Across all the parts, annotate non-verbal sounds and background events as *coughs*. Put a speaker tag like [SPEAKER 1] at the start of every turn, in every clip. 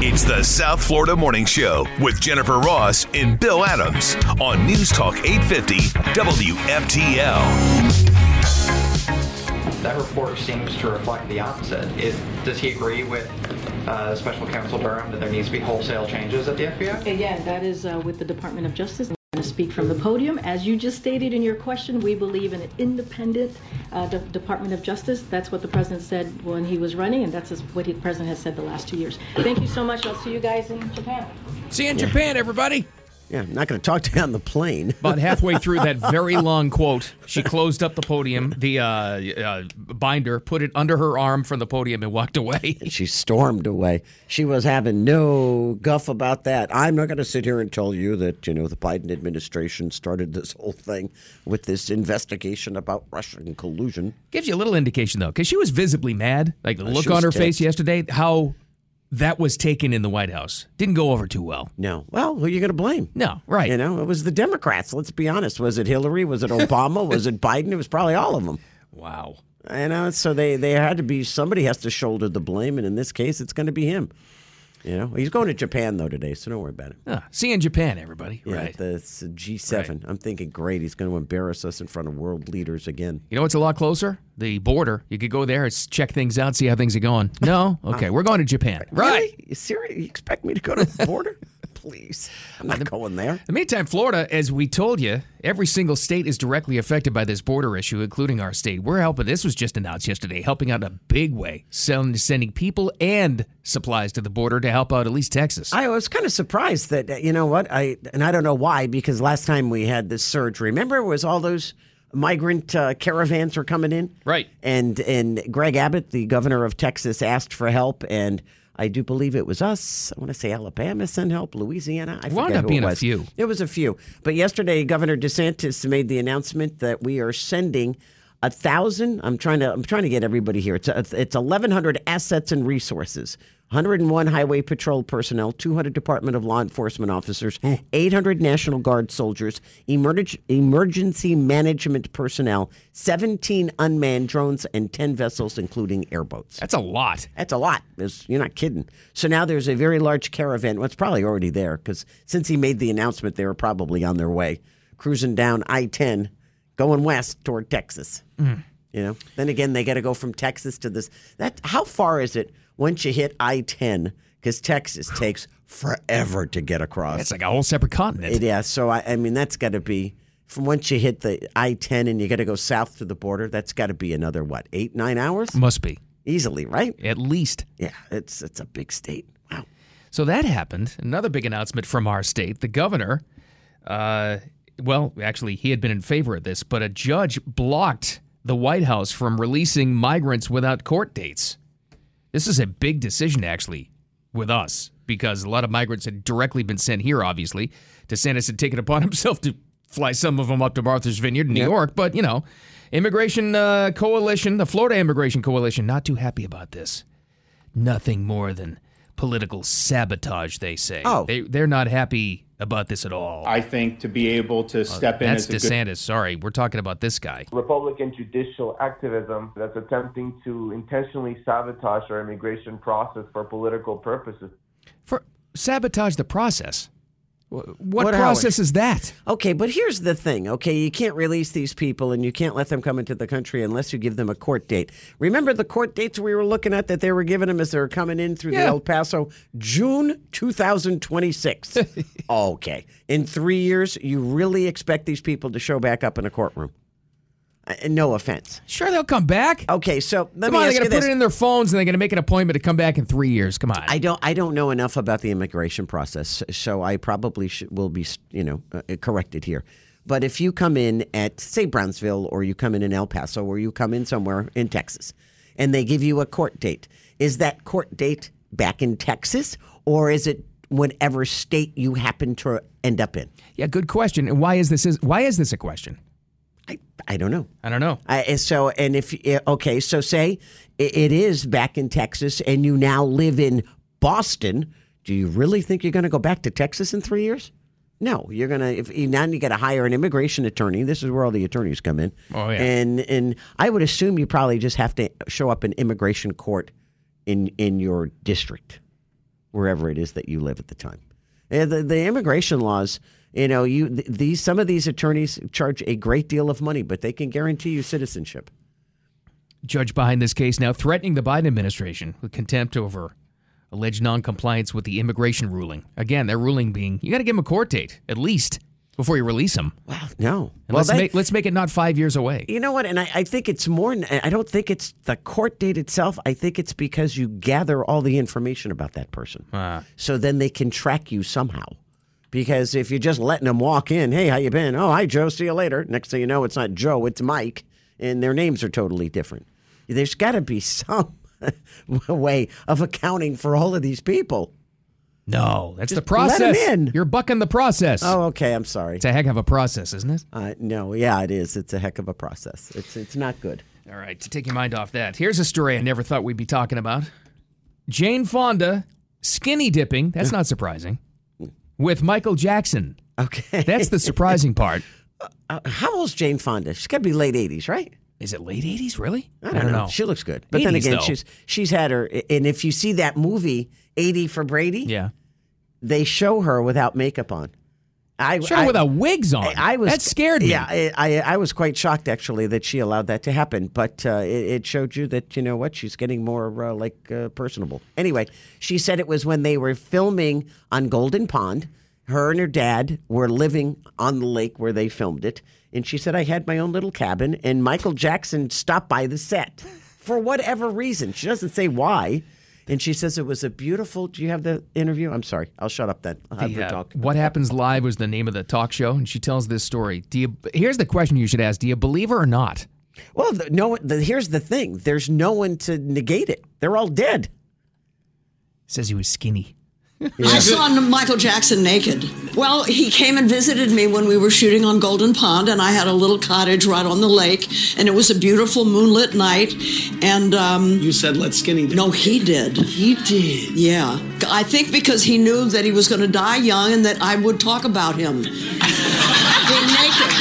[SPEAKER 1] It's the South Florida Morning Show with Jennifer Ross and Bill Adams on News Talk 850 WFTL.
[SPEAKER 2] That report seems to reflect the opposite. It, does he agree with uh, Special Counsel Durham that there needs to be wholesale changes at the FBI?
[SPEAKER 3] Again, that is uh, with the Department of Justice. I'm going to speak from the podium. As you just stated in your question, we believe in an independent uh, De- Department of Justice. That's what the president said when he was running, and that's what the president has said the last two years. Thank you so much. I'll see you guys in Japan.
[SPEAKER 4] See you in Japan, everybody.
[SPEAKER 5] Yeah, I'm not going to talk to you on the plane.
[SPEAKER 4] About halfway through that very long quote, she closed up the podium, the uh, uh, binder, put it under her arm from the podium, and walked
[SPEAKER 5] *laughs*
[SPEAKER 4] away.
[SPEAKER 5] *laughs* she stormed away. She was having no guff about that. I'm not going to sit here and tell you that, you know, the Biden administration started this whole thing with this investigation about Russian collusion.
[SPEAKER 4] Gives you a little indication, though, because she was visibly mad. Like the look
[SPEAKER 5] Oh, she
[SPEAKER 4] on
[SPEAKER 5] was
[SPEAKER 4] her face
[SPEAKER 5] ticked.
[SPEAKER 4] yesterday, how that was taken in the White House. Didn't go over too well.
[SPEAKER 5] No. Well, who are you going to blame?
[SPEAKER 4] No, right.
[SPEAKER 5] You know, it was the Democrats. Let's be honest. Was it Hillary? Was it Obama? was it Biden? It was probably all of them.
[SPEAKER 4] Wow.
[SPEAKER 5] You know, so they, they had to be, somebody has to shoulder the blame. And in this case, it's going to be him. You know, he's going to Japan, though, today, so don't worry about it.
[SPEAKER 4] Ah, see you in Japan, everybody.
[SPEAKER 5] Yeah,
[SPEAKER 4] right.
[SPEAKER 5] The s- G7. I'm thinking, great, he's going to embarrass us in front of world leaders again.
[SPEAKER 4] You know what's a lot closer? The border. You could go there, it's check things out, see how things are going.
[SPEAKER 5] *laughs*
[SPEAKER 4] No? Okay, we're going to Japan. Right.
[SPEAKER 5] Really? You serious? You expect me to go to the *laughs* border? Please. I'm not going there.
[SPEAKER 4] In the meantime, Florida, as we told you, every single state is directly affected by this border issue, including our state. We're helping, this was just announced yesterday, helping out in a big way, selling, sending people and supplies to the border to help out at least Texas.
[SPEAKER 5] I was kind of surprised that, uh, you know what? I And I don't know why, because last time we had this surge, remember, it was all those migrant uh, caravans were coming in?
[SPEAKER 4] Right.
[SPEAKER 5] And, and Greg Abbott, the governor of Texas, asked for help. And I do believe it was us. I want to say Alabama sent help, Louisiana. I
[SPEAKER 4] Wound
[SPEAKER 5] forget
[SPEAKER 4] up
[SPEAKER 5] who
[SPEAKER 4] being
[SPEAKER 5] it
[SPEAKER 4] a
[SPEAKER 5] was.
[SPEAKER 4] few.
[SPEAKER 5] It was a few. But yesterday, Governor DeSantis made the announcement that we are sending a thousand. I'm trying to. I'm trying to get everybody here. It's it's 1,100 assets and resources. 101 Highway Patrol personnel, 200 Department of Law Enforcement officers, 800 National Guard soldiers, emerg- emergency management personnel, 17 unmanned drones, and 10 vessels, including airboats.
[SPEAKER 4] That's a lot.
[SPEAKER 5] That's a lot. It's- you're not kidding. So now there's a very large caravan. Well, it's probably already there because since he made the announcement, they were probably on their way, cruising down I 10, going west toward Texas. You know. Then again, they got to go from Texas to this. That how far is it once you hit I 10? Because Texas takes forever to get across.
[SPEAKER 4] That's like a whole separate continent.
[SPEAKER 5] It- yeah. So I, I mean, that's got to be from once you hit the I 10 and you got to go south to the border. That's got to be another what eight nine hours
[SPEAKER 4] Must be,
[SPEAKER 5] easily, right?
[SPEAKER 4] at least.
[SPEAKER 5] Yeah, it's it's a big state. Wow.
[SPEAKER 4] So that happened. Another big announcement from our state. The governor, uh, well, actually, he had been in favor of this, but a judge blocked the White House from releasing migrants without court dates. This is a big decision, actually, with us, because a lot of migrants had directly been sent here, obviously. DeSantis had taken upon *laughs* himself to fly some of them up to Martha's Vineyard in New York, but, you know, Immigration uh, Coalition, the Florida Immigration Coalition, not too happy about this nothing more than political sabotage, they say.
[SPEAKER 5] Oh.
[SPEAKER 4] They, they're not happy about this at all.
[SPEAKER 6] I think to be able to step in
[SPEAKER 4] That's
[SPEAKER 6] as a good
[SPEAKER 4] DeSantis. Sorry, we're talking about this guy.
[SPEAKER 7] Republican judicial activism that's attempting to intentionally sabotage our immigration process for political purposes.
[SPEAKER 4] For sabotage the process. Wh- What,
[SPEAKER 5] What, Howard?
[SPEAKER 4] process is that?
[SPEAKER 5] Okay, but here's the thing. Okay, you can't release these people and you can't let them come into the country unless you give them a court date. Remember the court dates we were looking at that they were giving them as they were coming in through
[SPEAKER 4] Yeah.
[SPEAKER 5] the El Paso? June
[SPEAKER 4] *laughs*
[SPEAKER 5] 2026. okay. In three years, you really expect these people to show back up in a courtroom? Uh, no offense.
[SPEAKER 4] Sure, they'll come back.
[SPEAKER 5] Okay, so
[SPEAKER 4] come
[SPEAKER 5] let me
[SPEAKER 4] on, they're
[SPEAKER 5] ask
[SPEAKER 4] going
[SPEAKER 5] you
[SPEAKER 4] to put
[SPEAKER 5] this.
[SPEAKER 4] it in their phones and they're going to make an appointment to come back in three years. Come on.
[SPEAKER 5] I don't. I don't know enough about the immigration process, so I probably should, will be, you know, uh, corrected here. But if you come in at say Brownsville, or you come in in El Paso, or you come in somewhere in Texas, and they give you a court date, is that court date back in Texas, or is it whatever state you happen to end up in?
[SPEAKER 4] Yeah, good question. And why is this is why is this a question?
[SPEAKER 5] I, I don't know.
[SPEAKER 4] I don't know.
[SPEAKER 5] I, and so, and if eh, okay, so say it, it is back in Texas, and you now live in Boston. Do you really think you're going to go back to Texas in three years? No, you're gonna. If you- now you got to hire an immigration attorney. This is where all the attorneys come in.
[SPEAKER 4] Oh, yeah.
[SPEAKER 5] And and I would assume you probably just have to show up in immigration court in in your district, wherever it is that you live at the time. And the, the immigration laws. You know, you th- these some of these attorneys charge a great deal of money, but they can guarantee you citizenship.
[SPEAKER 4] Judge behind this case now threatening the Biden administration with contempt over alleged noncompliance with the immigration ruling. Again, their ruling being you got to give them a court date at least before you release them.
[SPEAKER 5] Wow, no.
[SPEAKER 4] And let's, make, let's make it not five years away.
[SPEAKER 5] You know what? And I, I think it's more, I don't think it's the court date itself. I think it's because you gather all the information about that person.
[SPEAKER 4] Ah.
[SPEAKER 5] So then they can track you somehow. Because if you're just letting them walk in, hey, how you been? Oh, hi, Joe. See you later. Next thing you know, it's not Joe, it's Mike. And their names are totally different. There's got to be some *laughs* way of accounting for all of these people.
[SPEAKER 4] No, that's the
[SPEAKER 5] let 'em
[SPEAKER 4] process.
[SPEAKER 5] in.
[SPEAKER 4] You're bucking the process.
[SPEAKER 5] Oh, okay. I'm sorry.
[SPEAKER 4] It's a heck of a process, isn't it?
[SPEAKER 5] Uh, no, yeah, it is. It's a heck of a process. It's, it's not good.
[SPEAKER 4] All right, to take your mind off that, here's a story I never thought we'd be talking about. Jane Fonda skinny dipping, that's not surprising, with Michael Jackson.
[SPEAKER 5] Okay.
[SPEAKER 4] That's the
[SPEAKER 5] *laughs*
[SPEAKER 4] surprising part.
[SPEAKER 5] Uh, how old's Jane Fonda? She's got to be late eighties, right?
[SPEAKER 4] Is it late 80s, really?
[SPEAKER 5] I don't, know. She looks good, but then
[SPEAKER 4] 80s
[SPEAKER 5] again,
[SPEAKER 4] though.
[SPEAKER 5] she's she's had her. And if you see that movie Eighty for Brady,
[SPEAKER 4] Yeah.
[SPEAKER 5] they show her without makeup on. I
[SPEAKER 4] Sure,
[SPEAKER 5] I-
[SPEAKER 4] without wigs on.
[SPEAKER 5] I was
[SPEAKER 4] that scared me.
[SPEAKER 5] Yeah, I, I I was quite shocked actually that she allowed that to happen, but uh, it, it showed you that you know what she's getting more uh, like uh, personable. Anyway, she said it was when they were filming on Golden Pond. Her and her dad were living on the lake where they filmed it, and she said I had my own little cabin, and Michael Jackson stopped by the set for whatever reason. She doesn't say why. And she says it was a beautiful. Do you have the interview? I'm sorry. I'll shut up then. I'll have her
[SPEAKER 4] Yeah.
[SPEAKER 5] talk.
[SPEAKER 4] uh, What Happens Live was the name of the talk show, and she tells this story. Do you? Here's the question you should ask: Do you believe her or not?
[SPEAKER 5] Well, th no. The, here's the thing: there's no one to negate it. They're all dead.
[SPEAKER 4] Says he was skinny.
[SPEAKER 8] I saw Michael Jackson naked. Well, he came and visited me when we were shooting on Golden Pond, and I had a little cottage right on the lake, and it was a beautiful moonlit night. And um,
[SPEAKER 9] You said let's skinny dip.
[SPEAKER 8] no, he did.
[SPEAKER 9] he did.
[SPEAKER 8] Yeah, I think because he knew that he was going to die young and that I would talk about him being naked.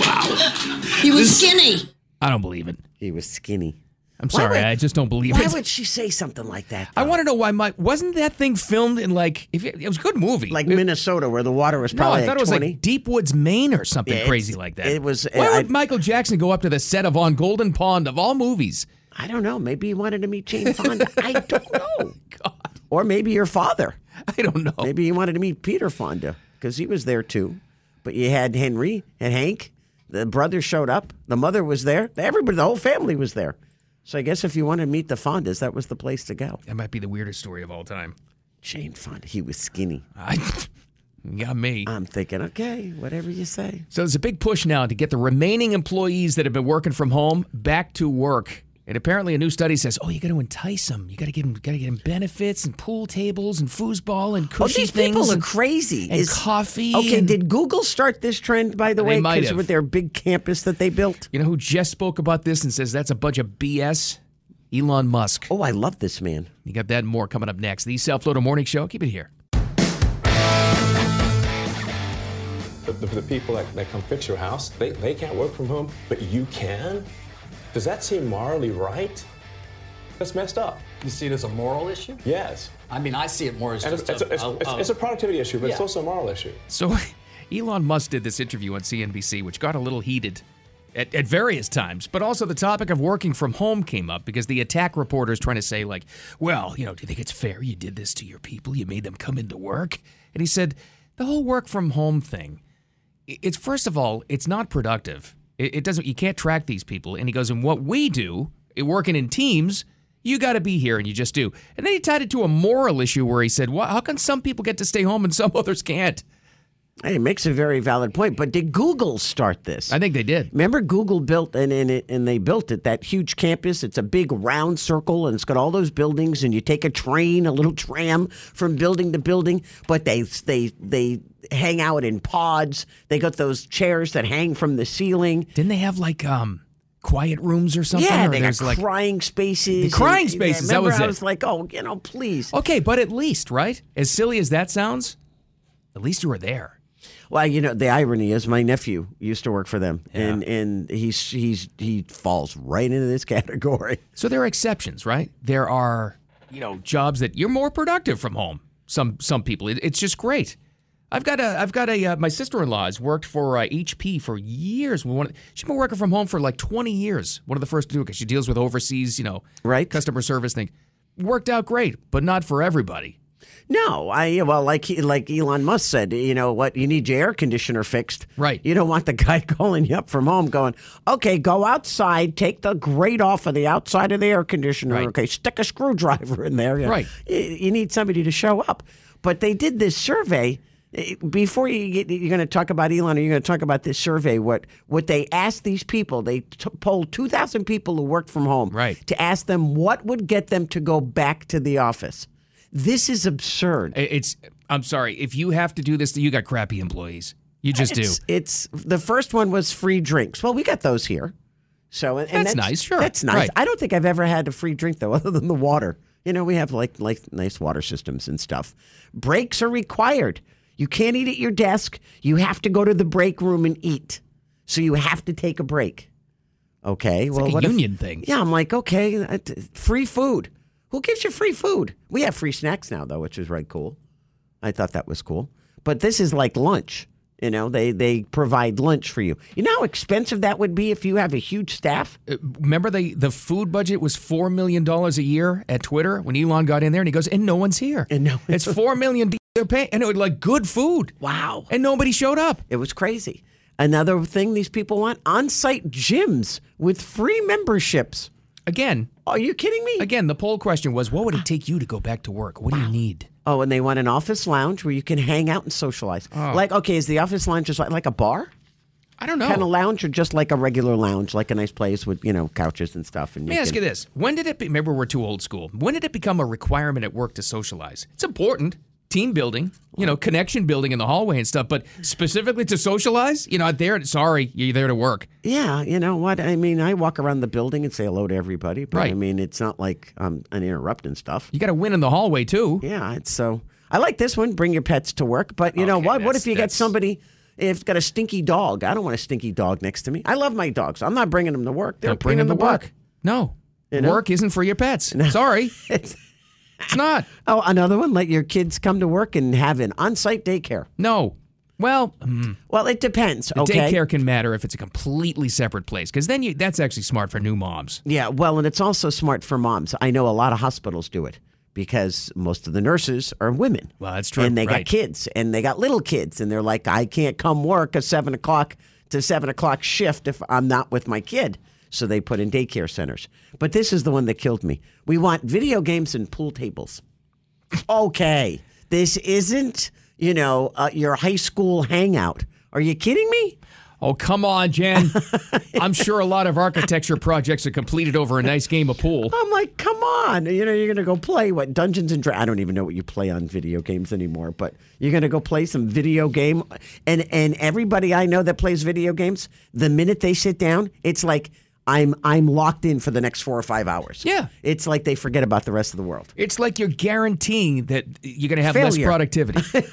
[SPEAKER 8] Wow, he was skinny.
[SPEAKER 4] I don't believe it.
[SPEAKER 5] He was skinny.
[SPEAKER 4] I'm
[SPEAKER 5] Why
[SPEAKER 4] sorry,
[SPEAKER 5] would-
[SPEAKER 4] I just don't believe
[SPEAKER 5] Why
[SPEAKER 4] it.
[SPEAKER 5] would she say something like that?
[SPEAKER 4] I
[SPEAKER 5] though?
[SPEAKER 4] want to know why Mike wasn't that thing filmed in like if it, it was a good movie.
[SPEAKER 5] like Minnesota, where the water was
[SPEAKER 4] no,
[SPEAKER 5] probably
[SPEAKER 4] I thought
[SPEAKER 5] at
[SPEAKER 4] it was
[SPEAKER 5] 20.
[SPEAKER 4] like Deep Woods, Maine, or something
[SPEAKER 5] Yeah,
[SPEAKER 4] crazy
[SPEAKER 5] it's-
[SPEAKER 4] like that.
[SPEAKER 5] it was- uh,
[SPEAKER 4] Why would
[SPEAKER 5] I-
[SPEAKER 4] Michael Jackson go up to the set of On Golden Pond of all movies? *laughs*
[SPEAKER 5] I don't know. Maybe he wanted to meet Jane Fonda. I don't know. Or maybe your father.
[SPEAKER 4] I don't know.
[SPEAKER 5] Maybe he wanted to meet Peter Fonda because he was there too. But you had Henry and Hank. The brother showed up. The mother was there. Everybody, the whole family was there. So I guess if you wanted to meet the Fondas, that was the place to go.
[SPEAKER 4] That might be the weirdest story of all time.
[SPEAKER 5] Jane Fonda. He was skinny.
[SPEAKER 4] I *laughs* got me.
[SPEAKER 5] I'm thinking, okay, whatever you say.
[SPEAKER 4] So there's a big push now to get the remaining employees that have been working from home back to work. And apparently, a new study says, "Oh, you got to entice them. You got to give them, got to get them benefits and pool tables and foosball and
[SPEAKER 5] Oh,
[SPEAKER 4] cushy
[SPEAKER 5] these
[SPEAKER 4] things
[SPEAKER 5] people are
[SPEAKER 4] and-
[SPEAKER 5] crazy.
[SPEAKER 4] and coffee
[SPEAKER 5] Okay,
[SPEAKER 4] and-
[SPEAKER 5] did Google start this trend, by the
[SPEAKER 4] They
[SPEAKER 5] way?
[SPEAKER 4] might
[SPEAKER 5] 'cause
[SPEAKER 4] have.
[SPEAKER 5] with their big campus that they built.
[SPEAKER 4] You know who just spoke about this and says that's a bunch of BS? Elon Musk.
[SPEAKER 5] Oh, I love this man.
[SPEAKER 4] You got that and more coming up next. The South Florida Morning Show. Keep it here.
[SPEAKER 10] The, the, the people that, that come fix your house, they, they can't work from home, but you can? Does that seem morally right? That's messed up.
[SPEAKER 9] You see it as a moral issue?
[SPEAKER 10] Yes.
[SPEAKER 9] I mean, I see it more as
[SPEAKER 10] And it's,
[SPEAKER 9] just
[SPEAKER 10] it's,
[SPEAKER 9] a,
[SPEAKER 10] it's,
[SPEAKER 9] a-
[SPEAKER 10] it's,
[SPEAKER 9] a-
[SPEAKER 10] it's a productivity issue, but it's
[SPEAKER 9] Yeah.
[SPEAKER 10] also a moral issue.
[SPEAKER 4] So, *laughs* Elon Musk did this interview on CNBC, which got a little heated at, at various times, but also the topic of working from home came up because the attack reporter is trying to say, like, well, you know, do you think it's fair you did this to your people? You made them come into work? And he said, the whole work from home thing, i- it's first of all, it's not productive. It, it doesn't, you can't track these people. And he goes, and what we do, i- working in teams, you got to be here and you just do. And *laughs* then he tied it to a moral issue where he said, well, how can some people get to stay home and some others can't?
[SPEAKER 5] Hey, It makes a very valid point. But did Google start this? I
[SPEAKER 4] think they did.
[SPEAKER 5] Remember, Google built and and, it, and they built it that huge campus. It's a big round circle, and it's got all those buildings. And you take a train, a little tram from building to building. But they they they hang out in pods. They got those chairs that hang from the ceiling.
[SPEAKER 4] Didn't they have like um quiet rooms or something?
[SPEAKER 5] Yeah,
[SPEAKER 4] Or
[SPEAKER 5] they got
[SPEAKER 4] there's, like-
[SPEAKER 5] crying spaces.
[SPEAKER 4] The crying
[SPEAKER 5] and-
[SPEAKER 4] spaces, that
[SPEAKER 5] Remember,
[SPEAKER 4] was
[SPEAKER 5] I
[SPEAKER 4] it.
[SPEAKER 5] was like, oh, you know, please.
[SPEAKER 4] Okay, but at least, right? As silly as that sounds, at least you were there.
[SPEAKER 5] Well, you know, the irony is my nephew used to work for them, and and he's he's he falls right into this *laughs* category.
[SPEAKER 4] So there are exceptions, right? There are, you know, jobs that you're more productive from home. Some some people, it, it's just great. I've got a, I've got a, uh, my sister-in-law has worked for uh, HP for years. We wanted, she's been working from home for like 20 years. One of the first to do it because she deals with overseas, you know,
[SPEAKER 5] right,
[SPEAKER 4] customer service thing. Worked out great, but not for everybody.
[SPEAKER 5] No, I well, like he- like Elon Musk said, you know what? You need your air conditioner fixed, right? You don't want the guy *laughs* calling you up from home, going, "Okay, go outside, take the grate off of the outside of the air conditioner. Okay, stick a screwdriver in there.
[SPEAKER 4] Right.
[SPEAKER 5] You, you need somebody to show up." But they did this survey. eh, Before you get, you're going to talk about Elon, or you're going to talk about this survey. What what they asked these people? They t- polled 2,000 people who worked from home, right? To ask them what would get them to go back to the office. This is absurd.
[SPEAKER 4] I- It's, I'm sorry, if you have to do this, you got crappy employees. You just do.
[SPEAKER 5] it's, It's the first one was free drinks. Well, we got those here. So and, and
[SPEAKER 4] That's nice, sure.
[SPEAKER 5] That's nice.
[SPEAKER 4] Right.
[SPEAKER 5] I don't think I've ever had a free drink though, *laughs* other than the water. You know, we have like like nice water systems and stuff. Breaks are required. You can't eat at your desk. You have to go to the break room and eat. So you have to take a break. Okay. well,
[SPEAKER 4] like a
[SPEAKER 5] what if-
[SPEAKER 4] union thing.
[SPEAKER 5] Yeah, I'm like, okay, that- free food. Who gives you free food? We have free snacks now though, which is right cool. I thought that was cool. But this is like lunch. You know, they they provide lunch for you. You know how expensive that would be if you have a huge staff.
[SPEAKER 4] Uh, Remember the the food budget was four million dollars a year at Twitter when Elon got in there and he goes and no one's here and no it's four million they're paying and it was like good food
[SPEAKER 5] wow
[SPEAKER 4] and nobody showed up
[SPEAKER 5] it was crazy Another thing these people want on-site gyms with free memberships.
[SPEAKER 4] Again,
[SPEAKER 5] are you kidding me?
[SPEAKER 4] Again, the poll question was, what would it take you to go back to work? What do you need?
[SPEAKER 5] Oh, and they want an office lounge where you can hang out and socialize.
[SPEAKER 4] Oh.
[SPEAKER 5] Like, okay, is the office lounge just like, like a bar?
[SPEAKER 4] I don't know.
[SPEAKER 5] Kind of lounge or just like a regular lounge, like a nice place with, you know, couches and stuff. And
[SPEAKER 4] Let me
[SPEAKER 5] you
[SPEAKER 4] ask
[SPEAKER 5] can-
[SPEAKER 4] you this: When did it? Be, remember, we're too old school. When did it become a requirement at work to socialize? It's important. Team building, you know, connection building in the hallway and stuff, but specifically to socialize, you know, out there, sorry, you're there to work.
[SPEAKER 5] Yeah, you know what? I mean, I walk around the building and say hello to everybody, but I
[SPEAKER 4] Right.
[SPEAKER 5] mean, it's not like I'm interrupting stuff.
[SPEAKER 4] You got to win in the hallway too.
[SPEAKER 5] Yeah, it's so I like this one. Bring your pets to work, but you know what? What
[SPEAKER 4] that's-
[SPEAKER 5] if you got
[SPEAKER 4] that's-
[SPEAKER 5] somebody? If it's got a stinky dog, I don't want a stinky dog next to me. I love my dogs. I'm not bringing them to work. They're
[SPEAKER 4] Don't bring
[SPEAKER 5] bringing
[SPEAKER 4] them
[SPEAKER 5] the
[SPEAKER 4] to work.
[SPEAKER 5] buck.
[SPEAKER 4] No,
[SPEAKER 5] You know?
[SPEAKER 4] work isn't for your pets. Sorry,
[SPEAKER 5] it's
[SPEAKER 4] not.
[SPEAKER 5] *laughs* Oh, another one. Let your kids come to work and have an on-site daycare.
[SPEAKER 4] No. Well, mm,
[SPEAKER 5] Well, it depends.
[SPEAKER 4] the
[SPEAKER 5] okay.
[SPEAKER 4] daycare can matter if it's a completely separate place, because then you, that's actually smart for new moms.
[SPEAKER 5] Yeah, well, and it's also smart for moms. I know a lot of hospitals do it because most of the nurses are women.
[SPEAKER 4] Well, that's true,
[SPEAKER 5] And they got
[SPEAKER 4] right.
[SPEAKER 5] kids, and they got little kids, and they're like, I can't come work a seven o'clock to seven o'clock shift if I'm not with my kid. So they put in daycare centers. But this is the one that killed me. We want video games and pool tables. okay, this isn't you know uh, your high school hangout. Are you kidding me?
[SPEAKER 4] Oh, come on,
[SPEAKER 5] *laughs*
[SPEAKER 4] Jen. I'm sure a lot of architecture projects are completed over a nice game of pool.
[SPEAKER 5] I'm like, come on. You know, you're going to go play what Dungeons and Dragons. I don't even know what you play on video games anymore, but you're going to go play some video game. And and everybody I know that plays video games, the minute they sit down, it's like I'm I'm locked in for the next 4 or 5 hours. Yeah. It's like they forget about the rest of the world.
[SPEAKER 4] It's like you're guaranteeing that you're going to have less
[SPEAKER 5] Failure.
[SPEAKER 4] productivity.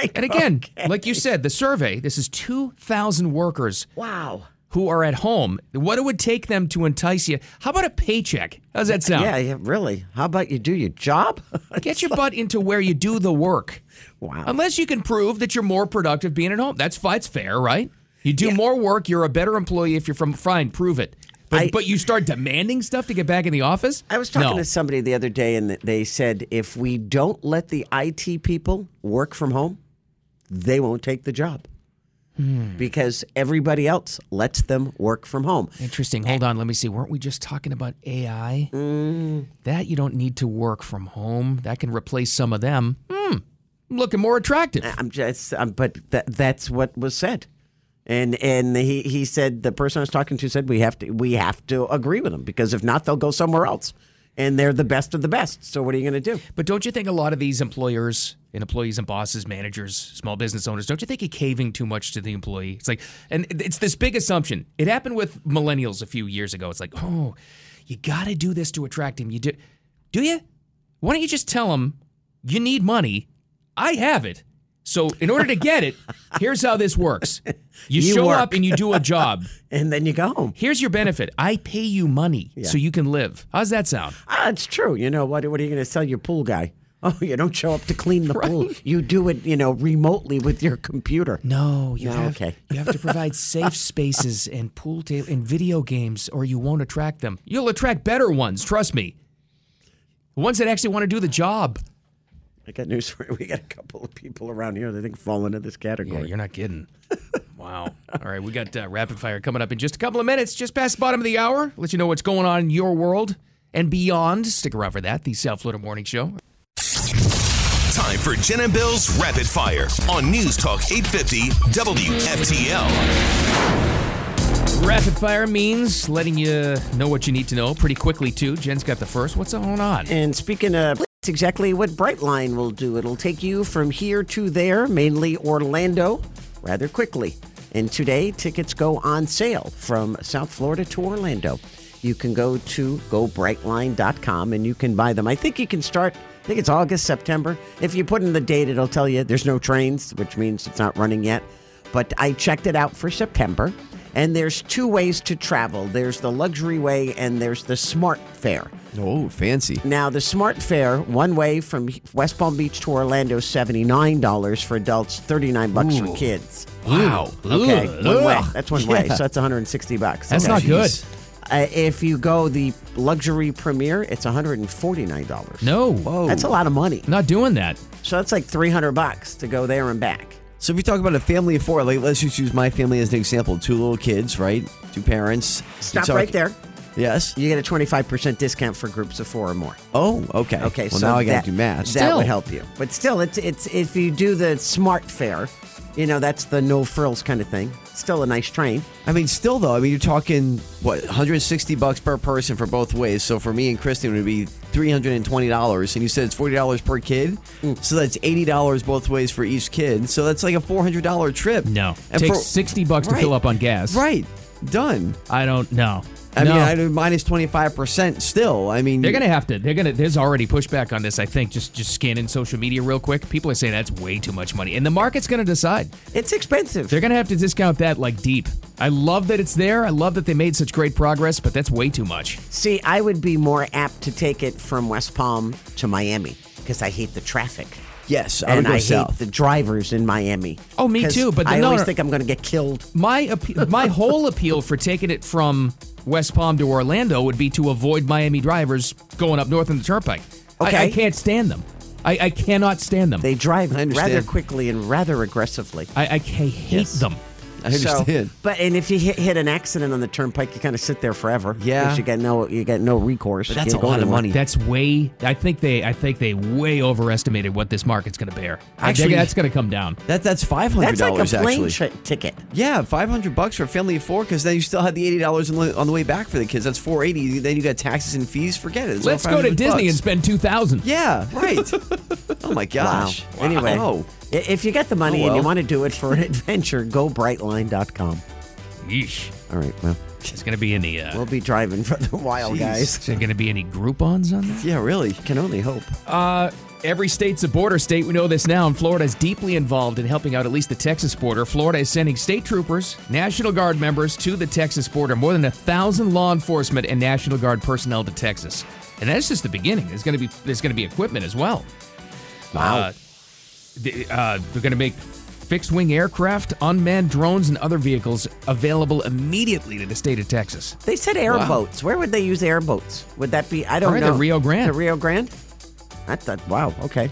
[SPEAKER 5] *laughs*
[SPEAKER 4] and again, like you said, the survey this is 2,000 workers.
[SPEAKER 5] Wow.
[SPEAKER 4] Who are at home. What it would take them to entice you. How about a paycheck? How's that sound?
[SPEAKER 5] Yeah, yeah, really. How about you do your job? *laughs*
[SPEAKER 4] Get your butt into where you do the work.
[SPEAKER 5] Wow.
[SPEAKER 4] Unless you can prove that you're more productive being at home. That's fine. It's fair, right? You do more work, you're a better employee if you're from fine, prove it. But, but you start demanding stuff to get back in the office?
[SPEAKER 5] I was talking
[SPEAKER 4] no.
[SPEAKER 5] to somebody the other day, and they said if we don't let the IT people work from home, they won't take the job because everybody else lets them work from home.
[SPEAKER 4] Interesting. Hold on. Let me see. Weren't we just talking about AI? That you don't need to work from home. That can replace some of them. Hmm. looking more attractive.
[SPEAKER 5] I'm just, um, but tha that's what was said, and and he he said the person I was talking to said we have to we have to agree with them because if not they'll go somewhere else, and they're the best of the best. So what are you going to do?
[SPEAKER 4] But don't you think a lot of these employers and employees and bosses, managers, small business owners, don't you think you're caving too much to the employee? It's like, and it's this big assumption. It happened with millennials a few years ago. It's like, oh, you got to do this to attract him. You do, do you? Why don't you just tell him you need money? I have it. So in order to get it, here's how this works: you,
[SPEAKER 5] You
[SPEAKER 4] show
[SPEAKER 5] work.
[SPEAKER 4] up and you do a job,
[SPEAKER 5] and then you go home.
[SPEAKER 4] Here's your benefit: I pay you money so you can live. How's that sound?
[SPEAKER 5] Ah, it's true. You know what? What are you going to sell your pool guy? Oh, you don't show up to clean the pool. You do it, you know, remotely with your computer.
[SPEAKER 4] No, you
[SPEAKER 5] No,
[SPEAKER 4] have,
[SPEAKER 5] okay.
[SPEAKER 4] *laughs* you have to provide safe spaces and pool table and video games, or you won't attract them. You'll attract better ones, trust me. Ones that actually want to do the job.
[SPEAKER 5] I got news for you. We got a couple of people around here that think fall into this
[SPEAKER 4] Yeah,
[SPEAKER 5] category.
[SPEAKER 4] you're not kidding. *laughs* Wow. All right, we got uh, rapid fire coming up in just a couple of minutes, just past the bottom of the hour. Let you know what's going on in your world and beyond. Stick around for that. The South Florida Morning Show.
[SPEAKER 1] Time for Jen and Bill's Rapid Fire on News Talk 850 WFTL.
[SPEAKER 4] Rapid fire means letting you know what you need to know pretty quickly too. Jen's got the first. What's going on?
[SPEAKER 5] And speaking of, that's exactly what Brightline will do. It'll take you from here to there, mainly Orlando, rather quickly. And today, tickets go on sale from South Florida to Orlando. You can go to gobrightline.com and you can buy them. I think you can start, I think it's August, September. If you put in the date, it'll tell you there's no trains, which means it's not running yet. But I checked it out for September. And there's two ways to travel. There's the luxury way and there's the smart fare.
[SPEAKER 11] Oh, fancy.
[SPEAKER 5] Now, the smart fare, one way from West Palm Beach to Orlando, $79 for adults, 39 bucks
[SPEAKER 11] Ooh.
[SPEAKER 5] for kids.
[SPEAKER 11] Wow.
[SPEAKER 5] Okay,
[SPEAKER 11] Ugh.
[SPEAKER 5] one way.
[SPEAKER 11] Ugh.
[SPEAKER 5] That's one way.
[SPEAKER 11] Yeah.
[SPEAKER 5] So that's 160 bucks.
[SPEAKER 4] That's not good. Jeez.
[SPEAKER 5] Uh, if you go the luxury premiere, it's 149 dollars.
[SPEAKER 4] No.
[SPEAKER 5] That's a lot of money.
[SPEAKER 4] Not doing that.
[SPEAKER 5] So that's like 300 bucks to go there and back.
[SPEAKER 11] So if you talk about a family of four, like let's just use my family as an example. Two little kids, right? Two parents.
[SPEAKER 5] Stop
[SPEAKER 11] So I
[SPEAKER 5] right
[SPEAKER 11] c-
[SPEAKER 5] there.
[SPEAKER 11] Yes.
[SPEAKER 5] You get a 25 percent discount for groups of four or more.
[SPEAKER 11] Oh, okay.
[SPEAKER 5] Okay,
[SPEAKER 11] Well,
[SPEAKER 5] so
[SPEAKER 11] now I gotta
[SPEAKER 5] that,
[SPEAKER 11] do math.
[SPEAKER 5] That would help you. But still, it's it's if you do the smart fare, you know that's the no frills kind of thing. Still a nice train.
[SPEAKER 11] I mean, still though, I mean, you're talking what 160 bucks per person for both ways. So for me and Kristen, it would be 320 dollars, and you said it's 40 dollars per kid,
[SPEAKER 5] Mm.
[SPEAKER 11] so that's 80 dollars both ways for each kid. So that's like a 400 dollar trip.
[SPEAKER 4] No.
[SPEAKER 11] and
[SPEAKER 4] Takes 60 bucks to fill up on gas.
[SPEAKER 11] Right, done.
[SPEAKER 4] I don't know.
[SPEAKER 11] I
[SPEAKER 4] No.
[SPEAKER 11] mean, I do minus 25 percent still. I mean,
[SPEAKER 4] They're gonna have to. They're gonna. There's already pushback on this. I think just just scanning social media real quick. People are saying that's way too much money, and the market's gonna decide.
[SPEAKER 5] It's expensive.
[SPEAKER 4] They're gonna have to discount that like deep. I love that it's there. I love that they made such great progress, but that's way too much.
[SPEAKER 5] See, I would be more apt to take it from West Palm to Miami because I hate the traffic.
[SPEAKER 11] Yes, I would
[SPEAKER 5] and
[SPEAKER 11] go
[SPEAKER 5] I
[SPEAKER 11] south.
[SPEAKER 5] hate the drivers in Miami.
[SPEAKER 4] Oh, me
[SPEAKER 5] 'Cause
[SPEAKER 4] too, but the-
[SPEAKER 5] I
[SPEAKER 4] no,
[SPEAKER 5] always
[SPEAKER 4] no.
[SPEAKER 5] think I'm going to get killed.
[SPEAKER 4] My appe- my whole appeal for taking it from West Palm to Orlando would be to avoid Miami drivers going up north in the turnpike. I- I,
[SPEAKER 5] Okay.
[SPEAKER 4] can't stand them. I, I cannot stand them.
[SPEAKER 5] They drive
[SPEAKER 11] understand.
[SPEAKER 5] rather quickly and rather aggressively.
[SPEAKER 4] I, I, ca- hate them.
[SPEAKER 11] I understand.
[SPEAKER 5] So, but and if you hit, hit an accident on the turnpike, you kind of sit there forever.
[SPEAKER 11] Yeah.
[SPEAKER 5] 'Cause you got no you got no recourse.
[SPEAKER 11] But that's
[SPEAKER 5] You
[SPEAKER 11] a
[SPEAKER 5] go
[SPEAKER 11] lot of
[SPEAKER 5] anywhere.
[SPEAKER 11] money.
[SPEAKER 4] That's way. I think they. I think they way overestimated what this market's going to bear. I
[SPEAKER 11] Actually-
[SPEAKER 4] think that's going to come down.
[SPEAKER 11] That that's 500
[SPEAKER 5] That's like
[SPEAKER 11] dollars
[SPEAKER 5] a plane
[SPEAKER 11] actually.
[SPEAKER 5] tri- ticket.
[SPEAKER 11] Yeah, five hundred bucks for a family of four, because then you still had the eighty dollars on, the- on the way back for the kids. That's four eighty. Then you got taxes and fees. Forget it. It's
[SPEAKER 4] Let's
[SPEAKER 11] all
[SPEAKER 4] go to
[SPEAKER 11] 500
[SPEAKER 4] Disney and
[SPEAKER 11] bucks.
[SPEAKER 4] spend two thousand.
[SPEAKER 11] yeah, right. oh my gosh.
[SPEAKER 5] Wow. Anyway,
[SPEAKER 11] Wow.
[SPEAKER 5] i- if you got the money
[SPEAKER 11] Oh,
[SPEAKER 5] and you
[SPEAKER 11] well.
[SPEAKER 5] want to do it for an *laughs* adventure, go brightline.com.
[SPEAKER 4] Yeesh.
[SPEAKER 5] All right, well,
[SPEAKER 4] There's going to be any. Uh,
[SPEAKER 5] we'll be driving for the while,
[SPEAKER 11] Jeez.
[SPEAKER 4] is
[SPEAKER 5] guys.
[SPEAKER 4] there going to be any Groupon's on that?
[SPEAKER 11] yeah, really.
[SPEAKER 5] Can only hope.
[SPEAKER 4] Uh, every state's a border state. We know this now, and Florida is deeply involved in helping out at least the Texas border. Florida is sending state troopers, National Guard members to the Texas border, more than a thousand law enforcement and National Guard personnel to Texas. And that's just the beginning. There's going to be there's going to be equipment as well. Wow. Uh, the- uh, they're going to make fixed wing aircraft, unmanned drones, and other vehicles available immediately to the state of Texas.
[SPEAKER 5] They said airboats. Where would they use airboats? Would that be? I don't
[SPEAKER 4] Probably
[SPEAKER 5] know.
[SPEAKER 4] the Rio Grande.
[SPEAKER 5] The Rio Grande. I thought, wow, okay.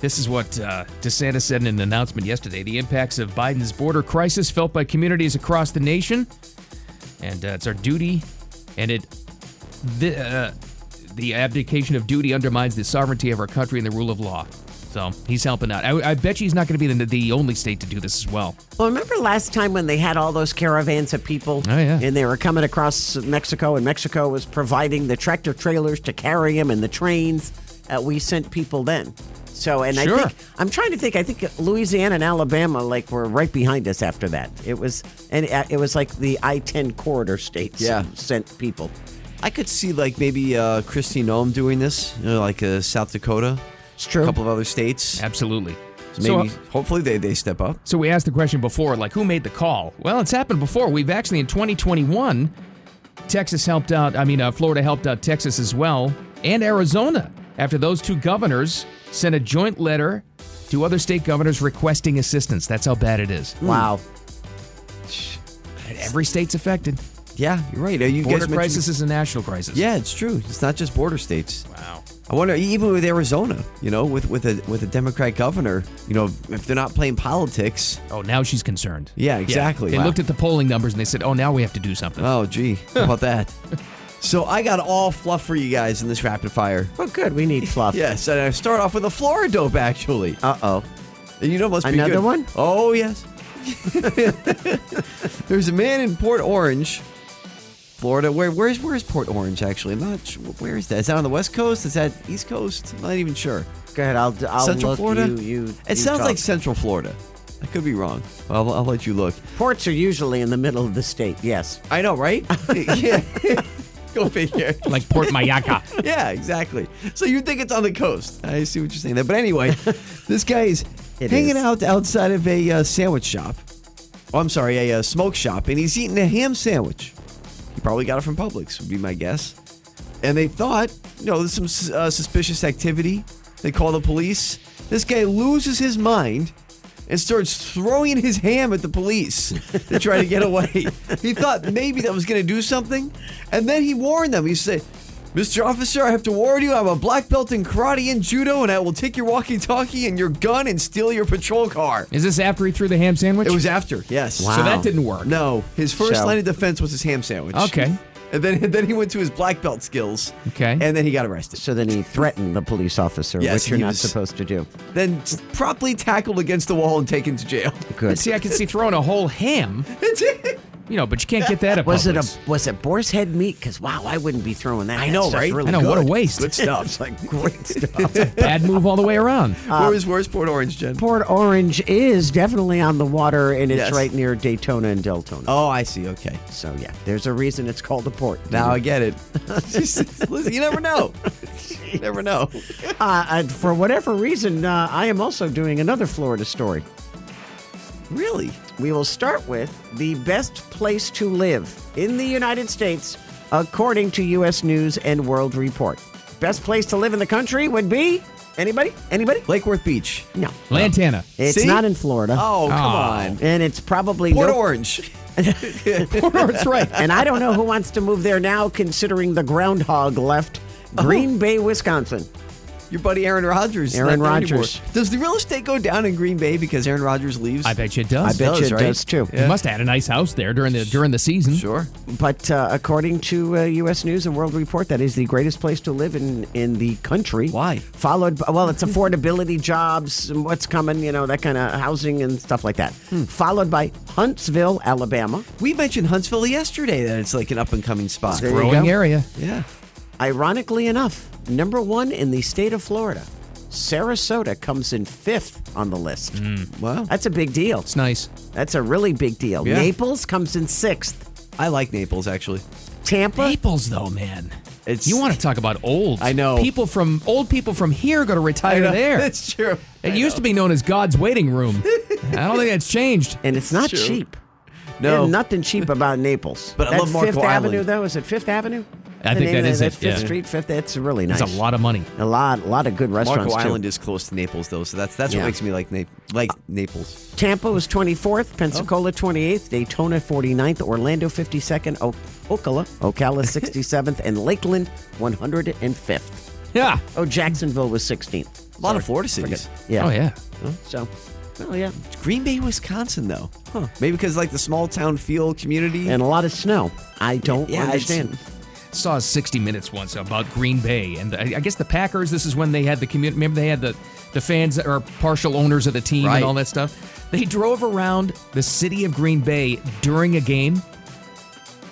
[SPEAKER 4] This is what uh, DeSantis said in an announcement yesterday the impacts of Biden's border crisis felt by communities across the nation. And uh, it's our duty, and it. The, uh, the abdication of duty undermines the sovereignty of our country and the rule of law. So he's helping out. I, I bet you he's not going to be the, the only state to do this as well.
[SPEAKER 5] Well, remember last time when they had all those caravans of people? Oh, yeah. And they were coming across Mexico, and Mexico was providing the tractor trailers to carry them and the trains. Uh, we sent people then. So, and
[SPEAKER 4] Sure.
[SPEAKER 5] I think, I'm trying to think, I think Louisiana and Alabama, like, were right behind us after that. It was, and uh, it was like the I 10 corridor states
[SPEAKER 11] Yeah.
[SPEAKER 5] sent people.
[SPEAKER 11] I could see like maybe uh, Christy Noam doing this, you know, like uh, South Dakota.
[SPEAKER 5] It's true.
[SPEAKER 11] A couple of other states.
[SPEAKER 4] Absolutely.
[SPEAKER 11] So maybe,
[SPEAKER 4] So-
[SPEAKER 11] hopefully, they, they step up.
[SPEAKER 4] So we asked the question before, like who made the call? Well, it's happened before. We've actually in 2021, Texas helped out. I mean, uh, Florida helped out Texas as well, and Arizona. After those two governors sent a joint letter to other state governors requesting assistance. That's how bad it is.
[SPEAKER 5] Wow.
[SPEAKER 4] Every state's affected.
[SPEAKER 11] Yeah, you're right. Uh, You
[SPEAKER 4] Border
[SPEAKER 11] guys mentioned-
[SPEAKER 4] crisis is a national crisis.
[SPEAKER 11] Yeah, it's true. It's not just border states. Wow. I wonder, even with Arizona, you know, with, with a with a Democrat governor, you know, if they're not playing politics.
[SPEAKER 4] Oh, now she's concerned.
[SPEAKER 11] Yeah, exactly.
[SPEAKER 4] They looked at the polling numbers and they said, "Oh, now we have to do something."
[SPEAKER 11] Oh, gee, how about that? So I got all fluff for you guys in this rapid fire.
[SPEAKER 5] Oh, good. We need
[SPEAKER 11] *laughs*
[SPEAKER 5] fluff.
[SPEAKER 11] yes, and I start off with a Florida dope actually.
[SPEAKER 5] Uh oh.
[SPEAKER 11] You know, must be
[SPEAKER 5] Another
[SPEAKER 11] good.
[SPEAKER 5] one?
[SPEAKER 11] Oh
[SPEAKER 5] *laughs*
[SPEAKER 11] yes. There's a man in Port Orange, Florida. Where where's where's Port Orange actually? I'm not sure. Where is that? Is that on the west coast? Is that east coast? I'm not even sure.
[SPEAKER 5] Go ahead. I'll, I'll
[SPEAKER 11] Central
[SPEAKER 5] look.
[SPEAKER 11] Florida.
[SPEAKER 5] You, you,
[SPEAKER 11] it
[SPEAKER 5] you
[SPEAKER 11] sounds
[SPEAKER 5] talk.
[SPEAKER 11] like Central Florida. I could be wrong. I'll, I'll let you look.
[SPEAKER 5] ports are usually in the middle of the state. Yes.
[SPEAKER 11] I know, right? *laughs*
[SPEAKER 5] *laughs*
[SPEAKER 11] yeah. Go figure.
[SPEAKER 4] Like Port
[SPEAKER 11] *laughs*
[SPEAKER 4] Mayaca.
[SPEAKER 11] yeah, exactly. So you think it's on the coast. I see what you're saying there. But anyway, this guy is
[SPEAKER 5] It
[SPEAKER 11] hanging
[SPEAKER 5] is.
[SPEAKER 11] out outside of a uh, sandwich shop. Oh, I'm sorry, a uh, smoke shop. And he's eating a ham sandwich. He probably got it from Publix, would be my guess. And they thought, you know, there's some sus- uh, suspicious activity. They call the police. This guy loses his mind and starts throwing his ham at the police *laughs* to try to get away. he thought maybe that was going to do something. And then he warned them. He said, Mr. Officer, I have to warn you, I'm a black belt in karate and judo, and I will take your walkie talkie and your gun and steal your patrol car.
[SPEAKER 4] Is this after he threw the ham sandwich?
[SPEAKER 11] It was after, yes.
[SPEAKER 4] So that didn't work.
[SPEAKER 11] No, his first
[SPEAKER 4] So-
[SPEAKER 11] line of defense was his ham sandwich.
[SPEAKER 4] Okay.
[SPEAKER 11] And then, *laughs* and then he went to his black belt skills.
[SPEAKER 4] Okay.
[SPEAKER 11] And then he got arrested.
[SPEAKER 5] So then he threatened the police officer,
[SPEAKER 11] Yes,
[SPEAKER 5] which you're
[SPEAKER 11] he
[SPEAKER 5] not
[SPEAKER 11] was-
[SPEAKER 5] supposed to do.
[SPEAKER 11] Then s- promptly tackled against the wall and taken to jail.
[SPEAKER 5] Good.
[SPEAKER 4] See, I can see throwing a whole
[SPEAKER 5] *laughs*
[SPEAKER 4] ham. You know, but you can't get that at
[SPEAKER 5] Was it a
[SPEAKER 4] Publix.
[SPEAKER 5] was it boar's head meat? Because wow, I wouldn't be throwing that.
[SPEAKER 11] I know,
[SPEAKER 5] That's
[SPEAKER 11] right?
[SPEAKER 5] Really
[SPEAKER 4] I know, what a
[SPEAKER 5] good.
[SPEAKER 4] waste.
[SPEAKER 11] Good stuff.
[SPEAKER 5] *laughs* It's like
[SPEAKER 11] *laughs*
[SPEAKER 5] great stuff.
[SPEAKER 4] *laughs* Bad move all the way
[SPEAKER 5] *laughs*
[SPEAKER 4] around.
[SPEAKER 11] Where is where's Port Orange, Jen?
[SPEAKER 5] Port Orange is definitely on the water, and it's
[SPEAKER 11] Yes.
[SPEAKER 5] right near Daytona and Deltona.
[SPEAKER 11] Oh, I see. Okay.
[SPEAKER 5] So yeah, there's a reason it's called a port.
[SPEAKER 11] Now I get *laughs* it. Listen, you never know. You never know.
[SPEAKER 5] *laughs* uh, and for whatever reason, uh, I am also doing another Florida story.
[SPEAKER 11] Really?
[SPEAKER 5] We will start with the best place to live in the United States, according to U.S. News and World Report. Best place to live in the country would be anybody? Anybody?
[SPEAKER 11] Lake Worth Beach.
[SPEAKER 5] No,
[SPEAKER 4] Lantana.
[SPEAKER 5] it's
[SPEAKER 11] See?
[SPEAKER 5] not in Florida.
[SPEAKER 11] Oh, come
[SPEAKER 4] Aw.
[SPEAKER 11] on.
[SPEAKER 5] and it's probably
[SPEAKER 11] Port
[SPEAKER 5] no-
[SPEAKER 11] Orange.
[SPEAKER 4] *laughs* That's right.
[SPEAKER 5] and I don't know who wants to move there now, considering the groundhog left
[SPEAKER 11] Oh.
[SPEAKER 5] Green Bay, Wisconsin.
[SPEAKER 11] Your buddy Aaron Rodgers. is
[SPEAKER 5] Aaron
[SPEAKER 11] not there anymore.
[SPEAKER 5] Rodgers.
[SPEAKER 11] Does the real estate go down in Green Bay because Aaron Rodgers leaves?
[SPEAKER 4] I bet you it does.
[SPEAKER 5] I bet you it
[SPEAKER 11] right?
[SPEAKER 5] does too.
[SPEAKER 4] You must have had a nice house there during the during the season.
[SPEAKER 11] Sure.
[SPEAKER 5] But uh, according to uh, U.S. News and World Report, that is the greatest place to live in in the country.
[SPEAKER 11] Why?
[SPEAKER 5] Followed by,
[SPEAKER 11] *laughs*
[SPEAKER 5] well, it's affordability, jobs, and what's coming, you know, that kind of housing and stuff like that. Followed by Huntsville, Alabama.
[SPEAKER 11] Hmm. We mentioned Huntsville yesterday that it's like an up and coming spot.
[SPEAKER 5] There you
[SPEAKER 4] Growing
[SPEAKER 5] go.
[SPEAKER 4] area.
[SPEAKER 11] Yeah.
[SPEAKER 5] Ironically enough, number one in the state of Florida, Sarasota comes in fifth on the list.
[SPEAKER 11] Hmm. Wow.
[SPEAKER 5] That's a big deal.
[SPEAKER 4] It's nice.
[SPEAKER 5] That's a really big deal.
[SPEAKER 11] Yeah.
[SPEAKER 5] Naples comes in sixth.
[SPEAKER 11] I like Naples actually.
[SPEAKER 5] Tampa.
[SPEAKER 4] Naples, though, man.
[SPEAKER 11] It's- *laughs*
[SPEAKER 4] you want to talk about old.
[SPEAKER 11] I know.
[SPEAKER 4] People from old people from here going to retire there.
[SPEAKER 5] *laughs*
[SPEAKER 11] That's true.
[SPEAKER 4] it used to be known as God's waiting room. I don't think that's changed.
[SPEAKER 5] and it's not
[SPEAKER 11] True.
[SPEAKER 5] cheap.
[SPEAKER 11] No.
[SPEAKER 5] There's nothing cheap about Naples.
[SPEAKER 11] *laughs* But I
[SPEAKER 5] That
[SPEAKER 11] love Marco
[SPEAKER 5] Fifth
[SPEAKER 11] Island.
[SPEAKER 5] Avenue, though, is it Fifth Avenue?
[SPEAKER 4] I think
[SPEAKER 5] name
[SPEAKER 4] that
[SPEAKER 5] of
[SPEAKER 4] is it,
[SPEAKER 5] Fifth
[SPEAKER 4] yeah.
[SPEAKER 5] Street, Fifth. It's really nice.
[SPEAKER 4] That's a lot of money.
[SPEAKER 5] a lot, lot of good
[SPEAKER 11] Marco
[SPEAKER 5] restaurants
[SPEAKER 11] Island
[SPEAKER 5] too.
[SPEAKER 11] is close to Naples though, so that's that's
[SPEAKER 5] Yeah.
[SPEAKER 11] what makes me like Na- like Naples. Oh.
[SPEAKER 5] Tampa was 24th, Pensacola 28th, Daytona 49th, Orlando 52nd, o- Ocala,
[SPEAKER 11] *laughs*
[SPEAKER 5] Ocala 67th, and Lakeland 105th.
[SPEAKER 4] Yeah.
[SPEAKER 5] Oh, Jacksonville was 16th.
[SPEAKER 11] A lot of Florida cities.
[SPEAKER 5] Yeah.
[SPEAKER 4] Oh, yeah.
[SPEAKER 5] So, well, yeah,
[SPEAKER 11] Green Bay, Wisconsin though. Huh. Maybe because like the small town feel community.
[SPEAKER 5] and a lot of snow. I don't
[SPEAKER 11] Yeah, it's-
[SPEAKER 5] understand.
[SPEAKER 4] Saw 60 Minutes once about Green Bay. And I, I guess the Packers, this is when they had the community. Remember, they had the the fans are partial owners of the team
[SPEAKER 11] Right.
[SPEAKER 4] and all that stuff. They drove around the city of Green Bay during a game.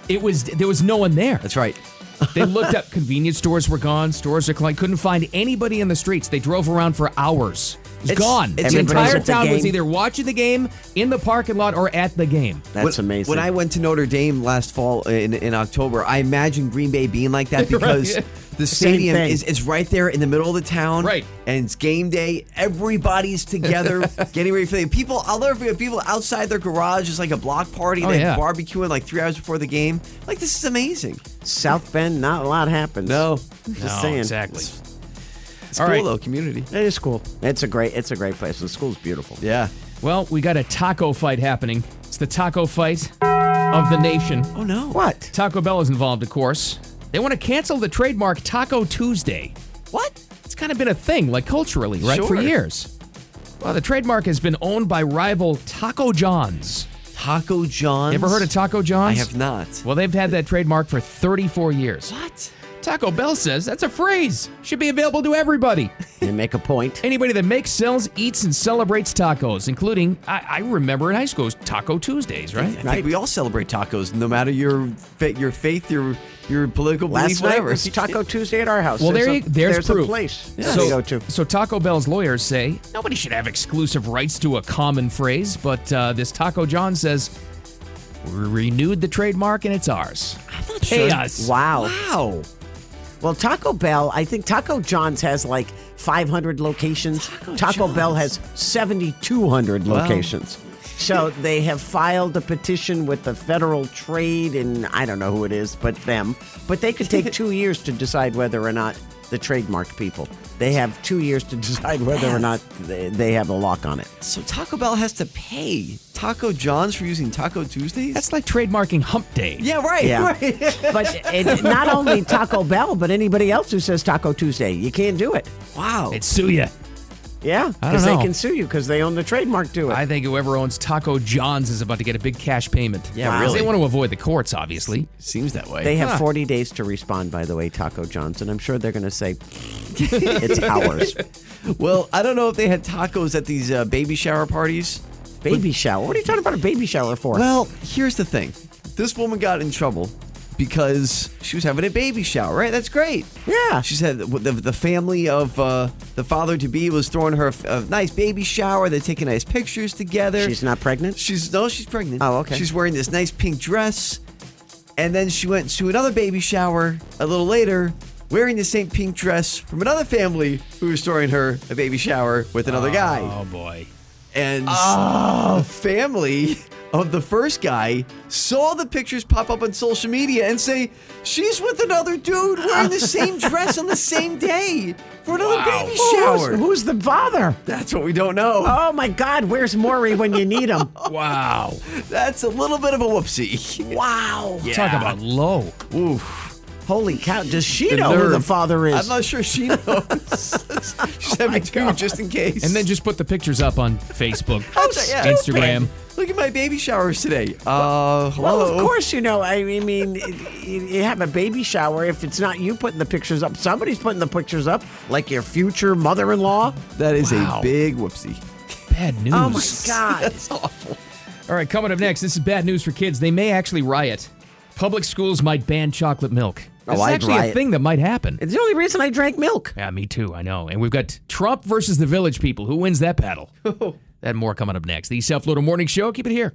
[SPEAKER 4] It was there was no one there. That's
[SPEAKER 11] right. *laughs*
[SPEAKER 4] they looked up convenience stores were gone, stores are closed. Couldn't find anybody in the streets. They drove around for hours. It was
[SPEAKER 11] It's-
[SPEAKER 4] gone.
[SPEAKER 11] it's
[SPEAKER 4] the
[SPEAKER 11] everybody's
[SPEAKER 4] entire
[SPEAKER 11] at the
[SPEAKER 4] town was
[SPEAKER 11] game.
[SPEAKER 4] either watching the game in the parking lot or at the game.
[SPEAKER 11] when, When I went to Notre Dame last fall uh, in, in October, I imagined Green Bay being like that
[SPEAKER 4] Right.
[SPEAKER 11] because the
[SPEAKER 4] Same
[SPEAKER 11] stadium
[SPEAKER 4] thing.
[SPEAKER 11] is, is right there in the middle of the town. Right. And it's game day. Everybody's together getting ready for the people. I'll never forget people outside their garage. It's like a block party.
[SPEAKER 5] Oh,
[SPEAKER 11] they
[SPEAKER 5] yeah.
[SPEAKER 11] barbecuing like three hours before the game. Like, this is amazing.
[SPEAKER 5] South Bend, not a lot happens.
[SPEAKER 11] No.
[SPEAKER 5] just
[SPEAKER 4] Oh,
[SPEAKER 11] No,
[SPEAKER 5] saying.
[SPEAKER 11] exactly.
[SPEAKER 5] It's,
[SPEAKER 11] It's All cool, right. though, community.
[SPEAKER 5] It is cool. It's a great. It's a great place. The school's beautiful.
[SPEAKER 11] Yeah.
[SPEAKER 4] Well, we got a taco fight happening. It's the taco fight of the nation.
[SPEAKER 11] Oh no.
[SPEAKER 5] What?
[SPEAKER 4] Taco Bell is involved, of course. They want to cancel the trademark Taco Tuesday.
[SPEAKER 11] What?
[SPEAKER 4] It's kind of been a thing, like culturally, right? For
[SPEAKER 11] Sure.
[SPEAKER 4] years. Well, the trademark has been owned by rival Taco John's.
[SPEAKER 11] Taco John's?
[SPEAKER 4] Ever heard of Taco John's?
[SPEAKER 11] I have not.
[SPEAKER 4] Well, they've had that trademark for 34 years.
[SPEAKER 11] What?
[SPEAKER 4] Taco Bell says that's a phrase. Should be available to everybody.
[SPEAKER 5] They make a point.
[SPEAKER 4] Anybody that makes, sells, eats, and celebrates tacos, including, I, I remember in high school, it was Taco Tuesdays,
[SPEAKER 11] I
[SPEAKER 4] right?
[SPEAKER 11] think we all celebrate tacos, no matter your fa- your faith, your your political
[SPEAKER 5] Last
[SPEAKER 11] belief,
[SPEAKER 5] night
[SPEAKER 11] whatever.
[SPEAKER 5] was Taco Tuesday at our house.
[SPEAKER 4] Well, there
[SPEAKER 5] a,
[SPEAKER 4] you, there's,
[SPEAKER 5] there's
[SPEAKER 4] proof.
[SPEAKER 5] a place
[SPEAKER 4] So,
[SPEAKER 5] to go to.
[SPEAKER 4] so Taco Bell's lawyers say nobody should have exclusive rights to a common phrase, but uh, this Taco John says we renewed the trademark and it's ours. Pay us.
[SPEAKER 5] Wow.
[SPEAKER 11] Wow.
[SPEAKER 5] Well, Taco Bell, I think Taco John's has like 500 locations. Taco, Bell has 7,200
[SPEAKER 11] Wow.
[SPEAKER 5] locations. So they have filed a petition with the Federal Trade, and I don't know who it is, but them. But they
[SPEAKER 11] *laughs*
[SPEAKER 5] could take two years to decide whether or not the trademark people. They have two years to *laughs* decide whether or not they, they have a lock on it.
[SPEAKER 11] So Taco Bell has to pay Taco John's for using Taco Tuesdays.
[SPEAKER 4] That's like trademarking Hump Day.
[SPEAKER 11] yeah, right.
[SPEAKER 5] Yeah.
[SPEAKER 11] right.
[SPEAKER 5] *laughs* But it, not only Taco Bell, but anybody else who says Taco Tuesday, you can't do it.
[SPEAKER 11] wow.
[SPEAKER 4] They'd sue you.
[SPEAKER 5] Yeah,
[SPEAKER 4] I don't
[SPEAKER 5] because they
[SPEAKER 4] know.
[SPEAKER 5] can sue you because they own the trademark to it.
[SPEAKER 4] I think whoever owns Taco John's is about to get a big cash payment.
[SPEAKER 11] Yeah,
[SPEAKER 4] Because
[SPEAKER 11] really.
[SPEAKER 4] They want to avoid the courts, obviously.
[SPEAKER 11] Seems that way.
[SPEAKER 5] They have
[SPEAKER 4] Huh.
[SPEAKER 5] 40 days to respond, by the way, Taco Johnson. I'm sure they're going to say, it's ours.
[SPEAKER 11] well, I don't know if they had tacos at these uh, baby shower parties.
[SPEAKER 5] Baby shower. What are you talking about a baby shower for?
[SPEAKER 11] Well, here's the thing. This woman got in trouble because she was having a baby shower, right? That's great.
[SPEAKER 5] Yeah.
[SPEAKER 11] She said the, the, the family of uh, the father to be was throwing her a, f- a nice baby shower. They're taking nice pictures together.
[SPEAKER 5] She's not pregnant?
[SPEAKER 11] She's no, she's pregnant.
[SPEAKER 5] Oh, okay.
[SPEAKER 11] She's wearing this nice pink dress, and then she went to another baby shower a little later, wearing the same pink dress from another family who was throwing her a baby shower with another guy.
[SPEAKER 4] Oh, boy.
[SPEAKER 11] And the Ah, family of the first guy saw the pictures pop up on social media and say she's with another dude wearing the *laughs* same dress on the same day for another baby
[SPEAKER 5] Well,
[SPEAKER 11] shower.
[SPEAKER 5] Who's, who's the father?
[SPEAKER 11] That's what we don't know.
[SPEAKER 5] Oh, my God. Where's Maury when you
[SPEAKER 4] *laughs*
[SPEAKER 5] need him?
[SPEAKER 4] Wow.
[SPEAKER 11] That's a little bit of a whoopsie.
[SPEAKER 5] wow.
[SPEAKER 4] Talk about low.
[SPEAKER 5] Holy cow. Does she
[SPEAKER 11] The
[SPEAKER 5] know who
[SPEAKER 11] nerve.
[SPEAKER 5] the father is?
[SPEAKER 11] I'm not *laughs* sure she knows. She's having two just in case.
[SPEAKER 4] And then just put the pictures up on
[SPEAKER 5] *laughs*
[SPEAKER 4] Facebook,
[SPEAKER 11] That's- yeah.
[SPEAKER 4] Instagram.
[SPEAKER 11] Look at my baby showers today. Uh, hello.
[SPEAKER 5] well, of course, you know. I mean, I mean, you you have a baby shower. If it's not you putting the pictures up, somebody's putting the pictures up, like your future mother in law.
[SPEAKER 11] That is
[SPEAKER 4] Wow.
[SPEAKER 11] a big whoopsie.
[SPEAKER 4] Bad news.
[SPEAKER 5] *laughs* Oh, my God.
[SPEAKER 4] All right, coming up next, this is bad news for kids. They may actually riot. Public schools might ban chocolate milk.
[SPEAKER 5] Oh,
[SPEAKER 4] This is
[SPEAKER 5] I'd
[SPEAKER 4] actually a
[SPEAKER 5] riot.
[SPEAKER 4] thing that might happen.
[SPEAKER 5] It's the only reason I drank milk.
[SPEAKER 4] Yeah, me too, I know. And we've got Trump versus the village people. Who wins that
[SPEAKER 5] *laughs*
[SPEAKER 4] battle? that and more coming up next. The South Florida Morning Show. Keep it here.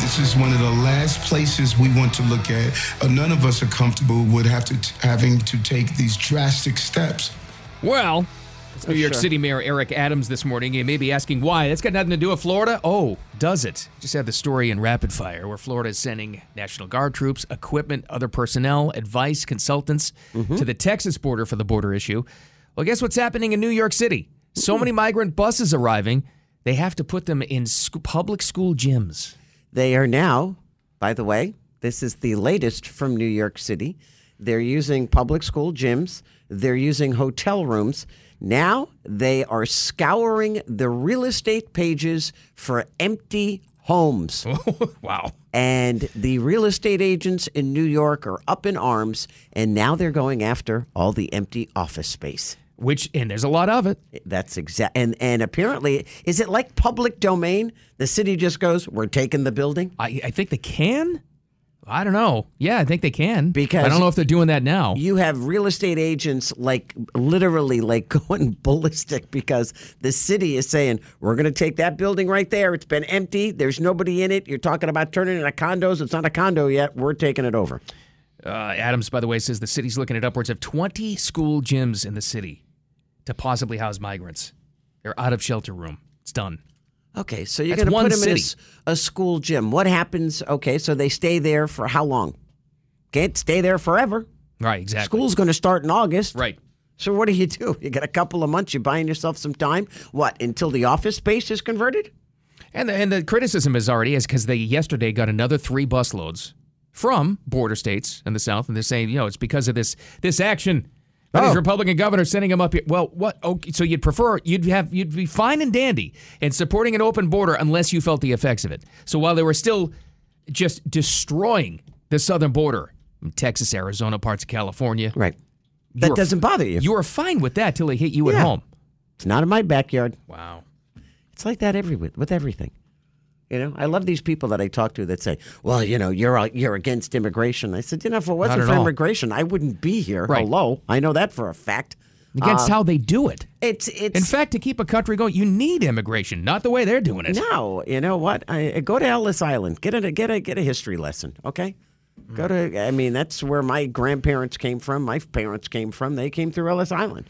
[SPEAKER 12] This is one of the last places we want to look at. Uh, none of us are comfortable with have to having to take these drastic steps.
[SPEAKER 4] Well, It's New York
[SPEAKER 13] sure.
[SPEAKER 4] City Mayor Eric Adams this morning. You may be asking why. That's got nothing to do with Florida. Oh, does it? Just had the story in Rapid Fire where Florida is sending National Guard troops, equipment, other personnel, advice, consultants to the Texas border for the border issue. Well, guess what's happening in New York City? So many migrant buses arriving, they have to put them in sc- public school gyms.
[SPEAKER 5] They are now, by the way, this is the latest from New York City. They're using public school gyms, they're using hotel rooms. Now they are scouring the real estate pages for empty homes.
[SPEAKER 4] wow.
[SPEAKER 5] And the real estate agents in New York are up in arms, and now they're going after all the empty office space.
[SPEAKER 4] Which and there's a lot of it.
[SPEAKER 5] That's exact. And and apparently, is it like public domain? The city just goes, "We're taking the building."
[SPEAKER 4] I, I think they can. I don't know. Yeah, I think they can.
[SPEAKER 5] Because
[SPEAKER 4] I don't know if they're doing that now.
[SPEAKER 5] You have real estate agents like literally like *laughs* going ballistic because the city is saying, We're gonna take that building right there. It's been empty. There's nobody in it. You're talking about turning it into condos. It's not a condo yet. We're taking it over.
[SPEAKER 4] Uh, Adams, by the way, says the city's looking at upwards of 20 school gyms in the city to possibly house migrants. They're out of shelter room. It's done.
[SPEAKER 5] Okay, so you're
[SPEAKER 4] That's
[SPEAKER 5] gonna
[SPEAKER 4] one
[SPEAKER 5] put them in a
[SPEAKER 4] city.
[SPEAKER 5] s- a, school gym. What happens? Okay, so they stay there for how long? Can't stay there forever.
[SPEAKER 4] Right, exactly.
[SPEAKER 5] School's gonna start in August.
[SPEAKER 4] Right.
[SPEAKER 5] So what do you do? *laughs* You got a couple of months, you're buying yourself some time. What, until the office space is converted?
[SPEAKER 4] And the, and the criticism is already is because they yesterday got another three busloads from border states in the South, and they're saying, you know, it's because of this this action. by
[SPEAKER 5] Oh.
[SPEAKER 4] These Republican governors sending them up here. Well, what? Okay, so you'd prefer you'd have you'd be fine and dandy and supporting an open border unless you felt the effects of it. So while they were still just destroying the southern border, Texas, Arizona, parts of California,
[SPEAKER 5] right? That doesn't bother you.
[SPEAKER 4] You are fine with that till they hit you at
[SPEAKER 5] Yeah.
[SPEAKER 4] home.
[SPEAKER 5] It's not in my backyard.
[SPEAKER 4] Wow.
[SPEAKER 5] It's like that every with, with everything. You know, I love these people that I talk to that say, "Well, you know, you're all- you're against immigration." I said, "You know, if it wasn't
[SPEAKER 4] at
[SPEAKER 5] for
[SPEAKER 4] all.
[SPEAKER 5] immigration, I wouldn't be here."
[SPEAKER 4] Right.
[SPEAKER 5] Hello, I know that for a fact.
[SPEAKER 4] Against
[SPEAKER 5] Uh,
[SPEAKER 4] how they do it.
[SPEAKER 5] it's it's
[SPEAKER 4] In fact, to keep a country going, you need immigration, not the way they're doing it.
[SPEAKER 5] No, you know what? I, I go to Ellis Island. Get a get a get a history lesson, okay? Go to. I mean, that's where my grandparents came from. My parents came from. They came through Ellis Island.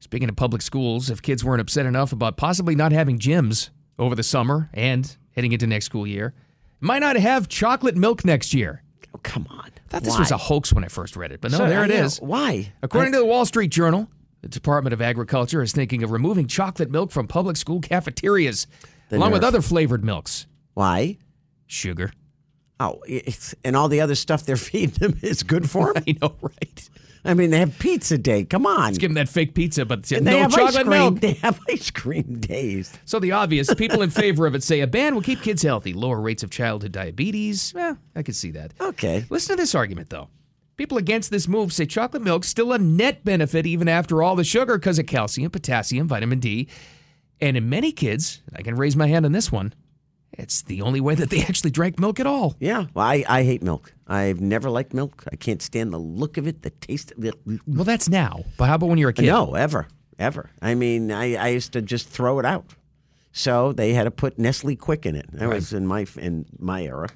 [SPEAKER 4] Speaking of public schools, if kids weren't upset enough about possibly not having gyms over the summer and heading into next school year, might not have chocolate milk next year.
[SPEAKER 5] Oh, come on. I
[SPEAKER 4] thought this
[SPEAKER 5] Why?
[SPEAKER 4] was a hoax when I first read it, but no,
[SPEAKER 5] So,
[SPEAKER 4] there
[SPEAKER 5] I
[SPEAKER 4] it
[SPEAKER 5] know.
[SPEAKER 4] is.
[SPEAKER 5] Why?
[SPEAKER 4] According to the Wall Street Journal, the Department of Agriculture is thinking of removing chocolate milk from public school cafeterias,
[SPEAKER 5] The
[SPEAKER 4] along with
[SPEAKER 5] nerve.
[SPEAKER 4] other flavored milks.
[SPEAKER 5] Why?
[SPEAKER 4] Sugar.
[SPEAKER 5] Oh, it's, and all the other stuff they're *laughs* feeding them is good for them.
[SPEAKER 4] I know, right?
[SPEAKER 5] I mean, they have pizza day. Come on.
[SPEAKER 4] Let's give them that fake pizza, but
[SPEAKER 5] And they
[SPEAKER 4] no
[SPEAKER 5] have ice
[SPEAKER 4] chocolate
[SPEAKER 5] cream.
[SPEAKER 4] milk.
[SPEAKER 5] They have *laughs* ice cream days.
[SPEAKER 4] So the obvious people in favor of it say a ban will keep kids healthy, lower rates of childhood diabetes. Eh, I could see that.
[SPEAKER 5] Okay.
[SPEAKER 4] Listen to this argument though. People against this move say chocolate milk's still a net benefit even after all the sugar because of calcium, potassium, vitamin D, and in many kids, and I can raise my hand on this one. It's the only way that they actually drank milk at all.
[SPEAKER 5] Yeah. Well, I, I hate milk. I've never liked milk. I can't stand the look of it, the taste of it.
[SPEAKER 4] Well, that's now. But how about when you're a kid? Oh,
[SPEAKER 5] No, ever, ever. I mean, I, I used to just throw it out. So they had to put Nestle Quick in it. That was in my in my era.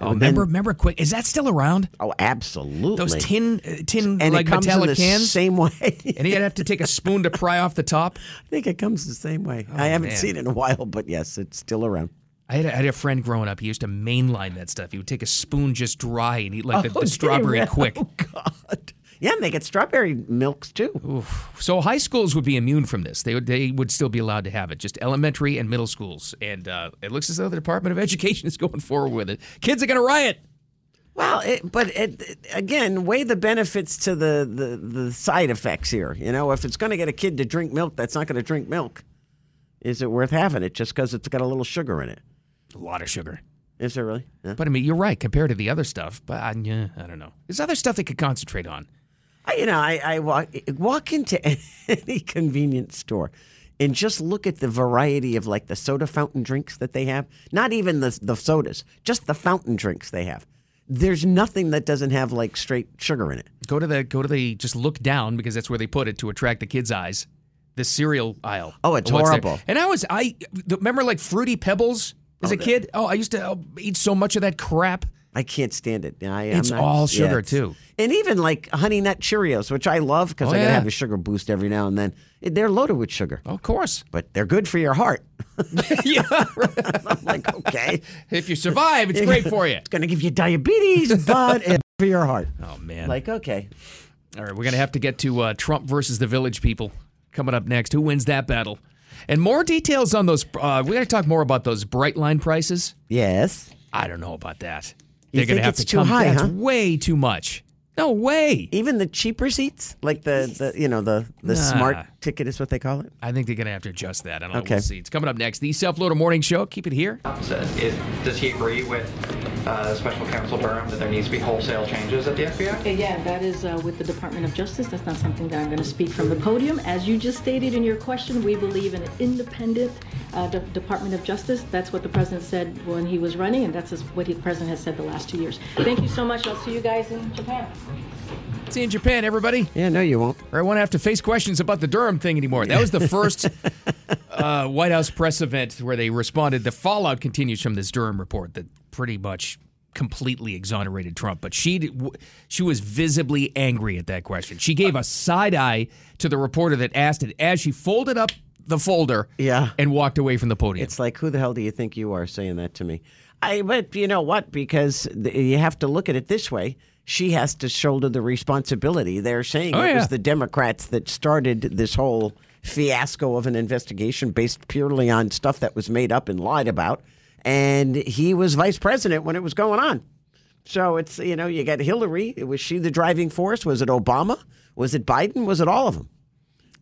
[SPEAKER 4] Oh,
[SPEAKER 5] And then-
[SPEAKER 4] remember, remember, quick. Is that still around?
[SPEAKER 5] Oh, absolutely.
[SPEAKER 4] Those tin, uh, tin
[SPEAKER 5] and
[SPEAKER 4] like
[SPEAKER 5] it comes
[SPEAKER 4] metallic
[SPEAKER 5] in the
[SPEAKER 4] cans,
[SPEAKER 5] same *laughs* way.
[SPEAKER 4] and you'd have to take a spoon to pry off the top.
[SPEAKER 5] I think it comes the same way. I haven't
[SPEAKER 4] Oh, man.
[SPEAKER 5] seen it in a while, but yes, it's still around.
[SPEAKER 4] I had, a, I had a friend growing up. He used to mainline that stuff. He would take a spoon just dry and eat like the,
[SPEAKER 5] *laughs* Oh,
[SPEAKER 4] the strawberry
[SPEAKER 5] damn.
[SPEAKER 4] quick.
[SPEAKER 5] Oh, God. Yeah, and they get strawberry milks too.
[SPEAKER 4] So high schools would be immune from this. They would they would still be allowed to have it. Just elementary and middle schools. And uh, it looks as though the Department of *laughs* Education is going forward with it. Kids are going to riot.
[SPEAKER 5] Well, it, but it, it- again, weigh the benefits to the, the, the side effects here. You know, if it's going to get a kid to drink milk that's not going to drink milk, is it worth having it just because it's got a little sugar in it?
[SPEAKER 4] A lot of sugar.
[SPEAKER 5] Is there really? Yeah.
[SPEAKER 4] But I mean, you're right compared to the other stuff. But I, yeah, I don't know. There's other stuff they could concentrate on.
[SPEAKER 5] I, you know, I, I walk, walk into *laughs* any convenience store and just look at the variety of like the soda fountain drinks that they have. Not even the, the sodas, just the fountain drinks they have. There's nothing that doesn't have like straight sugar in it.
[SPEAKER 4] Go to the go to the just look down because that's where they put it to attract the kids' eyes. The cereal aisle.
[SPEAKER 5] Oh, it's
[SPEAKER 4] what's there.
[SPEAKER 5] horrible.
[SPEAKER 4] And I was Oh, I remember like fruity pebbles as a kid. Oh, I used to uh, eat so much of that crap.
[SPEAKER 5] I can't stand it. I,
[SPEAKER 4] It's
[SPEAKER 5] I'm not,
[SPEAKER 4] all
[SPEAKER 5] yeah,
[SPEAKER 4] sugar,
[SPEAKER 5] it's-
[SPEAKER 4] too.
[SPEAKER 5] and even like Honey Nut Cheerios, which I love because
[SPEAKER 4] Oh,
[SPEAKER 5] I gotta
[SPEAKER 4] yeah. Oh.
[SPEAKER 5] have a sugar boost every now and then. They're loaded with sugar,
[SPEAKER 4] of *laughs*
[SPEAKER 5] *laughs*
[SPEAKER 4] course,
[SPEAKER 5] but they're good for your heart. *laughs* yeah, I'm like okay,
[SPEAKER 4] if you survive, it's great for
[SPEAKER 5] *laughs*
[SPEAKER 4] you.
[SPEAKER 5] It's gonna give you diabetes, but it's for your heart.
[SPEAKER 4] Oh man!
[SPEAKER 5] Like okay,
[SPEAKER 4] All right, we're gonna have to get to uh, Trump versus the Village People coming up next. Who wins that battle? And more details on those. Uh, we gotta talk more about those Brightline prices.
[SPEAKER 5] yes.
[SPEAKER 4] I don't know about that.
[SPEAKER 5] You
[SPEAKER 4] They're gonna
[SPEAKER 5] think
[SPEAKER 4] have
[SPEAKER 5] it's
[SPEAKER 4] to
[SPEAKER 5] too
[SPEAKER 4] come.
[SPEAKER 5] high,
[SPEAKER 4] That's
[SPEAKER 5] huh?
[SPEAKER 4] way too much. No way.
[SPEAKER 5] Even the cheaper seats, like the, the you know the the
[SPEAKER 4] Nah.
[SPEAKER 5] smart ticket is what they call it.
[SPEAKER 4] I think they're gonna have to adjust that. I don't know.
[SPEAKER 5] Okay.
[SPEAKER 4] We'll see. It's coming up next. The Self Loader Morning Show. Keep it here.
[SPEAKER 2] Opposite. Is, does he agree with uh, Special Counsel Durham that there needs to be wholesale changes at the FBI?
[SPEAKER 3] Again, that is uh, with the Department of Justice. That's not something that I'm going to speak from the podium. As you just stated in your question, we believe in an independent uh, De- Department of Justice. That's what the president said when he was running, and that's just what the president has said the last two years. Thank you so much. I'll see you guys in Japan.
[SPEAKER 4] See you in Japan, everybody.
[SPEAKER 5] Yeah, no, you won't.
[SPEAKER 4] Or I won't have to face questions about the Durham thing anymore. That was the
[SPEAKER 5] *laughs*
[SPEAKER 4] first uh, White House press event where they responded. The fallout continues from this Durham report that pretty much completely exonerated Trump. But she d- w- she was visibly angry at that question. She gave a side eye to the reporter that asked it as she folded up the folder
[SPEAKER 5] Yeah.
[SPEAKER 4] and walked away from the podium.
[SPEAKER 5] It's like, who the hell do you think you are saying that to me? I, but you know what? Because th- you have to look at it this way. She has to shoulder the responsibility. They're saying
[SPEAKER 4] Oh,
[SPEAKER 5] it
[SPEAKER 4] yeah.
[SPEAKER 5] was the Democrats that started this whole fiasco of an investigation based purely on stuff that was made up and lied about. And he was vice president when it was going on. So it's, you know, you got Hillary. Was she the driving force? Was it Obama? Was it Biden? Was it all of them?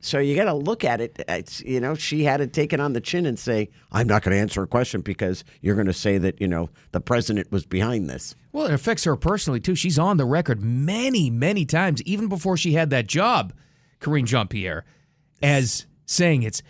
[SPEAKER 5] So you got to look at it. It's, you know, she had to take it on the chin and say, "I'm not going to answer a question because you're going to say that you know the president was behind this."
[SPEAKER 4] Well, it affects her personally too. She's on the record many, many times, even before she had that job, Karine Jean Pierre, as saying it's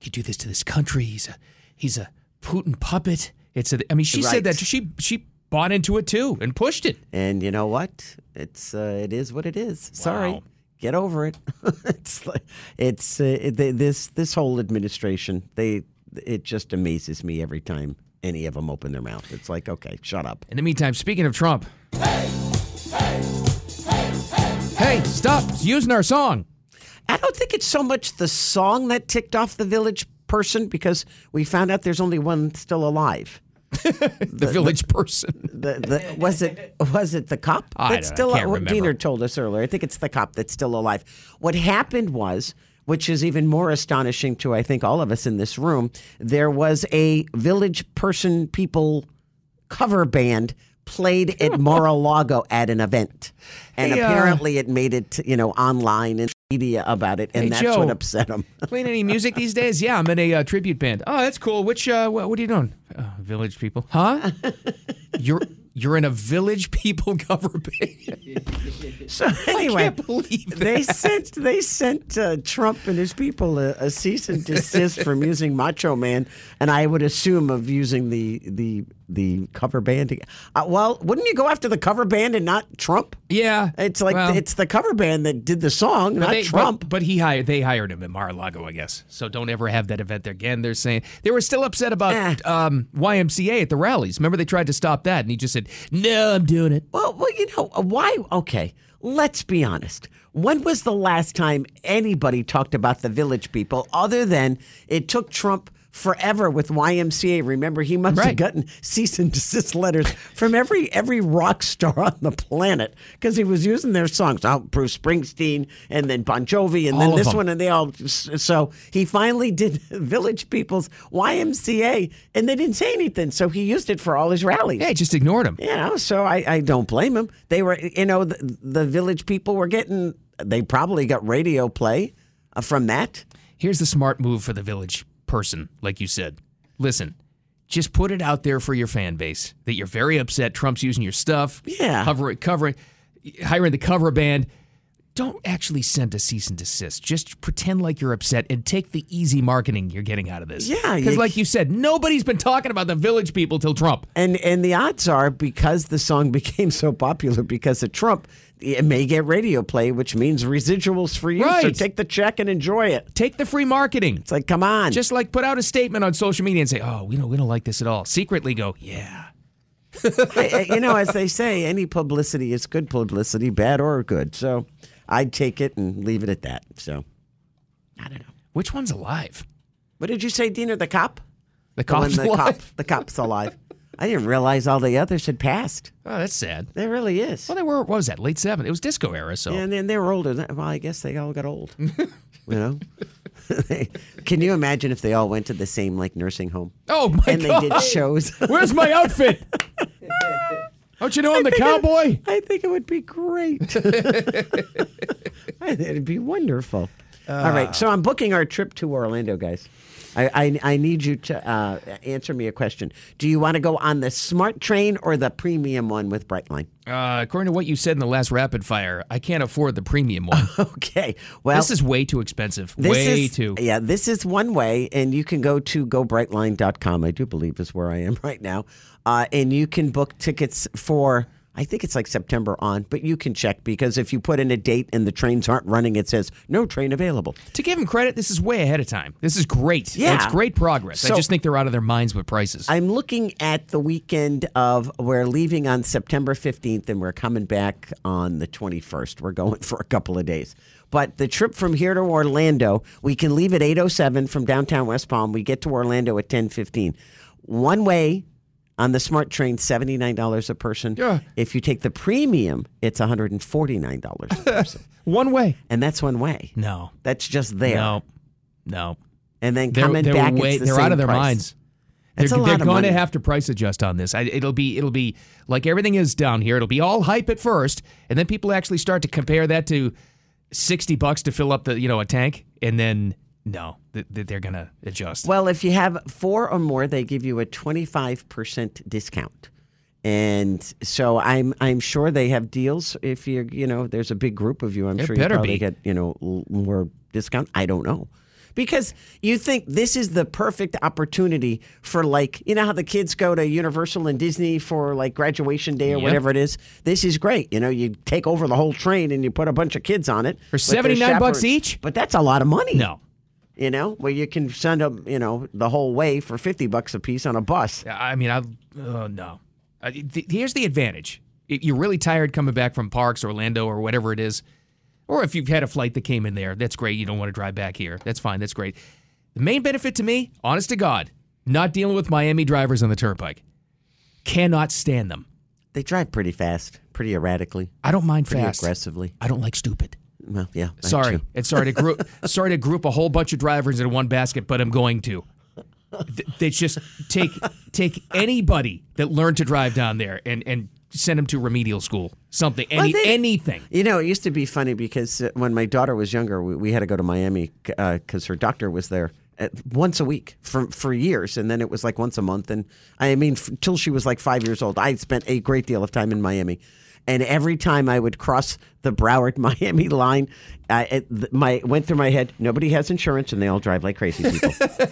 [SPEAKER 4] you do this to this country. He's a he's a Putin puppet. It's a, I mean, she said
[SPEAKER 5] Right.
[SPEAKER 4] that she she bought into it too and pushed it.
[SPEAKER 5] And you know what? It's uh, it is what it is. Sorry,
[SPEAKER 4] Wow.
[SPEAKER 5] get over it. *laughs* it's like, it's uh, th this this whole administration. They it just amazes me every time any of them open their mouth. It's like, okay, shut up.
[SPEAKER 4] In the meantime, speaking of Trump, hey, stop using our song.
[SPEAKER 5] I don't think it's so much the song that ticked off the village person because we found out there's only one still alive.
[SPEAKER 4] The village person.
[SPEAKER 5] the, the was it was it the cop
[SPEAKER 4] I don't
[SPEAKER 5] that's
[SPEAKER 4] know.
[SPEAKER 5] still
[SPEAKER 4] I can't
[SPEAKER 5] what
[SPEAKER 4] remember.
[SPEAKER 5] Diener told us earlier. I think it's the cop that's still alive. What happened was, which is even more astonishing to I think all of us in this room, there was a village person people cover band played
[SPEAKER 4] *laughs*
[SPEAKER 5] at Mar-a-Lago at an event, and
[SPEAKER 4] Hey, uh,
[SPEAKER 5] apparently it made it you know online and media about it, and
[SPEAKER 4] Hey,
[SPEAKER 5] that's
[SPEAKER 4] Joe.
[SPEAKER 5] what upset them.
[SPEAKER 4] Playing any music these days? Yeah, I'm in a uh, tribute band. Oh, that's cool. Which uh, what, what are you doing? Uh, village people, huh? *laughs* you're you're in a village people *laughs* cover band.
[SPEAKER 5] So anyway,
[SPEAKER 4] I can't believe
[SPEAKER 5] they
[SPEAKER 4] that.
[SPEAKER 5] sent they sent uh, Trump and his people a, a cease and
[SPEAKER 4] *laughs*
[SPEAKER 5] desist from using Macho Man, and I would assume of using the the the cover band. ag- Uh, well, wouldn't you go after the cover band and not Trump?
[SPEAKER 4] yeah,
[SPEAKER 5] It's like
[SPEAKER 4] well,
[SPEAKER 5] it's the cover band that did the song,
[SPEAKER 4] but
[SPEAKER 5] not
[SPEAKER 4] they- but-
[SPEAKER 5] Trump.
[SPEAKER 4] But, he hired they hired him at Mar-a-Lago, I guess. So don't ever have that event again. They're saying they were still upset
[SPEAKER 5] Eh.
[SPEAKER 4] about um, YMCA at the rallies. Remember they tried to stop that, and he just said, "No, I'm doing it."
[SPEAKER 5] Well, well, you know uh, why? Okay, let's be honest. When was the last time anybody talked about the village people other than it took Trump forever with YMCA? Remember, he must
[SPEAKER 4] Right.
[SPEAKER 5] have gotten cease and desist letters from every every rock star on the planet because he was using their songs. Oh, Bruce Springsteen, and then Bon Jovi, and
[SPEAKER 4] All
[SPEAKER 5] then
[SPEAKER 4] of
[SPEAKER 5] this
[SPEAKER 4] them.
[SPEAKER 5] one, and they all. So he finally did *laughs* village people's YMCA, and they didn't say anything. So he used it for all his rallies.
[SPEAKER 4] Yeah, he just ignored him.
[SPEAKER 5] You know, so I, I don't blame them. They were, you know, the, the village people were getting, they probably got radio play uh, from that.
[SPEAKER 4] Here's the smart move for the village person, like you said. Listen, just put it out there for your fan base that you're very upset Trump's using your stuff.
[SPEAKER 5] Yeah.
[SPEAKER 4] Cover it, cover it, hiring the cover band. Don't actually send a cease and desist. Just pretend like you're upset and take the easy marketing you're getting out of this.
[SPEAKER 5] Yeah,
[SPEAKER 4] Because,
[SPEAKER 5] you-
[SPEAKER 4] like you said, nobody's been talking about the village people till Trump.
[SPEAKER 5] And and the odds are because the song *laughs* became so popular because of Trump, it may get radio play, which means residuals for you. So
[SPEAKER 4] Right.
[SPEAKER 5] take the check and enjoy it.
[SPEAKER 4] Take the free marketing.
[SPEAKER 5] It's like, come on.
[SPEAKER 4] Just like put out a statement on social media and say, oh, we don't, we don't like this at all. Secretly go, yeah.
[SPEAKER 5] I- I- you know, as they say, any publicity is good publicity, bad or good. So I'd take it and leave it at that. So I don't know.
[SPEAKER 4] Which one's alive?
[SPEAKER 5] What did you say, Dina? The cop?
[SPEAKER 4] The *laughs*
[SPEAKER 5] one-
[SPEAKER 4] cop's
[SPEAKER 5] the
[SPEAKER 4] alive?
[SPEAKER 5] Cop, the cop's alive. I didn't realize all the others had passed.
[SPEAKER 4] Oh, that's sad.
[SPEAKER 5] There really is.
[SPEAKER 4] Well, they were. What was that? Late seven. It was disco era. So
[SPEAKER 5] Yeah, and then they were older. Well, I guess they all
[SPEAKER 4] *laughs*
[SPEAKER 5] got old. you know? *laughs* Can you imagine if they all went to the same like nursing home?
[SPEAKER 4] Oh my
[SPEAKER 5] and they did
[SPEAKER 4] God.
[SPEAKER 5] shows.
[SPEAKER 4] *laughs* Where's my
[SPEAKER 5] *laughs*
[SPEAKER 4] outfit? Don't you know I'm the cowboy?
[SPEAKER 5] I think it would
[SPEAKER 4] *laughs*
[SPEAKER 5] be great. *laughs* I think It'd be wonderful. All
[SPEAKER 4] Ah.
[SPEAKER 5] right, so I'm booking our trip to Orlando, guys. I I, I need you to uh, answer me a question. Do you want to go on the smart train or the premium one with Brightline?
[SPEAKER 4] Uh, according to what you said in the last rapid fire, I can't afford the premium
[SPEAKER 5] *laughs*
[SPEAKER 4] one.
[SPEAKER 5] Okay. Well,
[SPEAKER 4] this is way too expensive.
[SPEAKER 5] This
[SPEAKER 4] way
[SPEAKER 5] is,
[SPEAKER 4] too.
[SPEAKER 5] Yeah, this is one way, and you can go to gobrightline.com, I do believe is where I am *laughs* right now, uh, and you can book tickets for, I think it's like September on, but you can check because if you put in a date and the trains aren't running, it says no train available.
[SPEAKER 4] To give them credit, this is way ahead of time. This is great.
[SPEAKER 5] Yeah.
[SPEAKER 4] It's great progress.
[SPEAKER 5] So-
[SPEAKER 4] I just think they're out of their minds with prices.
[SPEAKER 5] I'm looking at the weekend of we're leaving on September 15th and we're coming back on the 21st. We're going *laughs* for a couple of days. But the trip from here to Orlando, we can leave at 807 from downtown West Palm. We get to Orlando at 1015. One way on the smart train, $79 a person.
[SPEAKER 4] Yeah.
[SPEAKER 5] If you take the premium, it's $149 a person.
[SPEAKER 4] one way.
[SPEAKER 5] and that's one way.
[SPEAKER 4] No.
[SPEAKER 5] That's just there.
[SPEAKER 4] No. No.
[SPEAKER 5] And then
[SPEAKER 4] They're,
[SPEAKER 5] coming
[SPEAKER 4] they're
[SPEAKER 5] back,
[SPEAKER 4] way-
[SPEAKER 5] it's the
[SPEAKER 4] they're out
[SPEAKER 5] same
[SPEAKER 4] of their
[SPEAKER 5] price.
[SPEAKER 4] minds.
[SPEAKER 5] That's
[SPEAKER 4] they're
[SPEAKER 5] a lot of
[SPEAKER 4] going to
[SPEAKER 5] money.
[SPEAKER 4] have to price adjust on this. I, it'll be it'll be like everything is down here. It'll be all hype at first, and then people actually start to compare that to sixty bucks to fill up the you know a tank, and then no, th- th- they're going to adjust.
[SPEAKER 5] Well, if you have four or more, they give you a twenty five percent discount. And so I'm I'm sure they have deals. If you are you know, there's a big group of you. I'm
[SPEAKER 4] There
[SPEAKER 5] sure
[SPEAKER 4] better
[SPEAKER 5] you probably
[SPEAKER 4] be.
[SPEAKER 5] get you know l- more discount. I don't know. Because you think this is the perfect opportunity for like you know how the kids go to Universal and Disney for like graduation day or
[SPEAKER 4] Yep.
[SPEAKER 5] whatever it is. This is great. You know, you take over the whole train and you put a bunch of kids on it
[SPEAKER 4] For
[SPEAKER 5] with their
[SPEAKER 4] 79 bucks
[SPEAKER 5] chaperones.
[SPEAKER 4] each?
[SPEAKER 5] But that's a lot of money
[SPEAKER 4] No,
[SPEAKER 5] you know, where you can send them, you know, the whole way for 50 bucks a piece on a bus.
[SPEAKER 4] I mean, I oh, no. Uh, th- here's the advantage: If you're really tired coming back from parks, Orlando, or whatever it is, or if you've had a flight that came in there, that's great. You don't want to drive back here. That's fine. That's great. The main benefit to me, honest to God, not dealing with Miami drivers on the turnpike. Cannot stand them.
[SPEAKER 5] They drive pretty fast, pretty erratically,
[SPEAKER 4] I don't mind
[SPEAKER 5] pretty
[SPEAKER 4] fast.
[SPEAKER 5] aggressively.
[SPEAKER 4] I don't like stupid.
[SPEAKER 5] Well, yeah. that
[SPEAKER 4] Sorry,
[SPEAKER 5] too.
[SPEAKER 4] and sorry to group, sorry to group a whole bunch of drivers in one basket, but I'm going to. Th- They just take take anybody that learned to drive down there and and send them to remedial school, something, any
[SPEAKER 5] Well, they-
[SPEAKER 4] anything.
[SPEAKER 5] You know, it used to be funny because uh, when my daughter was younger, we, we had to go to Miami because her doctor was there at, once a week for for years, and then it was like once a month. And I mean, f- till she was like five years old, I spent a great deal of time in Miami. And every time I would cross the Broward *laughs* Miami line, I, it, th- my went through my head. Nobody has insurance, and they all drive like crazy people. *laughs*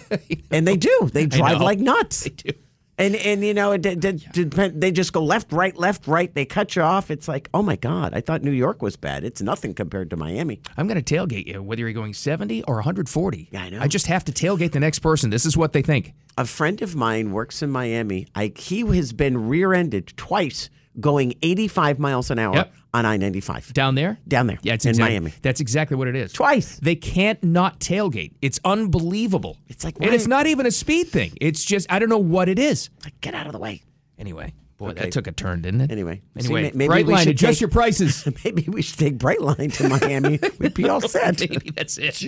[SPEAKER 5] and they do.
[SPEAKER 4] *laughs*
[SPEAKER 5] They drive
[SPEAKER 4] know.
[SPEAKER 5] like nuts. They
[SPEAKER 4] do.
[SPEAKER 5] And and you know, it, d d- depend, they just go left, right, left, right. They cut you off. It's like, oh my god, I thought New York was bad. It's nothing compared to Miami.
[SPEAKER 4] I'm going to tailgate you, whether you're going 70 or 140.
[SPEAKER 5] Yeah, I know.
[SPEAKER 4] I just have to tailgate the next person. This is what they think.
[SPEAKER 5] A friend of mine works in Miami. I, he has been rear-ended twice, going 85 miles an hour
[SPEAKER 4] Yep.
[SPEAKER 5] on I-95
[SPEAKER 4] Down there?
[SPEAKER 5] down there.
[SPEAKER 4] Yeah, it's
[SPEAKER 5] in
[SPEAKER 4] exact-
[SPEAKER 5] Miami.
[SPEAKER 4] That's exactly what it is.
[SPEAKER 5] Twice.
[SPEAKER 4] They can't not tailgate. It's unbelievable.
[SPEAKER 5] It's like,
[SPEAKER 4] and
[SPEAKER 5] why-
[SPEAKER 4] it's not even a speed thing. It's just I don't know what it is.
[SPEAKER 5] Like, get out of the way. *laughs*
[SPEAKER 4] Anyway, boy,
[SPEAKER 5] Okay.
[SPEAKER 4] that took a turn, didn't it?
[SPEAKER 5] Anyway, see,
[SPEAKER 4] anyway,
[SPEAKER 5] ma- maybe we
[SPEAKER 4] Brightline,
[SPEAKER 5] should
[SPEAKER 4] adjust
[SPEAKER 5] take-
[SPEAKER 4] your
[SPEAKER 5] *laughs*
[SPEAKER 4] prices.
[SPEAKER 5] Maybe we should take Brightline
[SPEAKER 4] *laughs*
[SPEAKER 5] to Miami. We'd be all set.
[SPEAKER 4] Maybe that's it.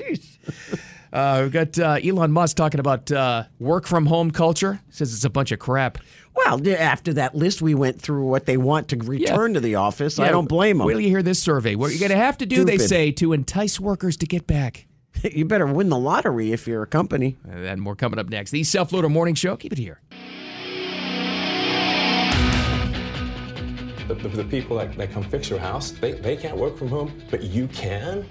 [SPEAKER 4] Uh, we've got uh, Elon Musk talking about uh, work from home culture. Says it's a bunch of crap.
[SPEAKER 5] Well, d- after that list we went through, what they want to return to the office, I
[SPEAKER 4] Yeah,
[SPEAKER 5] don't blame them.
[SPEAKER 4] Wait till you hear this survey. What you're going to have to do, they
[SPEAKER 5] Stupid.
[SPEAKER 4] say, to entice workers to get back.
[SPEAKER 5] *laughs*
[SPEAKER 4] Uh,
[SPEAKER 5] you better win the lottery if you're a company.
[SPEAKER 4] And then more coming up next. The Self Loader Morning Show. Keep it here.
[SPEAKER 10] The, the, the people that, that come fix your house, they, they can't work from home, but you can?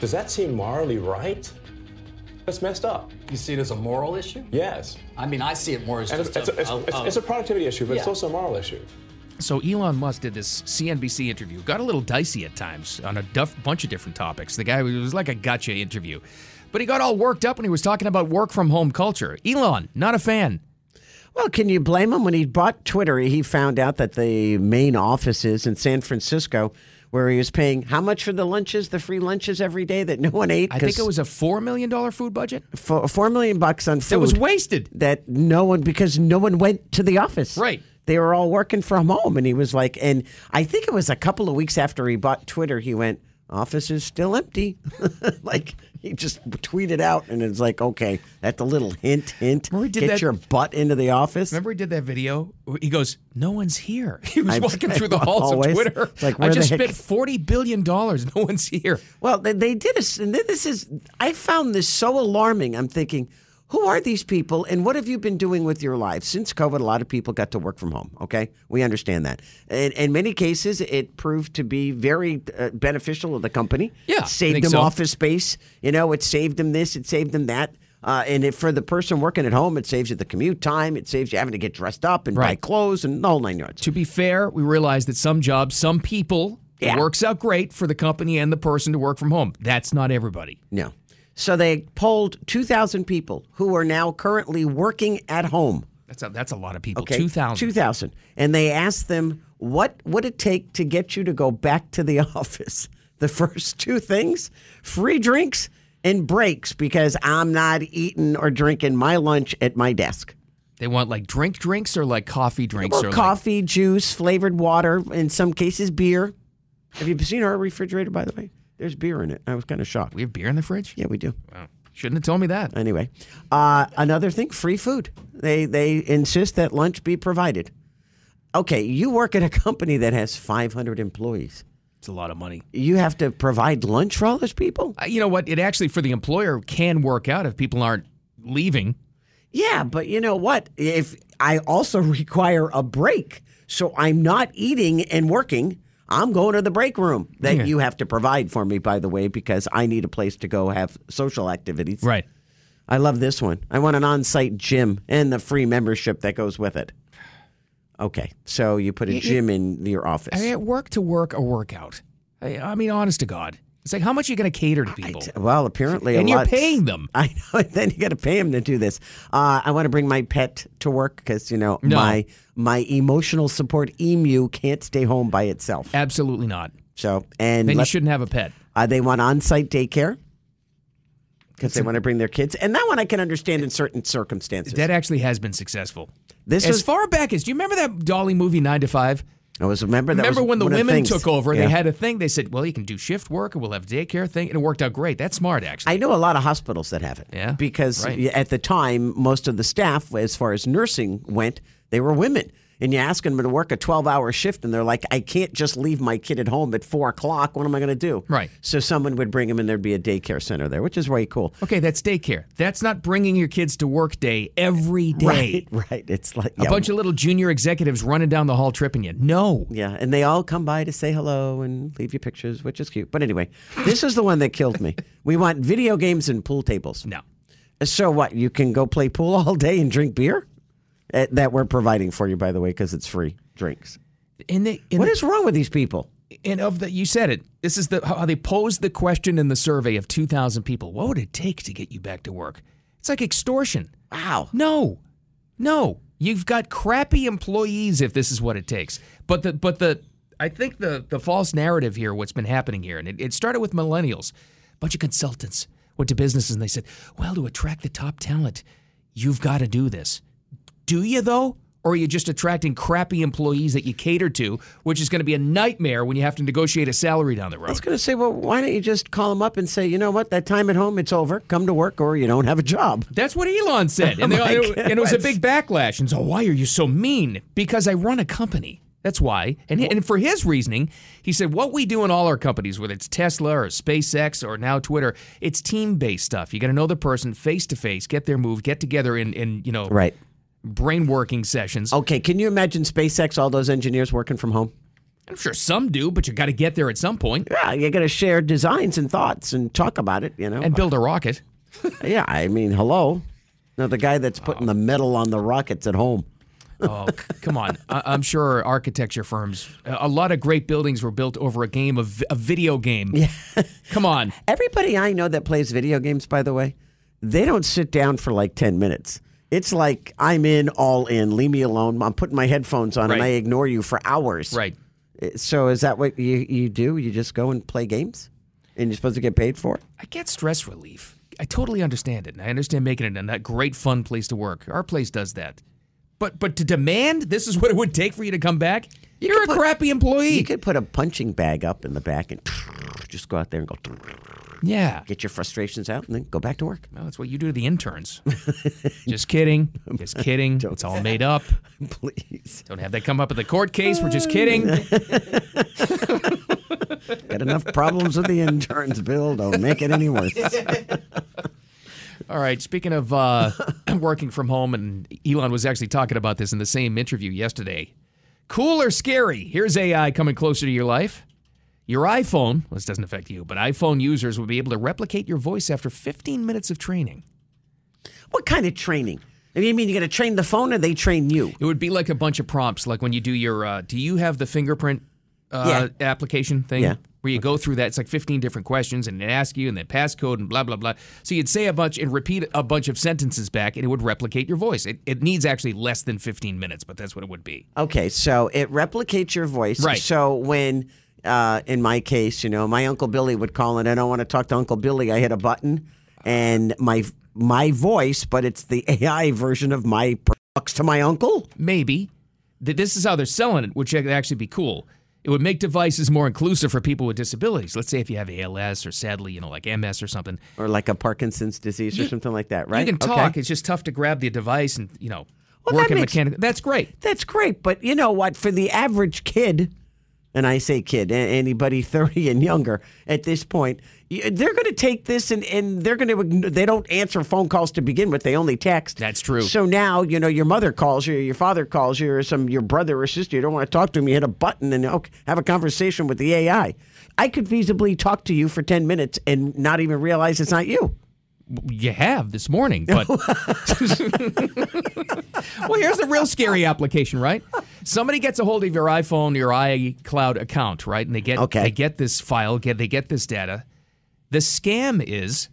[SPEAKER 10] Does that seem morally right? That's messed up.
[SPEAKER 9] You see it as a moral issue?
[SPEAKER 10] Yes.
[SPEAKER 9] I mean, I see it more as
[SPEAKER 10] And it's,
[SPEAKER 9] just
[SPEAKER 10] it's,
[SPEAKER 9] a,
[SPEAKER 10] it's,
[SPEAKER 9] a-
[SPEAKER 10] it's,
[SPEAKER 9] a-
[SPEAKER 10] it's a productivity issue, but it's
[SPEAKER 9] Yeah.
[SPEAKER 10] also a moral issue.
[SPEAKER 4] So Elon Musk did this CNBC interview. Got a little dicey at times on a duff, bunch of different topics. The guy it was like a gotcha interview, but he got all worked up when he was talking about work from home culture. Elon, not a fan.
[SPEAKER 5] Well, can you blame him? When he bought Twitter, he found out that the main offices in San Francisco, where he was paying how much for the lunches, the free lunches every day that no one ate.
[SPEAKER 4] I think
[SPEAKER 5] 'Cause
[SPEAKER 4] it was a four million dollar food budget.
[SPEAKER 5] fo- four million bucks on food
[SPEAKER 4] That was wasted.
[SPEAKER 5] That no one because no one went to the office.
[SPEAKER 4] Right.
[SPEAKER 5] They were all working from home, and he was like, and I think it was a couple of weeks after he bought Twitter, he went, "Office is still empty." *laughs* like he just tweeted out, and it's like, okay, that's a little hint, hint.
[SPEAKER 4] did
[SPEAKER 5] Get
[SPEAKER 4] that-
[SPEAKER 5] your butt into the office.
[SPEAKER 4] Remember he did that video? He goes, "No one's here." *laughs* He was
[SPEAKER 5] I-
[SPEAKER 4] walking through
[SPEAKER 5] *laughs*
[SPEAKER 4] the halls
[SPEAKER 5] always.
[SPEAKER 4] of Twitter.
[SPEAKER 5] It's like,
[SPEAKER 4] I
[SPEAKER 5] where the
[SPEAKER 4] just
[SPEAKER 5] heck-
[SPEAKER 4] spent forty billion dollars. *laughs* No one's here.
[SPEAKER 5] Well, they, they did this, and this is. I found this so alarming. I'm thinking, who are these people, and what have you been doing with your lives since COVID? A lot of people got to work from home. Okay, we understand that. In, in many cases, it proved to be very uh, beneficial to the company.
[SPEAKER 4] Yeah, I
[SPEAKER 5] saved
[SPEAKER 4] think
[SPEAKER 5] them
[SPEAKER 4] so.
[SPEAKER 5] office space. You know, it saved them this, it saved them that. Uh, and if for the person working at home, it saves you the commute time. It saves you having to get dressed up and buy
[SPEAKER 4] Right.
[SPEAKER 5] clothes and the whole nine yards.
[SPEAKER 4] To be fair, we realize that some jobs, some people,
[SPEAKER 5] Yeah.
[SPEAKER 4] it works out great for the company and the person to work from home. That's not everybody.
[SPEAKER 5] No. So they polled 2,000 people who are now currently working at home.
[SPEAKER 4] That's a, that's a lot of people.
[SPEAKER 5] Okay.
[SPEAKER 4] Two thousand.
[SPEAKER 5] 2,000. And they asked them, what would it take to get you to go back to the *laughs* office? The first two things free drinks and breaks because I'm not eating or drinking my lunch at my desk.
[SPEAKER 4] They want like drink drinks or like coffee drinks
[SPEAKER 5] Or
[SPEAKER 4] or
[SPEAKER 5] coffee, juice, flavored water, in some cases, beer. Have you seen our refrigerator, by the way? There's beer in it. I was kind of shocked.
[SPEAKER 4] Like, we have beer in the fridge.
[SPEAKER 5] Yeah, we do.
[SPEAKER 4] Wow. Shouldn't have told me that.
[SPEAKER 5] Anyway, uh, another thing: free food. They they insist that lunch be provided. Okay, you work at a *laughs* company that has 500 employees.
[SPEAKER 4] It's a lot of money.
[SPEAKER 5] You have to provide lunch for all those people.
[SPEAKER 4] Uh, you know what? It actually for the employer can work out if people aren't leaving.
[SPEAKER 5] Yeah, but you know what? If I also *laughs* require a break, so I'm not eating and working. I'm going to the break room that
[SPEAKER 4] Yeah.
[SPEAKER 5] you have to provide for me, by the way, because I need a place to go have social activities.
[SPEAKER 4] Right.
[SPEAKER 5] I love this one. I want an on site gym and the free membership that goes with it. Okay. So you put a
[SPEAKER 4] You- you-
[SPEAKER 5] gym in your
[SPEAKER 4] I
[SPEAKER 5] office.
[SPEAKER 4] mean, work to work a workout. I, I mean, honest to God, it's like how much are you going to cater to people?
[SPEAKER 5] well, apparently,
[SPEAKER 4] and
[SPEAKER 5] a
[SPEAKER 4] you're
[SPEAKER 5] lot-
[SPEAKER 4] paying them.
[SPEAKER 5] *laughs* I know. And then you got to pay them to do this. Uh, I want to bring my pet to work because you know
[SPEAKER 4] No.
[SPEAKER 5] my my emotional support emu can't stay home by itself.
[SPEAKER 4] Absolutely not.
[SPEAKER 5] So and
[SPEAKER 4] Then you
[SPEAKER 5] let-
[SPEAKER 4] shouldn't have a pet.
[SPEAKER 5] uh, they want on site daycare because they want to bring their kids. And that one I can understand in certain circumstances.
[SPEAKER 4] That actually has been successful.
[SPEAKER 5] This
[SPEAKER 4] as
[SPEAKER 5] was-
[SPEAKER 4] far back as do you remember that Dolly movie Nine to Five?
[SPEAKER 5] I was remember that
[SPEAKER 4] remember
[SPEAKER 5] was
[SPEAKER 4] when the
[SPEAKER 5] one of
[SPEAKER 4] women
[SPEAKER 5] things.
[SPEAKER 4] took over?
[SPEAKER 5] Yeah.
[SPEAKER 4] They had a thing. They said, "Well, you can do shift work, and we'll have daycare thing," and it worked out great. That's smart, actually.
[SPEAKER 5] I know a lot of hospitals that have it.
[SPEAKER 4] Yeah,
[SPEAKER 5] Because
[SPEAKER 4] right.
[SPEAKER 5] at the time, most of the staff, as far as nursing went, they were women. And you ask them to work a 12 hour shift, and they're like, I can't just leave my kid at home at four o'clock. What am I going to do?
[SPEAKER 4] Right.
[SPEAKER 5] So someone would bring him, and there'd be a daycare center there, which is way cool. *laughs*
[SPEAKER 4] okay, that's daycare. That's not bringing your kids to work day every day.
[SPEAKER 5] *laughs* Right. Right. It's like
[SPEAKER 4] A bunch of little junior executives running down the hall tripping you. No.
[SPEAKER 5] Yeah, and they all come by to say hello and leave you pictures, which is cute. But anyway, this is the one that killed me. We want video games and pool tables.
[SPEAKER 4] No.
[SPEAKER 5] So what? You can go play pool *laughs* all day and drink beer? Eh, That we're providing for you, by the way, because it's free drinks.
[SPEAKER 4] And they and,
[SPEAKER 5] What is wrong with these people?
[SPEAKER 4] and of the you said it. This is the how they posed the question in the survey of 2000 people. What would it take to get you back to work? It's like extortion.
[SPEAKER 5] Wow.
[SPEAKER 4] No, no. You've got crappy employees if this is what it takes. But the but the I think the the false narrative here, what's been happening here, and it, it started with millennials. A bunch of consultants went to businesses and they said, well, to attract the top talent, you've got to do this. Do you though? Or are you just attracting crappy employees that you cater to, which is going to be a nightmare when you have to negotiate a salary down the
[SPEAKER 5] I was
[SPEAKER 4] road?
[SPEAKER 5] going to say, well, why don't you just call them up and say, you know what, that time at home, it's over. Come to work, or you don't have a job.
[SPEAKER 4] That's what Elon
[SPEAKER 5] *laughs*
[SPEAKER 4] said. And, they-
[SPEAKER 5] Oh my
[SPEAKER 4] and it- and it was a
[SPEAKER 5] goodness.
[SPEAKER 4] big backlash. And so, why are you so mean? Because I run a company. That's why. And, and for his reasoning, he said, what we do in all our companies, whether it's Tesla or SpaceX or now Twitter, it's team based stuff. You got to know the person face to face, get their move, get together in, in you know,
[SPEAKER 5] Right. Oh.
[SPEAKER 4] brain working sessions.
[SPEAKER 5] Okay. Can you imagine SpaceX? All those engineers working from home.
[SPEAKER 4] I'm sure some do, but you got to get there at some point
[SPEAKER 5] Yeah, you're going to share designs and thoughts and talk about it. You know.
[SPEAKER 4] and build a rocket.
[SPEAKER 5] Yeah, I mean, hello. Now the guy that's putting the metal on the rockets at home.
[SPEAKER 4] Oh, c- come on. I- I'm sure architecture firms, a a lot of great buildings were built over a game of vi- a video game. Yeah. Come
[SPEAKER 5] *laughs*
[SPEAKER 4] on.
[SPEAKER 5] Everybody I know that plays video games, by the way, they don't sit down for like ten minutes. It's like I'm in, all in. Leave me alone. I'm putting my headphones on and
[SPEAKER 4] Right.
[SPEAKER 5] I ignore you for hours.
[SPEAKER 4] Right.
[SPEAKER 5] Uh, So is that what you, you do? You just go and play games, and you're supposed to get paid for it?
[SPEAKER 4] I get stress relief. I totally understand it, and I understand making it a great, fun place to work. Our place does that. But but to demand this is *laughs* what it would take for you to come back? You are a
[SPEAKER 5] could put-
[SPEAKER 4] crappy employee.
[SPEAKER 5] You could put a punching bag up in the back and *sniffs* just go out there and go. *sniffs*
[SPEAKER 4] Yeah.
[SPEAKER 5] Get your frustrations out and then go back
[SPEAKER 4] *laughs*
[SPEAKER 5] to work.
[SPEAKER 4] No, that's what you do to the
[SPEAKER 5] *laughs*
[SPEAKER 4] interns. Just kidding. Just kidding. It's all made up.
[SPEAKER 5] Please.
[SPEAKER 4] Don't have that come up in the court case. We're
[SPEAKER 5] *laughs*
[SPEAKER 4] just kidding.
[SPEAKER 5] Got enough problems with the interns, Bill. Don't make it
[SPEAKER 4] *laughs*
[SPEAKER 5] any worse.
[SPEAKER 4] All right. Speaking of uh, *coughs* working from home, and Elon was actually talking about this in the same interview yesterday. Cool or scary? Here's AI coming closer to your life. Your iPhone, well, this doesn't affect you, but iPhone users will be able to replicate your voice after 15 minutes of training.
[SPEAKER 5] What kind of training? I mean, you mean you got to train the phone, or they train you?
[SPEAKER 4] It would be like a bunch of prompts, like when you do your, uh, do you have the fingerprint uh, application thing?
[SPEAKER 5] Yeah.
[SPEAKER 4] Where you go through that, it's like 15 different questions, and it asks you, and then passcode, and blah, blah, blah. So you'd say a bunch and repeat a bunch of sentences back, and it would replicate your voice. It, it needs actually less than 15 minutes, but that's what it would be.
[SPEAKER 5] Okay, so it replicates your voice.
[SPEAKER 4] Right.
[SPEAKER 5] So when, uh, in my case, you know, my uncle Billy would call and I don't want to talk to Uncle Billy. I hit a button, and my my voice, but it's the *laughs* AI version of my talks to my uncle.
[SPEAKER 4] Maybe. Th- This is how they're selling it, which would actually be cool. It would make devices more inclusive for people with disabilities. Let's say if you have ALS or sadly, you know, like MS or something.
[SPEAKER 5] Or like a Parkinson's disease or
[SPEAKER 4] You-
[SPEAKER 5] something like that, right?
[SPEAKER 4] You can
[SPEAKER 5] Okay.
[SPEAKER 4] talk. It's just tough to grab the device and, you know,
[SPEAKER 5] Well,
[SPEAKER 4] work
[SPEAKER 5] that
[SPEAKER 4] in
[SPEAKER 5] makes-
[SPEAKER 4] mechanical. That's great.
[SPEAKER 5] That's great, but you know what? For the average kid, and I say kid, a- anybody *laughs* thirty and younger at this point, y- they're going to take this and, and they're going to they don't answer phone calls to begin with; they only text.
[SPEAKER 4] That's true.
[SPEAKER 5] So now you know your mother calls you, your father calls you, or some your brother or sister. You don't want to talk to them. You hit a button and okay, have a conversation with the AI. I could feasibly talk to you for ten minutes and not even realize it's not you.
[SPEAKER 4] you have this morning,
[SPEAKER 5] *laughs*
[SPEAKER 4] but well, here's the real scary application, right? Somebody gets a hold of your iPhone, your iCloud account, right, and they get
[SPEAKER 5] Okay.
[SPEAKER 4] they get this file, get they get this data. The scam is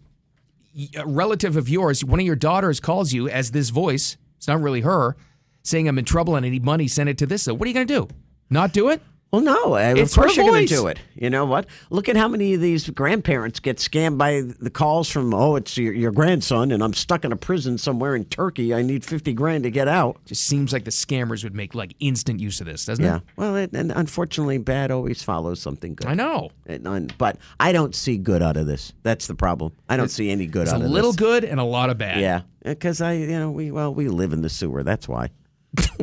[SPEAKER 4] y- a relative of yours. One of your daughters calls you as this voice. It's not really her saying, "I'm in trouble and I need money. Send it to this." So, what are you going to do? Not do it?
[SPEAKER 5] Well, no, I- of
[SPEAKER 4] It's her
[SPEAKER 5] course you're going
[SPEAKER 4] voice.
[SPEAKER 5] to do it. You know what? Look at how many of these grandparents get scammed by the calls from, oh, it's your, your grandson, and I'm stuck in a prison somewhere in Turkey. I need 50 grand to get out.
[SPEAKER 4] Just seems like the scammers would make like instant use of this, doesn't
[SPEAKER 5] Yeah.
[SPEAKER 4] it?
[SPEAKER 5] Well, it, and unfortunately, bad always follows something good.
[SPEAKER 4] I know.
[SPEAKER 5] And- and- but I don't see good out of this. That's the problem. I don't see any good
[SPEAKER 4] It's
[SPEAKER 5] out
[SPEAKER 4] a
[SPEAKER 5] of this.
[SPEAKER 4] little good and a lot of bad.
[SPEAKER 5] Yeah, because I, you know, we well, we live in the sewer.
[SPEAKER 4] *laughs*
[SPEAKER 5] That's why.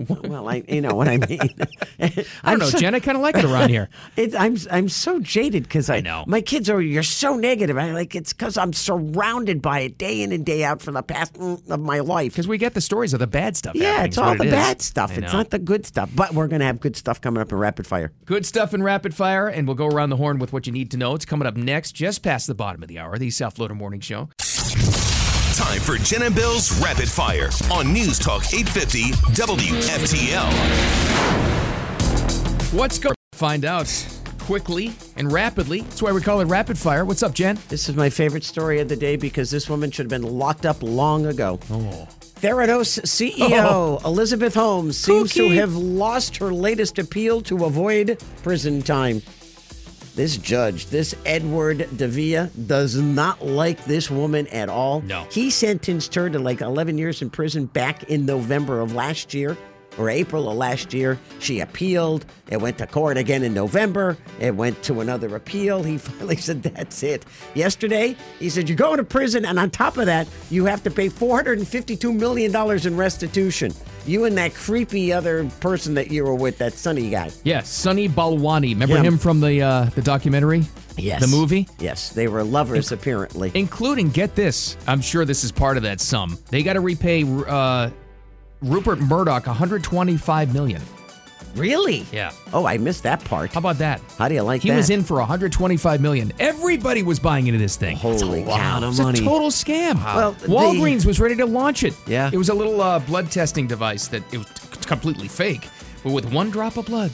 [SPEAKER 5] well, I, you know what I mean. I *laughs* don't
[SPEAKER 4] I don't know. Jenna kind of like it around here.
[SPEAKER 5] It, I'm I'm so jaded because I,
[SPEAKER 4] know.
[SPEAKER 5] my kids are. You're so negative. I like it's because I'm surrounded by it day in and day out for the past mm, of my life.
[SPEAKER 4] Because we get the stories of the bad stuff.
[SPEAKER 5] Yeah,
[SPEAKER 4] happening
[SPEAKER 5] it's
[SPEAKER 4] is what
[SPEAKER 5] all
[SPEAKER 4] it
[SPEAKER 5] the
[SPEAKER 4] is.
[SPEAKER 5] bad stuff.
[SPEAKER 4] I
[SPEAKER 5] It's
[SPEAKER 4] know.
[SPEAKER 5] not the good stuff. But we're gonna have good stuff coming up in rapid fire.
[SPEAKER 4] good stuff in rapid fire, and we'll go around the horn with what you need to know. It's coming up next, just past the bottom of the hour. The South Florida Morning Show.
[SPEAKER 1] Time for Jen and Bill's Rapid Fire on News Talk 850 WFTL.
[SPEAKER 4] What's going? Find out quickly and rapidly. That's why we call it rapid fire. What's up, Jen?
[SPEAKER 5] This is my favorite story of the day because this woman should have been locked up long ago.
[SPEAKER 4] Oh,
[SPEAKER 5] Theranos CEO Elizabeth Holmes seems to
[SPEAKER 4] Cookie.
[SPEAKER 5] have lost her latest appeal to avoid prison time. This judge, this Edward Davia, does not like this woman at all.
[SPEAKER 4] No.
[SPEAKER 5] He sentenced her to like 11 years in prison back in November of last year or April of last year. She appealed. It went to court again in November. It went to another appeal. He *laughs* finally said, That's it. Yesterday, he said, You're going to prison. And on top of that, you have to pay $452 million in restitution. You and that creepy other person that you were with, that sunny guy.
[SPEAKER 4] yeah, Sonny Balwani. Remember
[SPEAKER 5] Yeah.
[SPEAKER 4] him from the uh, the documentary?
[SPEAKER 5] Yes.
[SPEAKER 4] The movie.
[SPEAKER 5] Yes, they were lovers, apparently.
[SPEAKER 4] including get this i'm sure this is part of that sum they got to repay uh, rupert murdoch 125 million
[SPEAKER 5] Really?
[SPEAKER 4] yeah
[SPEAKER 5] Oh, I missed that part.
[SPEAKER 4] how about that
[SPEAKER 5] How do you like
[SPEAKER 4] he
[SPEAKER 5] that?
[SPEAKER 4] was in for 125 million everybody was buying into this thing
[SPEAKER 5] Holy cow.
[SPEAKER 4] it's a total scam
[SPEAKER 5] Well,
[SPEAKER 4] walgreens was ready to launch it
[SPEAKER 5] Yeah.
[SPEAKER 4] it was a little uh, blood testing device that it was c- completely fake but with one drop of blood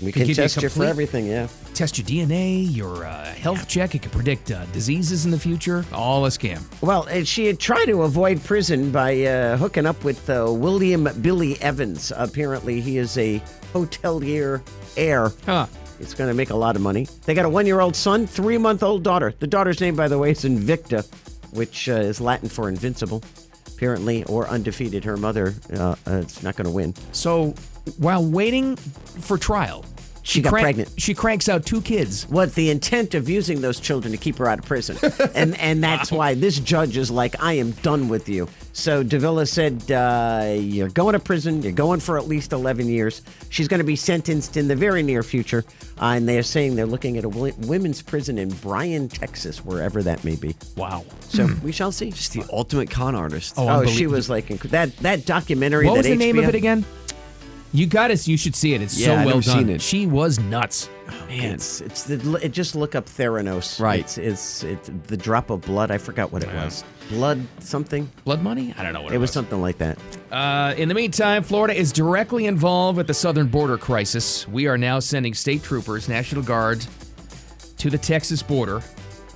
[SPEAKER 5] We
[SPEAKER 4] could
[SPEAKER 5] can
[SPEAKER 4] give you
[SPEAKER 5] test you for
[SPEAKER 4] complete-
[SPEAKER 5] everything, yeah.
[SPEAKER 4] test your DNA, your uh, health check. It can predict uh, diseases in the future. All a scam.
[SPEAKER 5] Well, and she had tried to avoid prison by uh, hooking up with uh, William Billy Evans. Apparently, he is a hotelier heir.
[SPEAKER 4] Huh.
[SPEAKER 5] It's going to make a lot of money. They got a one year old son, three month old daughter. The daughter's name, by the way, is Invicta, which uh, is Latin for invincible, apparently, or undefeated. Her mother uh, uh, is not going to win.
[SPEAKER 4] So while waiting for trial,
[SPEAKER 5] She got
[SPEAKER 4] crank-
[SPEAKER 5] pregnant.
[SPEAKER 4] She cranks out two kids.
[SPEAKER 5] What the intent of using those children to keep her out of
[SPEAKER 11] *laughs*
[SPEAKER 5] prison, and and that's why this judge is like, I am done with you. So Davila said, uh, you're going to prison. You're going for at least eleven years. She's going to be sentenced in the very near future, uh, and they are saying they're looking at a wo- women's prison in Bryan, Texas, wherever that may be.
[SPEAKER 4] Wow.
[SPEAKER 5] So we shall see. Just
[SPEAKER 11] Hmm. the ultimate con artist.
[SPEAKER 5] Oh, she was like inc- that that documentary.
[SPEAKER 4] What
[SPEAKER 5] that
[SPEAKER 4] was the name of
[SPEAKER 5] HBO
[SPEAKER 4] it again? You got it. You should see it. It's so
[SPEAKER 5] Yeah, I've
[SPEAKER 4] well
[SPEAKER 5] never
[SPEAKER 4] done.
[SPEAKER 5] seen it. Oh,
[SPEAKER 4] She was nuts.
[SPEAKER 5] Man, it's, it's the it, just look up Theranos. Right. It's, it's it's the drop of blood. I forgot what it was. Blood something.
[SPEAKER 4] Blood money? I don't know what it,
[SPEAKER 5] It was something like that.
[SPEAKER 4] Uh, in the meantime, Florida is directly involved with the southern border crisis. We are now sending state troopers, National Guard, to the Texas border.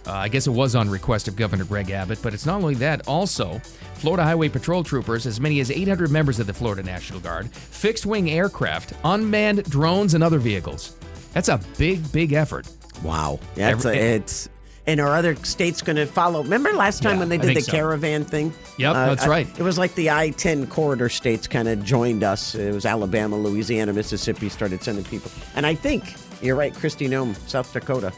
[SPEAKER 4] Uh, I guess it was on request of Governor Greg Abbott, but it's not only that, also, Florida Highway Patrol troopers, as many as 800 members of the Florida National Guard, fixed wing aircraft, unmanned drones, and other vehicles. That's a big, big effort.
[SPEAKER 5] Wow. Yeah, it's,
[SPEAKER 4] Every-
[SPEAKER 5] a, it's and are other states going to follow? Remember last time
[SPEAKER 4] Yeah,
[SPEAKER 5] when they
[SPEAKER 4] I
[SPEAKER 5] did
[SPEAKER 4] think
[SPEAKER 5] the
[SPEAKER 4] so.
[SPEAKER 5] caravan thing? Uh,
[SPEAKER 4] Yep, that's
[SPEAKER 5] I-
[SPEAKER 4] right.
[SPEAKER 5] it was like the I-10 corridor states kind of joined us. It was Alabama, Louisiana, Mississippi started sending people, and I think you're right. Christy Nome, South Dakota,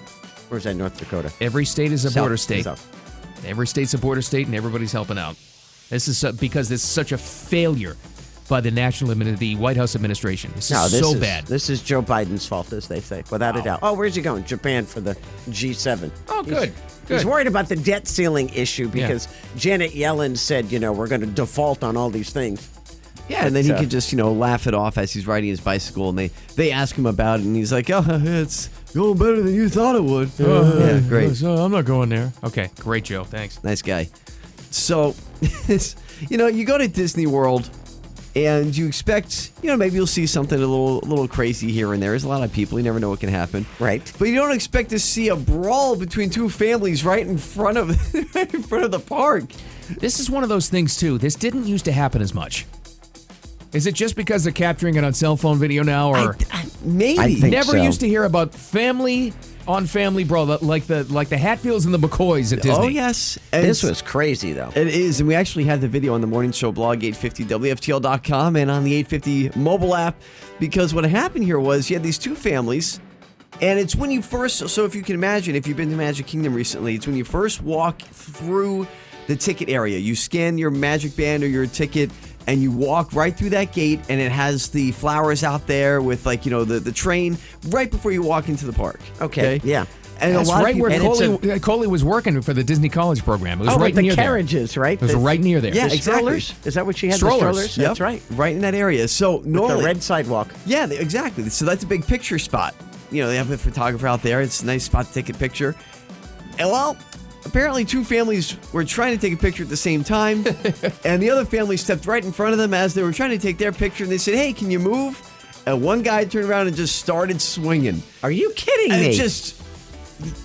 [SPEAKER 5] or is that North Dakota?
[SPEAKER 4] Every state is a
[SPEAKER 5] South-
[SPEAKER 4] border state.
[SPEAKER 5] South.
[SPEAKER 4] Every state's a border state, and everybody's helping out. This is su- because this is such a failure by the national admin- the White House administration. This is
[SPEAKER 5] No, this
[SPEAKER 4] so
[SPEAKER 5] is,
[SPEAKER 4] bad.
[SPEAKER 5] This is Joe Biden's fault, as they say, without a doubt. Oh, where's he going? Japan for the G7.
[SPEAKER 4] Oh,
[SPEAKER 5] He's-
[SPEAKER 4] good,
[SPEAKER 5] He's
[SPEAKER 4] good.
[SPEAKER 5] worried about the debt ceiling issue
[SPEAKER 4] Yeah.
[SPEAKER 5] because Janet Yellen said, you know, we're going to default on all these things.
[SPEAKER 11] Yeah, and then he
[SPEAKER 5] so-
[SPEAKER 11] could just you know laugh it off as he's riding his bicycle, and they they ask him about it, and he's like, "Oh, *laughs* it's going better than you thought it would." *laughs* yeah, great.
[SPEAKER 4] Oh, I'm not going there. Okay, great, Joe. Thanks.
[SPEAKER 11] Nice guy. So, *laughs* it's- you know, you go to Disney World and you expect, you know, maybe you'll see something a little, little crazy here and there. There's a lot of people. You never know what can happen.
[SPEAKER 5] Right.
[SPEAKER 11] But you don't expect to see a brawl between two families right in front of, right in front of the park.
[SPEAKER 4] This is one of those things too. This didn't used to happen as much. Is it just because they're capturing it on cell phone video now, or
[SPEAKER 11] Maybe.
[SPEAKER 5] I think
[SPEAKER 4] never
[SPEAKER 5] so.
[SPEAKER 4] used to hear about family on family brawl like the like the Hatfields and the McCoys at Disney?
[SPEAKER 11] Oh yes,
[SPEAKER 5] This was crazy, though.
[SPEAKER 11] It is, and we actually had the video on the morning show blog, 850wftl.com, and on the 850 mobile app, because what happened here was you had these two families, and it's when you first, so if you can imagine, if you've been to Magic Kingdom recently, it's when you first walk through the ticket area. You scan your magic band or your ticket, and you walk right through that gate, and it has the flowers out there with, like, you know, the, the train right before you walk into the park.
[SPEAKER 5] Okay, yeah.
[SPEAKER 11] And
[SPEAKER 4] That's
[SPEAKER 11] a lot
[SPEAKER 4] right
[SPEAKER 11] of people,
[SPEAKER 4] where
[SPEAKER 11] and it's
[SPEAKER 4] Coley, uh, Coley was working for the Disney College program. It was
[SPEAKER 5] oh,
[SPEAKER 4] right
[SPEAKER 5] with
[SPEAKER 4] near
[SPEAKER 5] the
[SPEAKER 4] there.
[SPEAKER 5] carriages, right?
[SPEAKER 4] It was
[SPEAKER 5] The-
[SPEAKER 4] right near there.
[SPEAKER 11] Yeah,
[SPEAKER 5] the
[SPEAKER 11] exactly.
[SPEAKER 5] strollers? Is that what she had?
[SPEAKER 4] Strollers.
[SPEAKER 5] The strollers?
[SPEAKER 11] Yep,
[SPEAKER 5] That's right.
[SPEAKER 11] Right in that area. So normally
[SPEAKER 5] The red sidewalk.
[SPEAKER 11] Yeah, they- exactly. So that's a big picture spot. You know, they have a photographer out there. It's a nice spot to take a picture. And well, apparently two families were trying to take a picture at the same
[SPEAKER 5] *laughs*
[SPEAKER 11] time, and the other family stepped right in front of them as they were trying to take their picture, and they said, "Hey, can you move?" And one guy turned around and just started swinging.
[SPEAKER 5] Are you kidding
[SPEAKER 11] And
[SPEAKER 5] me?
[SPEAKER 11] just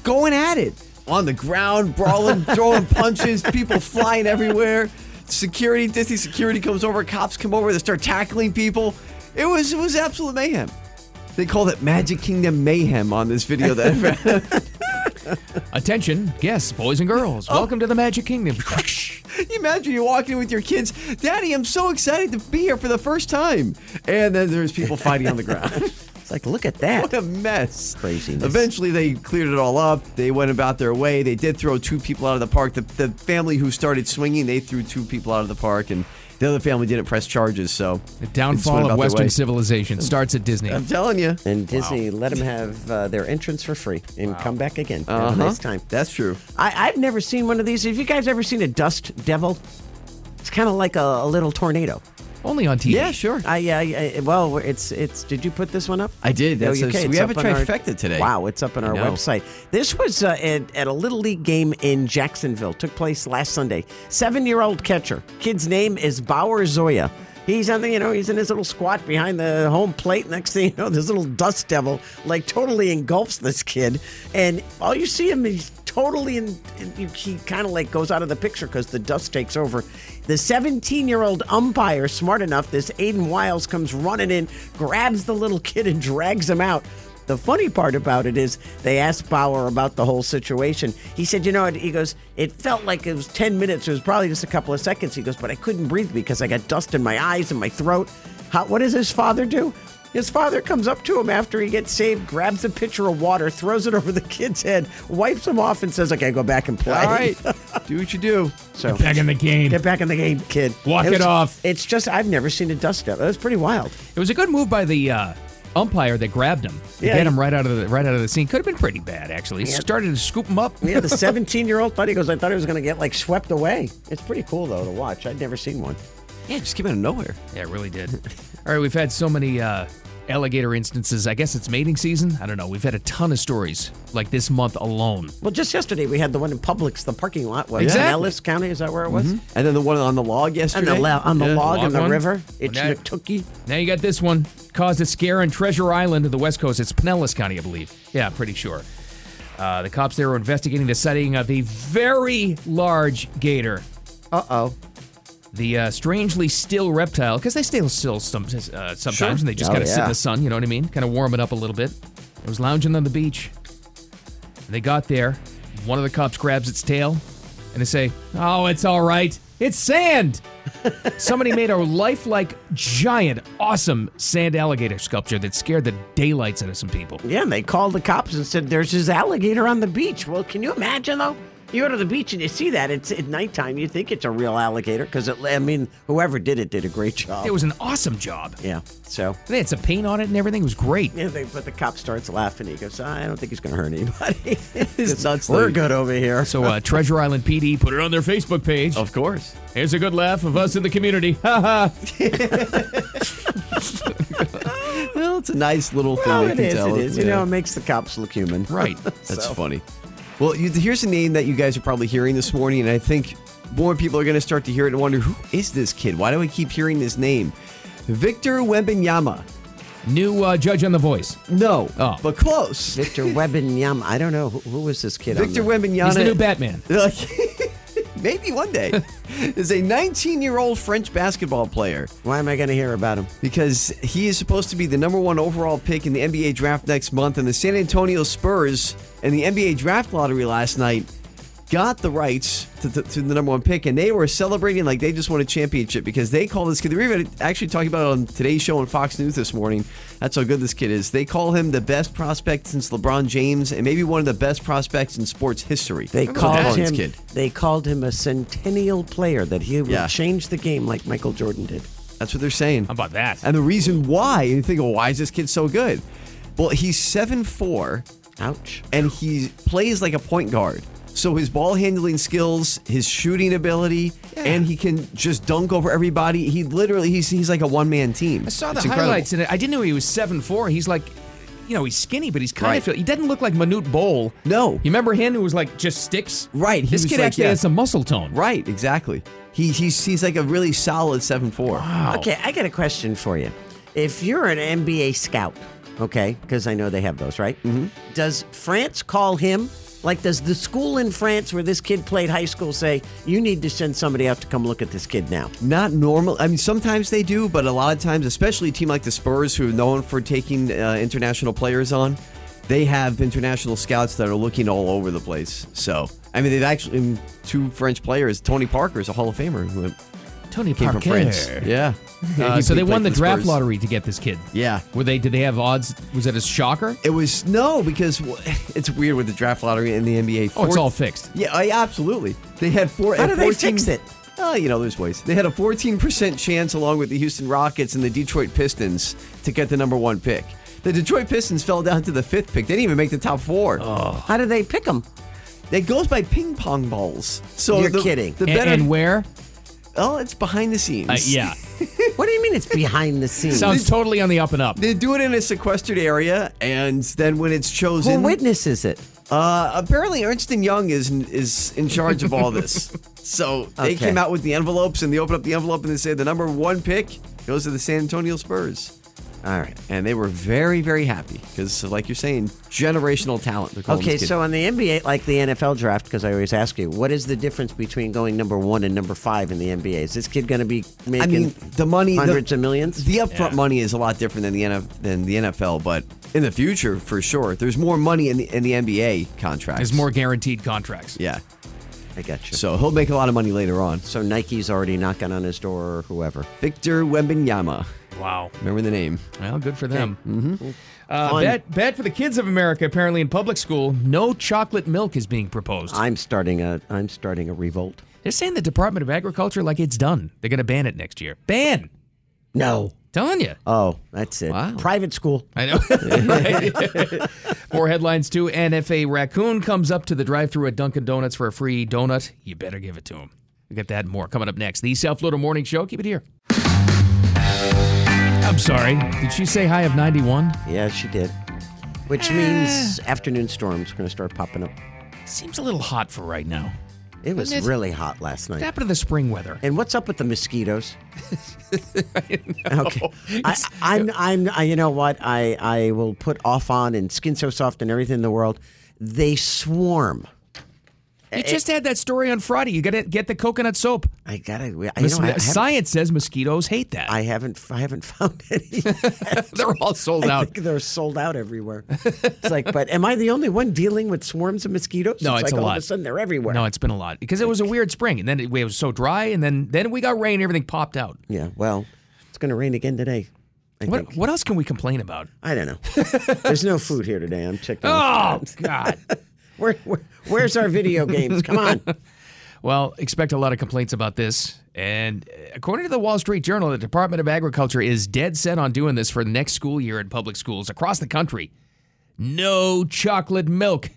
[SPEAKER 11] going at it on the ground, brawling, throwing punches, people flying everywhere. Security, Disney security comes over, cops come over, they start tackling people. It was it was absolute mayhem. They called it Magic Kingdom mayhem on this video that I found.
[SPEAKER 4] *laughs*
[SPEAKER 11] Oh.
[SPEAKER 4] Attention, guests, boys and girls, welcome to the Magic Kingdom.
[SPEAKER 11] You Imagine you walking in with your kids, Daddy, I'm so excited to be here for the first time. *laughs* And then there's
[SPEAKER 10] *laughs*
[SPEAKER 11] people fighting on the ground.
[SPEAKER 5] It's like, look at that.
[SPEAKER 11] What a mess.
[SPEAKER 5] Craziness.
[SPEAKER 11] Eventually, they cleared it all up. They went about their way. They did throw two people out of the park. The, the family who started swinging, they threw two people out of the park, and the other family didn't press charges. So
[SPEAKER 4] The
[SPEAKER 11] they just went
[SPEAKER 4] downfall
[SPEAKER 11] about
[SPEAKER 4] of
[SPEAKER 11] their way.
[SPEAKER 4] Western civilization starts
[SPEAKER 11] *laughs*
[SPEAKER 4] at Disney.
[SPEAKER 11] I'm telling you.
[SPEAKER 5] And Disney let them have uh, their entrance for free and come back again at a
[SPEAKER 11] Uh-huh.
[SPEAKER 5] nice time.
[SPEAKER 11] That's true.
[SPEAKER 5] I, I've never seen one of these. Have you guys ever seen a dust devil? It's kind of like a, a little tornado.
[SPEAKER 4] Only on TV.
[SPEAKER 11] Yeah, sure.
[SPEAKER 5] I, I, I well, it's it's. Did you put this one up?
[SPEAKER 11] I did.
[SPEAKER 5] No,
[SPEAKER 11] That's
[SPEAKER 5] you
[SPEAKER 11] a-
[SPEAKER 5] can't.
[SPEAKER 11] we
[SPEAKER 5] It's
[SPEAKER 11] have
[SPEAKER 5] up
[SPEAKER 11] a
[SPEAKER 5] on our-
[SPEAKER 11] trifecta today.
[SPEAKER 5] Wow, it's up on
[SPEAKER 11] I
[SPEAKER 5] our
[SPEAKER 11] know.
[SPEAKER 5] website. This was uh, at, at a little league game in Jacksonville. Took place last Sunday. Seven-year-old catcher. Kid's name is Bauer Zoya. He's on the, you know, he's in his little squat behind the home plate. Next thing you know, this little dust devil like totally engulfs this kid, and all you see him is totally in. in you- he kind of like goes out of the picture because the dust takes over. The 17-year-old umpire, smart enough, this Aiden Wiles comes running in, grabs the little kid and drags him out. The funny part about it is they asked Bauer about the whole situation. He said, you know, it, he goes, it felt like it was 10 minutes. It was probably just a couple of seconds. He goes, but I couldn't breathe because I got dust in my eyes and my throat. How, what does his father do? His father comes up to him after he gets saved, grabs a pitcher of water, throws it *laughs* over the kid's head, wipes him off, and says, okay, go back and play.
[SPEAKER 11] All right. *laughs* do what you do.
[SPEAKER 5] *laughs* So
[SPEAKER 4] Get back in the game.
[SPEAKER 5] Get back in the game, kid.
[SPEAKER 4] Walk it
[SPEAKER 5] was-
[SPEAKER 4] off.
[SPEAKER 5] It's just, I've never seen a dust up. It was pretty wild.
[SPEAKER 4] It was a good move by the uh, umpire that grabbed him. To
[SPEAKER 5] Yeah,
[SPEAKER 4] get
[SPEAKER 5] he-
[SPEAKER 4] him right out of the right out of the scene. Could have been pretty bad actually.
[SPEAKER 5] Yeah.
[SPEAKER 4] Started to scoop him up.
[SPEAKER 5] Yeah, the 17 year old thought he goes, I thought he was going to get like swept away. It's pretty cool though to watch. I'd never seen one.
[SPEAKER 11] Yeah, just came out of nowhere.
[SPEAKER 4] Yeah, it really did. *laughs* All right, we've had so many uh, alligator instances. I guess it's mating season. I don't know. We've had a ton of stories like this month alone.
[SPEAKER 5] Well, just yesterday we had the one in Publix, the parking lot was
[SPEAKER 4] Exactly.
[SPEAKER 5] in Ellis County. Is that where it was?
[SPEAKER 11] And then the one on the log
[SPEAKER 5] And
[SPEAKER 11] yesterday.
[SPEAKER 5] the la- Mm-hmm. on the
[SPEAKER 11] Yeah.
[SPEAKER 5] log, Oh, in the
[SPEAKER 4] one.
[SPEAKER 5] river, it's
[SPEAKER 4] Okay.
[SPEAKER 5] Nooktookie.
[SPEAKER 4] Now you got this one. Caused a scare in Treasure Island of the West Coast. It's Pinellas County, I believe. Yeah, I'm pretty sure. Uh, the cops there are investigating the sighting of a very large gator.
[SPEAKER 5] Uh oh.
[SPEAKER 4] The uh, strangely still reptile, because they still still some, uh, sometimes,
[SPEAKER 11] Sure.
[SPEAKER 4] and they just
[SPEAKER 11] Oh,
[SPEAKER 4] got to sit in
[SPEAKER 11] yeah.
[SPEAKER 4] the sun, you know what I mean? Kind of warm it up a little bit. It was lounging on the beach. And they got there. One of the cops grabs its tail, and they say, "Oh, it's all right. It's sand." *laughs* Somebody made a lifelike, giant, awesome sand alligator sculpture that scared the daylights out of some people.
[SPEAKER 5] Yeah, and they called the cops and said, There's this alligator on the beach. Well, can you imagine though? You go to the beach and you see that. It's at nighttime. You think it's a real alligator because, I mean, whoever did it did a great job.
[SPEAKER 4] It was an awesome job.
[SPEAKER 5] yeah. So,
[SPEAKER 4] They had some paint on it and everything. It was great.
[SPEAKER 5] yeah, they, but the cop starts laughing. He goes, I don't think he's going to hurt *laughs* anybody.
[SPEAKER 11] It's not
[SPEAKER 5] We're
[SPEAKER 11] sleep.
[SPEAKER 5] good over here.
[SPEAKER 4] So uh, Treasure Island PD put it on their Facebook page.
[SPEAKER 11] Of course.
[SPEAKER 4] Here's a good laugh of us in the community. *laughs* Ha ha.
[SPEAKER 11] Well, it's a nice little thing.
[SPEAKER 5] Well,
[SPEAKER 11] they
[SPEAKER 5] it
[SPEAKER 11] can
[SPEAKER 5] is.
[SPEAKER 11] tell.
[SPEAKER 5] It is. You
[SPEAKER 11] Yeah.
[SPEAKER 5] know, it makes the cops look *laughs* human.
[SPEAKER 4] Right.
[SPEAKER 11] *laughs* That's funny. Well, you, here's a name that you guys are probably hearing this morning, and I think more people are going to start to hear it and wonder who is this kid? Why do I keep hearing this name? Victor Wembanyama.
[SPEAKER 4] New uh, judge on The Voice.
[SPEAKER 11] No,
[SPEAKER 4] Oh.
[SPEAKER 11] but close.
[SPEAKER 5] *laughs* Victor Webinyam. I don't know who, who was this kid. on
[SPEAKER 11] Victor
[SPEAKER 5] there?
[SPEAKER 11] Wembanyama.
[SPEAKER 4] He's the new Batman.
[SPEAKER 11] *laughs* Maybe one day
[SPEAKER 4] *laughs*
[SPEAKER 11] is a 19 year old French basketball player
[SPEAKER 5] Why am I going to hear about him?
[SPEAKER 11] because he is supposed to be the number one overall pick in the NBA draft next month. And the San Antonio Spurs and the NBA draft lottery last night got the rights to, to, to the number one pick, and they were celebrating like they just won a championship because they call this kid. They were even actually talking about it on today's show on Fox News this morning. That's how good this kid is. They call him the best prospect since LeBron James, and maybe one of the best prospects in sports history.
[SPEAKER 5] They
[SPEAKER 11] Remember
[SPEAKER 5] called
[SPEAKER 11] LeBron's
[SPEAKER 5] him. They called him a centennial player that he would
[SPEAKER 11] Yeah.
[SPEAKER 5] change the game like Michael Jordan did.
[SPEAKER 11] That's what they're saying.
[SPEAKER 4] How about that?
[SPEAKER 11] And the reason why, and you think, well, why is this kid so good? Well, he's 7'4
[SPEAKER 5] Ouch.
[SPEAKER 11] and he plays like a point guard. So his ball handling skills, his shooting ability, and he can just dunk over everybody. He literally, he's, he's like a one man team.
[SPEAKER 4] I saw the
[SPEAKER 11] It's incredible.
[SPEAKER 4] highlights in it. I didn't know he was seven four. He's like, you know, he's skinny, but he's kind
[SPEAKER 11] Right.
[SPEAKER 4] of. Feel, he doesn't look like Manute Bowl.
[SPEAKER 11] No.
[SPEAKER 4] You remember him who was like just sticks?
[SPEAKER 11] Right, he
[SPEAKER 4] this
[SPEAKER 11] was
[SPEAKER 4] kid
[SPEAKER 11] like,
[SPEAKER 4] actually
[SPEAKER 11] yeah.
[SPEAKER 4] has some muscle tone.
[SPEAKER 11] Right, exactly. He, he's, he's like a really solid 7'4. Wow.
[SPEAKER 5] Okay, I got a question for you. If you're an NBA scout, okay, because I know they have those, right? Mm-hmm. Does France call him? Like, does the school in France where this kid played high school say, you need to send somebody out to come look at this kid now?
[SPEAKER 11] Not normal. I mean, sometimes they do, but a lot of times, especially a team like the Spurs, who are known for taking uh, international players on, they have international scouts that are looking all over the place. So, I mean, they've actually I mean, two French players. Tony Parker is a Hall of Famer who
[SPEAKER 4] Tony
[SPEAKER 11] came
[SPEAKER 4] Parker.
[SPEAKER 11] from France. Yeah.
[SPEAKER 4] Uh,
[SPEAKER 11] He-
[SPEAKER 4] so
[SPEAKER 11] he
[SPEAKER 4] they won
[SPEAKER 11] played for
[SPEAKER 4] the draft
[SPEAKER 11] Spurs.
[SPEAKER 4] lottery to get this kid.
[SPEAKER 11] Yeah.
[SPEAKER 4] Were they? Did they have odds? Was it a shocker?
[SPEAKER 11] It was no, because w- *laughs* it's weird with the draft lottery and the NBA.
[SPEAKER 4] Oh, it's
[SPEAKER 11] Four-
[SPEAKER 4] all fixed.
[SPEAKER 11] Yeah, I, absolutely. They had four.
[SPEAKER 5] How
[SPEAKER 11] at
[SPEAKER 5] do they fix
[SPEAKER 11] 14
[SPEAKER 5] it?
[SPEAKER 11] Oh, you know, there's ways. They had a 14% chance, along with the Houston Rockets and the Detroit Pistons, to get the number one pick. The Detroit Pistons fell down to the fifth pick. They didn't even make the top four.
[SPEAKER 5] How do they pick him?
[SPEAKER 11] It goes by ping pong balls. So
[SPEAKER 5] You're
[SPEAKER 11] the,
[SPEAKER 5] kidding.
[SPEAKER 11] The
[SPEAKER 4] And,
[SPEAKER 11] better.
[SPEAKER 4] and
[SPEAKER 11] *laughs*
[SPEAKER 4] where?
[SPEAKER 11] oh, it's behind the scenes.
[SPEAKER 4] Uh, yeah.
[SPEAKER 5] What do
[SPEAKER 11] *laughs*
[SPEAKER 5] you mean it's behind the scenes?
[SPEAKER 4] Sounds totally on the up and up.
[SPEAKER 11] They do it in a sequestered area, and then when it's
[SPEAKER 5] Who
[SPEAKER 11] chosen,
[SPEAKER 5] witnesses it?
[SPEAKER 4] *laughs*
[SPEAKER 11] Uh, apparently, Ernst and Young is is in charge of all this. So they
[SPEAKER 5] Okay.
[SPEAKER 11] came out with the envelopes and they opened up the envelope and they said the number one pick goes to the San Antonio Spurs.
[SPEAKER 5] All right.
[SPEAKER 11] And they were very, very happy because, like you're saying, generational talent. They're calling
[SPEAKER 5] Okay,
[SPEAKER 11] this kid.
[SPEAKER 5] so on the NBA, like the NFL draft, because I always ask you, what is the difference between going number one and number five in the NBA? Is this kid going to be making
[SPEAKER 11] I mean, the money, the-
[SPEAKER 5] hundreds of millions?
[SPEAKER 11] The upfront money is a lot different than the NF, than the NFL, but in the future, for sure, there's more money in the in the NBA contracts.
[SPEAKER 4] There's more guaranteed contracts.
[SPEAKER 11] Yeah.
[SPEAKER 5] I got you.
[SPEAKER 11] So he'll make a lot of money later on.
[SPEAKER 5] So Nike's already knocking on his door or whoever.
[SPEAKER 11] Victor Wembanyama.
[SPEAKER 4] Wow.
[SPEAKER 11] Remember the name.
[SPEAKER 4] Well, good for them.
[SPEAKER 11] Mm-hmm.
[SPEAKER 4] Uh,
[SPEAKER 11] Fun.
[SPEAKER 4] bad, bad for the kids of America. Apparently, in public school, no chocolate milk is being proposed.
[SPEAKER 5] I'm starting a I'm starting a revolt.
[SPEAKER 4] They're saying the Department of Agriculture like it's done. They're going to ban it next year. Ban.
[SPEAKER 5] No.
[SPEAKER 4] Telling you.
[SPEAKER 5] Oh, that's it. Private school.
[SPEAKER 4] I know. Right? *laughs* More headlines too. And if a raccoon comes up to the drive-through at Dunkin' Donuts for a free donut, you better give it to him. We got that and more coming up next. The South Florida Morning Show. Keep it here. I'm sorry. Did she say high of 91?
[SPEAKER 5] Yeah, she did. Which
[SPEAKER 4] Ah.
[SPEAKER 5] means afternoon storms are going to start popping up.
[SPEAKER 4] Seems a little hot for right now.
[SPEAKER 5] It was
[SPEAKER 4] Isn't it-
[SPEAKER 5] really hot last night.
[SPEAKER 4] What happened to the spring weather?
[SPEAKER 5] And what's up with
[SPEAKER 4] *laughs*
[SPEAKER 5] the mosquitoes? Okay, I, I'm, I'm, I, you know what? I, I will put off on and skin so soft and everything in the world. They swarm.
[SPEAKER 4] You just had that story on Friday. You got to get the coconut soap.
[SPEAKER 5] I gotta. I, you know,
[SPEAKER 4] Mis-
[SPEAKER 5] I, haven't,
[SPEAKER 4] Science says mosquitoes hate that.
[SPEAKER 5] I haven't, I haven't *laughs* found any.
[SPEAKER 4] *laughs* They're all sold
[SPEAKER 5] I
[SPEAKER 4] out.
[SPEAKER 5] think they're sold
[SPEAKER 4] *laughs*
[SPEAKER 5] out everywhere. It's like, but am I the only one dealing with swarms of mosquitoes?
[SPEAKER 4] No, it's
[SPEAKER 5] like
[SPEAKER 4] a
[SPEAKER 5] all
[SPEAKER 4] lot.
[SPEAKER 5] of a sudden they're everywhere.
[SPEAKER 4] No, it's been a lot because it was a weird spring, and then it, it was so dry, and then then we got rain. Everything popped out.
[SPEAKER 5] Yeah. Well, it's going to rain again today. I
[SPEAKER 4] What
[SPEAKER 5] think.
[SPEAKER 4] what else can we complain about?
[SPEAKER 5] I
[SPEAKER 4] *laughs*
[SPEAKER 5] don't know. There's no food here today. I'm *laughs* checking.
[SPEAKER 4] Oh *laughs* God!
[SPEAKER 5] Where, where, where's our video games? Come on.
[SPEAKER 4] Well, expect a lot of complaints about this. And uh, according to the Wall Street Journal, the Department of Agriculture is dead set on doing this for the next school year in public schools across the country. No chocolate milk.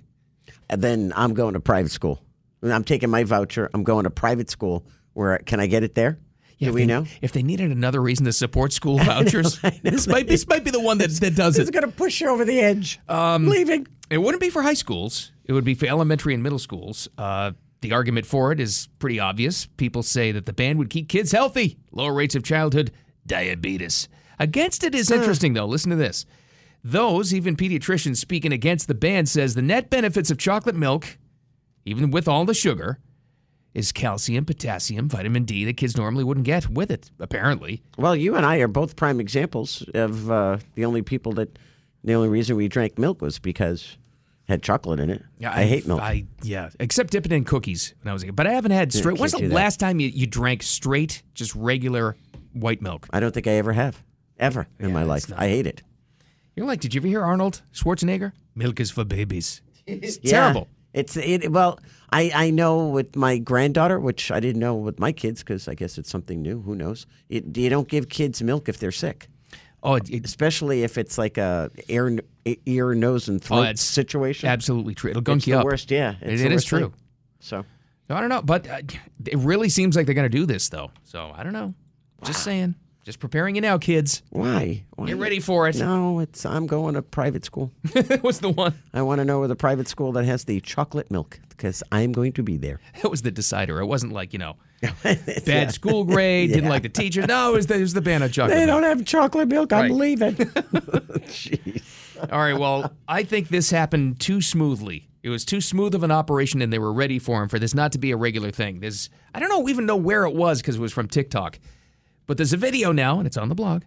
[SPEAKER 5] And then I'm going to private school. And I'm taking my voucher. I'm going to private school. Where can I get it there?
[SPEAKER 4] Yeah,
[SPEAKER 5] Do
[SPEAKER 4] if
[SPEAKER 5] we
[SPEAKER 4] they-
[SPEAKER 5] know?
[SPEAKER 4] If they needed another reason to support
[SPEAKER 5] *laughs*
[SPEAKER 4] school vouchers, this might this might be the one that, that does
[SPEAKER 5] This is
[SPEAKER 4] it.
[SPEAKER 5] going to push you over the edge. Um, leaving.
[SPEAKER 4] It wouldn't be for high schools. It would be for elementary and middle schools. Uh, the argument for it is pretty obvious. People say that the ban would keep kids healthy, lower rates of childhood diabetes. Against it is interesting, though. Listen to this. Those, even pediatricians speaking against the ban, says the net benefits of chocolate milk, even with all the sugar, is calcium, potassium, vitamin D that kids normally wouldn't get with it, apparently.
[SPEAKER 5] Well, you and I are both prime examples of uh, the only people that the only reason we drank milk was because it had chocolate in it. I, hate milk.
[SPEAKER 4] I yeah, except dipping in cookies when I was a kid. But I haven't had
[SPEAKER 5] Yeah,
[SPEAKER 4] straight.
[SPEAKER 5] can't
[SPEAKER 4] When's the
[SPEAKER 5] do that.
[SPEAKER 4] last time you, you drank straight, just regular white milk?
[SPEAKER 5] I don't think I ever have, ever in my life. I hate it.
[SPEAKER 4] You're like, did you ever hear Arnold Schwarzenegger? Milk is for babies. It's
[SPEAKER 5] *laughs* Yeah.
[SPEAKER 4] terrible.
[SPEAKER 5] It's it. Well, I I know with my granddaughter, which I didn't know with my kids because I guess it's something new. Who knows? It, you don't give kids milk if they're sick,
[SPEAKER 4] Oh, it, it-
[SPEAKER 5] especially if it's like a ear, ear, nose, and
[SPEAKER 4] oh,
[SPEAKER 5] throat
[SPEAKER 4] it's
[SPEAKER 5] situation.
[SPEAKER 4] absolutely true. It'll gunk
[SPEAKER 5] it's
[SPEAKER 4] you
[SPEAKER 5] the
[SPEAKER 4] up.
[SPEAKER 5] worst. Yeah, it's
[SPEAKER 4] It-
[SPEAKER 5] the
[SPEAKER 4] it is
[SPEAKER 5] worst thing.
[SPEAKER 4] true.
[SPEAKER 5] So
[SPEAKER 4] No, I don't know, but uh, it really seems like they're going to do this though. So I don't know. Just saying. Just preparing you now, kids.
[SPEAKER 5] why? why?
[SPEAKER 4] Get ready for it.
[SPEAKER 5] No, it's I'm going to private school.
[SPEAKER 4] *laughs* That was the one.
[SPEAKER 5] I want to know where the private school that has the chocolate milk because I'm going to be there.
[SPEAKER 4] That was the decider. It wasn't like you
[SPEAKER 5] *laughs*
[SPEAKER 4] know, bad school grade. Didn't
[SPEAKER 5] Yeah.
[SPEAKER 4] like the teacher. No, it was the, it was the ban on chocolate.
[SPEAKER 5] They
[SPEAKER 4] milk.
[SPEAKER 5] don't have chocolate milk.
[SPEAKER 4] Right.
[SPEAKER 5] I'm leaving.
[SPEAKER 4] *laughs*
[SPEAKER 5] *laughs*
[SPEAKER 4] All right. Well, I think this happened too smoothly. It was too smooth of an operation, and they were ready for him for this not to be a regular thing. There's, I don't know, even know where it was because it was from TikTok, but there's a video now, and it's on the blog,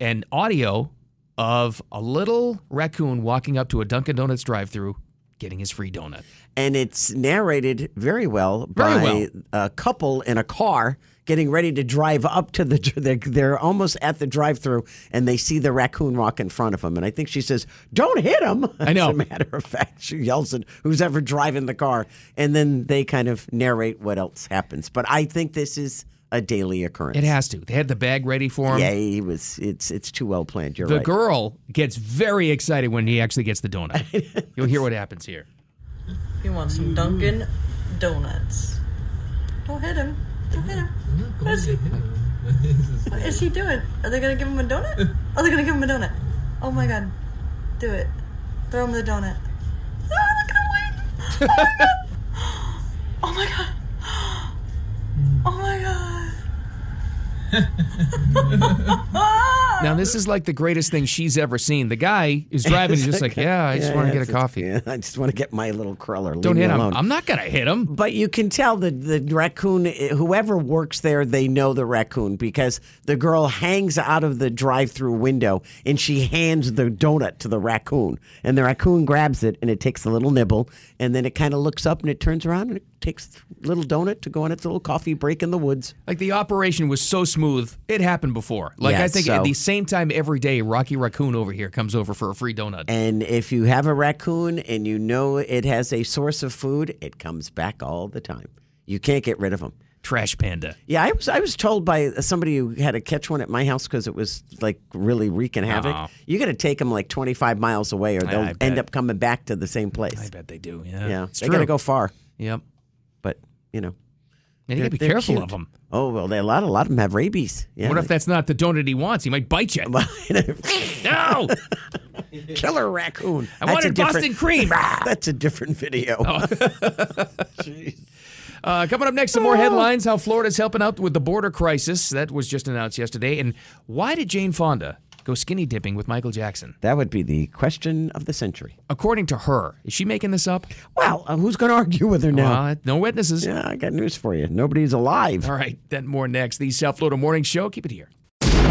[SPEAKER 4] and audio of a little raccoon walking up to a Dunkin' Donuts drive-through, getting his free donut.
[SPEAKER 5] and it's narrated very well by
[SPEAKER 4] Very well.
[SPEAKER 5] a couple in a car getting ready to drive up to the *laughs* they're, they're almost at the drive-through and they see the raccoon walk in front of them and i think she says don't hit him
[SPEAKER 4] I know.
[SPEAKER 5] *laughs* as a matter of fact she yells at who's ever driving the car and then they kind of narrate what else happens but i think this is a daily occurrence
[SPEAKER 4] It has to. They had the bag ready for him.
[SPEAKER 5] yeah he was it's it's too well planned you're
[SPEAKER 4] the
[SPEAKER 5] right
[SPEAKER 4] girl gets very excited when he actually gets the
[SPEAKER 5] *laughs*
[SPEAKER 4] donut. You'll hear what happens here.
[SPEAKER 13] He wants some Dunkin' Donuts. Don't hit him. Don't hit him. What is he, *laughs* what is he doing? Are they going to give him a donut? Are they going to give him a donut? Oh my god. Do it. Throw him the donut. Oh, look at him waiting. Oh my god. Oh my god. Oh *laughs*
[SPEAKER 4] *laughs* Now this is like the greatest thing she's ever seen. The guy
[SPEAKER 5] *laughs*
[SPEAKER 4] is driving, he's just like, yeah, I just want to get a coffee.
[SPEAKER 5] Yeah, *laughs* I just want to get my little crawler. Leave
[SPEAKER 4] Don't
[SPEAKER 5] me
[SPEAKER 4] hit him.
[SPEAKER 5] alone.
[SPEAKER 4] I'm not gonna hit him.
[SPEAKER 5] But you can tell the the raccoon, whoever works there, they know the raccoon because the girl hangs out of the drive-through window and she hands the donut to the raccoon, and the raccoon grabs it and it takes a little nibble, and then it kind of looks up and it turns around and it takes the little donut to go on its little coffee break in the woods.
[SPEAKER 4] Like the operation was so smooth, it happened before. Like
[SPEAKER 5] Yeah,
[SPEAKER 4] I think
[SPEAKER 5] so-
[SPEAKER 4] at the same time every day, Rocky Raccoon over here comes over for a free donut.
[SPEAKER 5] And if you have a raccoon and you know it has a source of food, it comes back all the time. You can't get rid of them.
[SPEAKER 4] Trash panda.
[SPEAKER 5] Yeah, I was I was told by somebody who had to catch one at my house because it was like really wreaking havoc.
[SPEAKER 4] Aw.
[SPEAKER 5] You got to take them like 25 miles away, or
[SPEAKER 4] Uh-huh. I-
[SPEAKER 5] they'll
[SPEAKER 4] I bet.
[SPEAKER 5] end up coming back to the same place. I
[SPEAKER 4] bet they do.
[SPEAKER 5] Yeah,
[SPEAKER 4] it's
[SPEAKER 5] they got to
[SPEAKER 4] true.
[SPEAKER 5] go far.
[SPEAKER 4] Yep.
[SPEAKER 5] But you
[SPEAKER 4] And
[SPEAKER 5] know,
[SPEAKER 4] you
[SPEAKER 5] they're-
[SPEAKER 4] gotta be
[SPEAKER 5] they're
[SPEAKER 4] careful
[SPEAKER 5] cute.
[SPEAKER 4] of 'em.
[SPEAKER 5] Oh well, they, a lot a lot of them have rabies. Yeah,
[SPEAKER 4] what if that's not the donut he wants? He might bite you. no.
[SPEAKER 5] *laughs* *laughs* killer raccoon?
[SPEAKER 4] I
[SPEAKER 5] That's a
[SPEAKER 4] wanted Boston
[SPEAKER 5] different-
[SPEAKER 4] cream.
[SPEAKER 5] *laughs*
[SPEAKER 4] Oh.
[SPEAKER 5] that's a different video.
[SPEAKER 4] Uh, coming up next, some
[SPEAKER 5] Oh.
[SPEAKER 4] more headlines how Florida's helping out with the border crisis. That was just announced yesterday. And why did Jane Fonda go skinny dipping with Michael Jackson?
[SPEAKER 5] That would be the question of the century.
[SPEAKER 4] According to her, is she making this up?
[SPEAKER 5] Well, uh, who's going to argue with her now?
[SPEAKER 4] Uh, no witnesses.
[SPEAKER 5] Yeah, I got news for you. Nobody's alive.
[SPEAKER 4] All right, then more next. The South Florida Morning Show. Keep it here.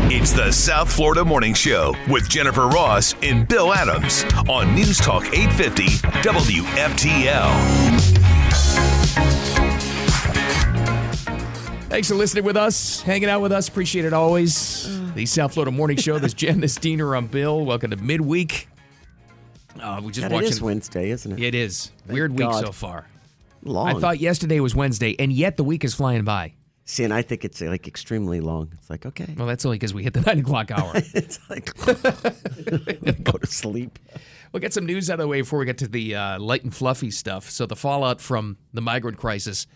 [SPEAKER 1] It's the South Florida Morning Show with Jennifer Ross and Bill Adams on News Talk 850 WFTL.
[SPEAKER 4] Thanks for listening with us, hanging out with us. Appreciate it always. The South Florida Morning Show.
[SPEAKER 5] *laughs*
[SPEAKER 4] This is Jen, this is Diener. I'm Bill. Welcome to midweek. Uh, we just
[SPEAKER 5] God,
[SPEAKER 4] watching.
[SPEAKER 5] it is Wednesday, isn't it?
[SPEAKER 4] It is.
[SPEAKER 5] Thank
[SPEAKER 4] Weird
[SPEAKER 5] God.
[SPEAKER 4] week so far.
[SPEAKER 5] Long.
[SPEAKER 4] I thought yesterday was Wednesday, and yet the week is flying by.
[SPEAKER 5] See, and I think it's like extremely long. It's
[SPEAKER 4] *laughs*
[SPEAKER 5] like okay, *laughs*
[SPEAKER 4] Well, that's only because we hit the nine o'clock hour.
[SPEAKER 5] it's like *laughs* go to sleep.
[SPEAKER 4] We'll get some news out of the way before we get to the uh, light and fluffy stuff. So, the fallout from the migrant crisis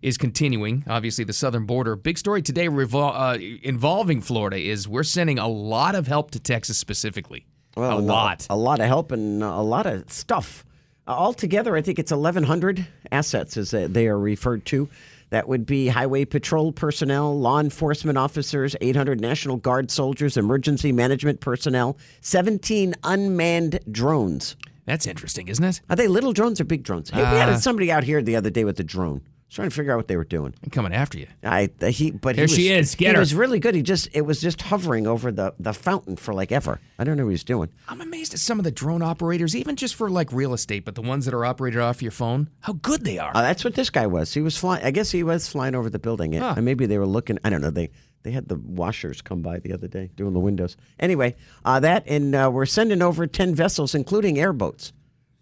[SPEAKER 4] is continuing. Obviously, the southern border. Big story today revol- uh, involving Florida is we're sending a lot of help to Texas specifically. a
[SPEAKER 5] and
[SPEAKER 4] lot.
[SPEAKER 5] a lot of help, and a lot of stuff. Uh, Altogether, I think it's 1,100 assets, as they- they are referred to. That would be highway patrol personnel, law enforcement officers, 800 National Guard soldiers, emergency management personnel, 17 unmanned drones.
[SPEAKER 4] That's interesting, isn't it?
[SPEAKER 5] Are they little drones or big drones? Hey, we
[SPEAKER 4] Uh,
[SPEAKER 5] had somebody out here the other day with a drone. I was trying to figure out what they were doing.
[SPEAKER 4] I'm coming after you.
[SPEAKER 5] I he but
[SPEAKER 4] There
[SPEAKER 5] he
[SPEAKER 4] she
[SPEAKER 5] was,
[SPEAKER 4] is. Get
[SPEAKER 5] he
[SPEAKER 4] her.
[SPEAKER 5] was really good. He just it was just hovering over the the fountain for like ever. I don't know what he's doing.
[SPEAKER 4] I'm amazed at some of the drone operators, even just for like real estate, but the ones that are operated off your phone, how good they are.
[SPEAKER 5] Uh, that's what this guy was. He was flying. I guess he was flying over the building.
[SPEAKER 4] Huh.
[SPEAKER 5] And maybe they were looking. I don't know. They they had the washers come by the other day doing the windows. Anyway, uh, that and uh, we're sending over ten vessels, including airboats.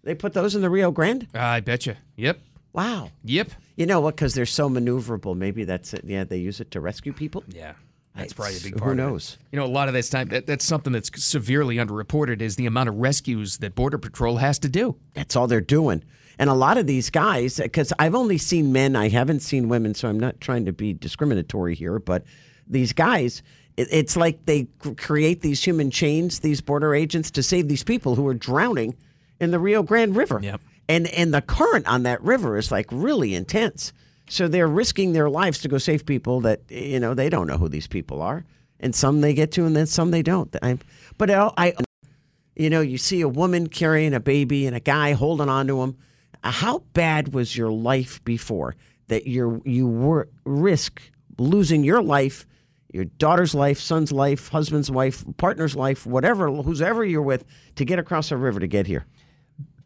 [SPEAKER 5] They put those in the Rio Grande.
[SPEAKER 4] I bet you. Yep.
[SPEAKER 5] Wow.
[SPEAKER 4] Yep.
[SPEAKER 5] You know what? Because they're so maneuverable. Maybe that's it. Yeah, they use it to rescue people.
[SPEAKER 4] Yeah. That's
[SPEAKER 5] It's-
[SPEAKER 4] probably a big
[SPEAKER 5] who
[SPEAKER 4] part. of it.
[SPEAKER 5] knows?
[SPEAKER 4] You know, a lot of this time, that, that's something that's severely underreported is the amount of rescues that Border Patrol has to do.
[SPEAKER 5] That's all they're doing. And a lot of these guys, because I've only seen men, I haven't seen women, so I'm not trying to be discriminatory here, but these guys, it, it's like they cr- create these human chains, these border agents, to save these people who are drowning in the Rio Grande River.
[SPEAKER 4] Yep.
[SPEAKER 5] And, and the current on that river is like really intense. So they're risking their lives to go save people that, you know, they don't know who these people are. And some they get to, and then some they don't. I, but I, I you know, you see a woman carrying a baby and a guy holding on to him. How bad was your life before that you you were risk losing your life, your daughter's life, son's life, husband's wife, partner's life, whatever, whoever you're with, to get across a river to get here?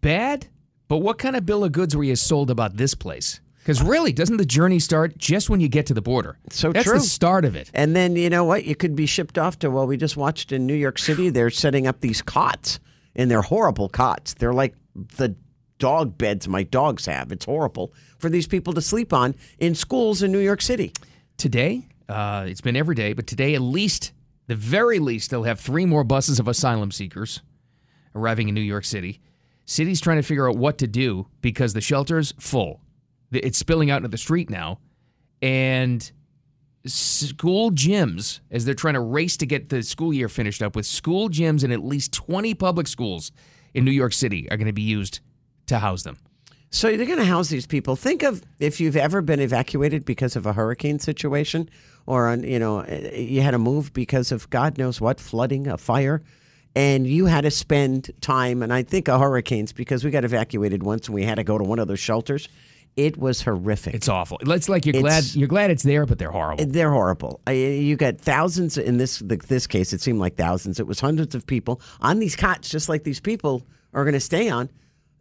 [SPEAKER 4] Bad, but what kind of bill of goods were you sold about this place? Because really, doesn't the journey start just when you get to the border?
[SPEAKER 5] So
[SPEAKER 4] that's
[SPEAKER 5] true.
[SPEAKER 4] the start of it.
[SPEAKER 5] And then you know what? You could be shipped off to. Well, we just watched in New York City. They're setting up these cots, and they're horrible cots. They're like the dog beds my dogs have. It's horrible for these people to sleep on in schools in New York City.
[SPEAKER 4] Today, uh, it's been every day, but today at least, the very least, they'll have three more buses of asylum seekers arriving in New York City. City's trying to figure out what to do because the shelter's full. Th- It's spilling out into the street now, and school gyms, as they're trying to race to get the school year finished up, with school gyms in at least 20 public schools in New York City are going to be used to house them.
[SPEAKER 5] So they're going to house these people. Think of if you've ever been evacuated because of a hurricane situation, or on you know eh, you had to move because of God knows what flooding, a fire, and you had to spend time. And I think of hurricanes because we got evacuated once and we had to go to one of those shelters. It was horrific.
[SPEAKER 4] It's awful. It's like you're glad
[SPEAKER 5] It's-
[SPEAKER 4] you're glad it's there, but they're horrible.
[SPEAKER 5] They're horrible. I- eh, You got thousands in this this case. It seemed like thousands. It was hundreds of people on these cots, just like these people are going to stay on.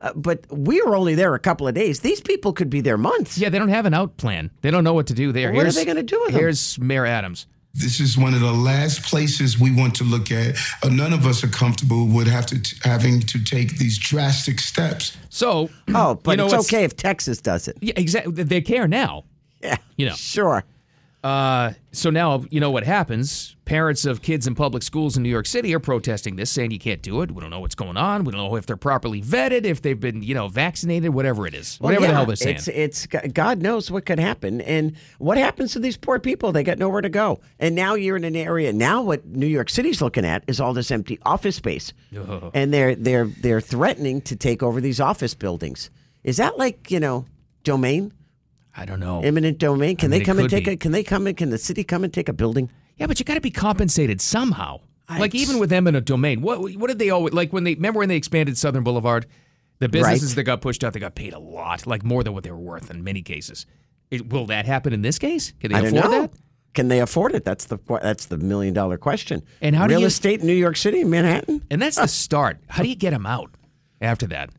[SPEAKER 5] Uh, but we were only there a couple of days. These people could be there months.
[SPEAKER 4] Yeah, they don't have an out plan. They don't know what to do there.
[SPEAKER 12] Well, what are
[SPEAKER 4] Here's-
[SPEAKER 12] they gonna do with 'em?
[SPEAKER 4] Here's Mayor Adams.
[SPEAKER 12] This is one of the last places we want to look at. Uh, none of us are comfortable with have to t- having to take these drastic steps.
[SPEAKER 4] So,
[SPEAKER 5] oh, but
[SPEAKER 12] you know,
[SPEAKER 5] it's,
[SPEAKER 12] it's-
[SPEAKER 5] okay if Texas does it.
[SPEAKER 4] Yeah, exactly. They care now.
[SPEAKER 5] Yeah,
[SPEAKER 4] you know,
[SPEAKER 5] sure.
[SPEAKER 4] Uh, so now you know what happens. Parents of kids in public schools in New York City are protesting this, saying you can't do it. We don't know what's going on. We don't know if they're properly vetted, if they've been, you know, vaccinated, whatever it is, whatever the
[SPEAKER 5] yeah,
[SPEAKER 4] hell they're saying.
[SPEAKER 5] It's, it's God knows what could happen, and what happens to these poor people? They got nowhere to go, and now you're in an area. Now what New York City's looking at is all this empty office space,
[SPEAKER 4] Ugh.
[SPEAKER 5] and they're they're they're threatening to take over these office buildings. Is that like you know domain?
[SPEAKER 4] I don't know.
[SPEAKER 5] Eminent domain.
[SPEAKER 4] I
[SPEAKER 5] Can
[SPEAKER 4] mean,
[SPEAKER 5] they
[SPEAKER 4] it
[SPEAKER 5] come and
[SPEAKER 4] could
[SPEAKER 5] take
[SPEAKER 4] be.
[SPEAKER 5] a? Can they come and can the city come and take a building?
[SPEAKER 4] Yeah, but you got to be compensated somehow. like even with eminent domain, what what did they always like when they remember when they expanded Southern Boulevard? The businesses
[SPEAKER 5] Right.
[SPEAKER 4] that got pushed out, they got paid a lot, like more than what they were worth in many cases. It- will that happen in this case? Can they
[SPEAKER 5] I don't
[SPEAKER 4] afford
[SPEAKER 5] know.
[SPEAKER 4] that?
[SPEAKER 5] Can they afford it? That's the that's the million dollar question.
[SPEAKER 4] And how do
[SPEAKER 5] real
[SPEAKER 4] you-
[SPEAKER 5] estate in New York City, Manhattan?
[SPEAKER 4] And that's the start. How do you get them out after that?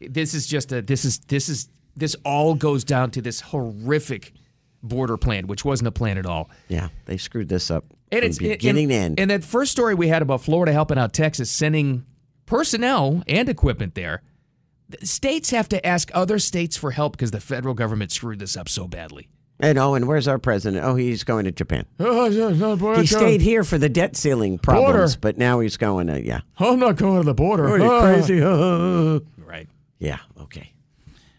[SPEAKER 4] This is just a this is this is this all goes down to this horrific border plan, which wasn't a plan at all.
[SPEAKER 5] Yeah, they screwed this up
[SPEAKER 4] And
[SPEAKER 5] from
[SPEAKER 4] it's and-
[SPEAKER 5] beginning
[SPEAKER 4] and,
[SPEAKER 5] to end.
[SPEAKER 4] And that first story we had about Florida helping out Texas, sending personnel and equipment there. The States have to ask other states for help because the federal government screwed this up so badly.
[SPEAKER 5] And oh, and where's our president? Oh, he's going to Japan.
[SPEAKER 4] Oh,
[SPEAKER 5] He
[SPEAKER 4] He
[SPEAKER 5] stayed here for the debt ceiling problems,
[SPEAKER 4] Border.
[SPEAKER 5] but now he's going to yeah.
[SPEAKER 4] I'm not going to the border. Ah.
[SPEAKER 5] Are you crazy? *laughs*
[SPEAKER 4] Right.
[SPEAKER 5] Yeah. Okay.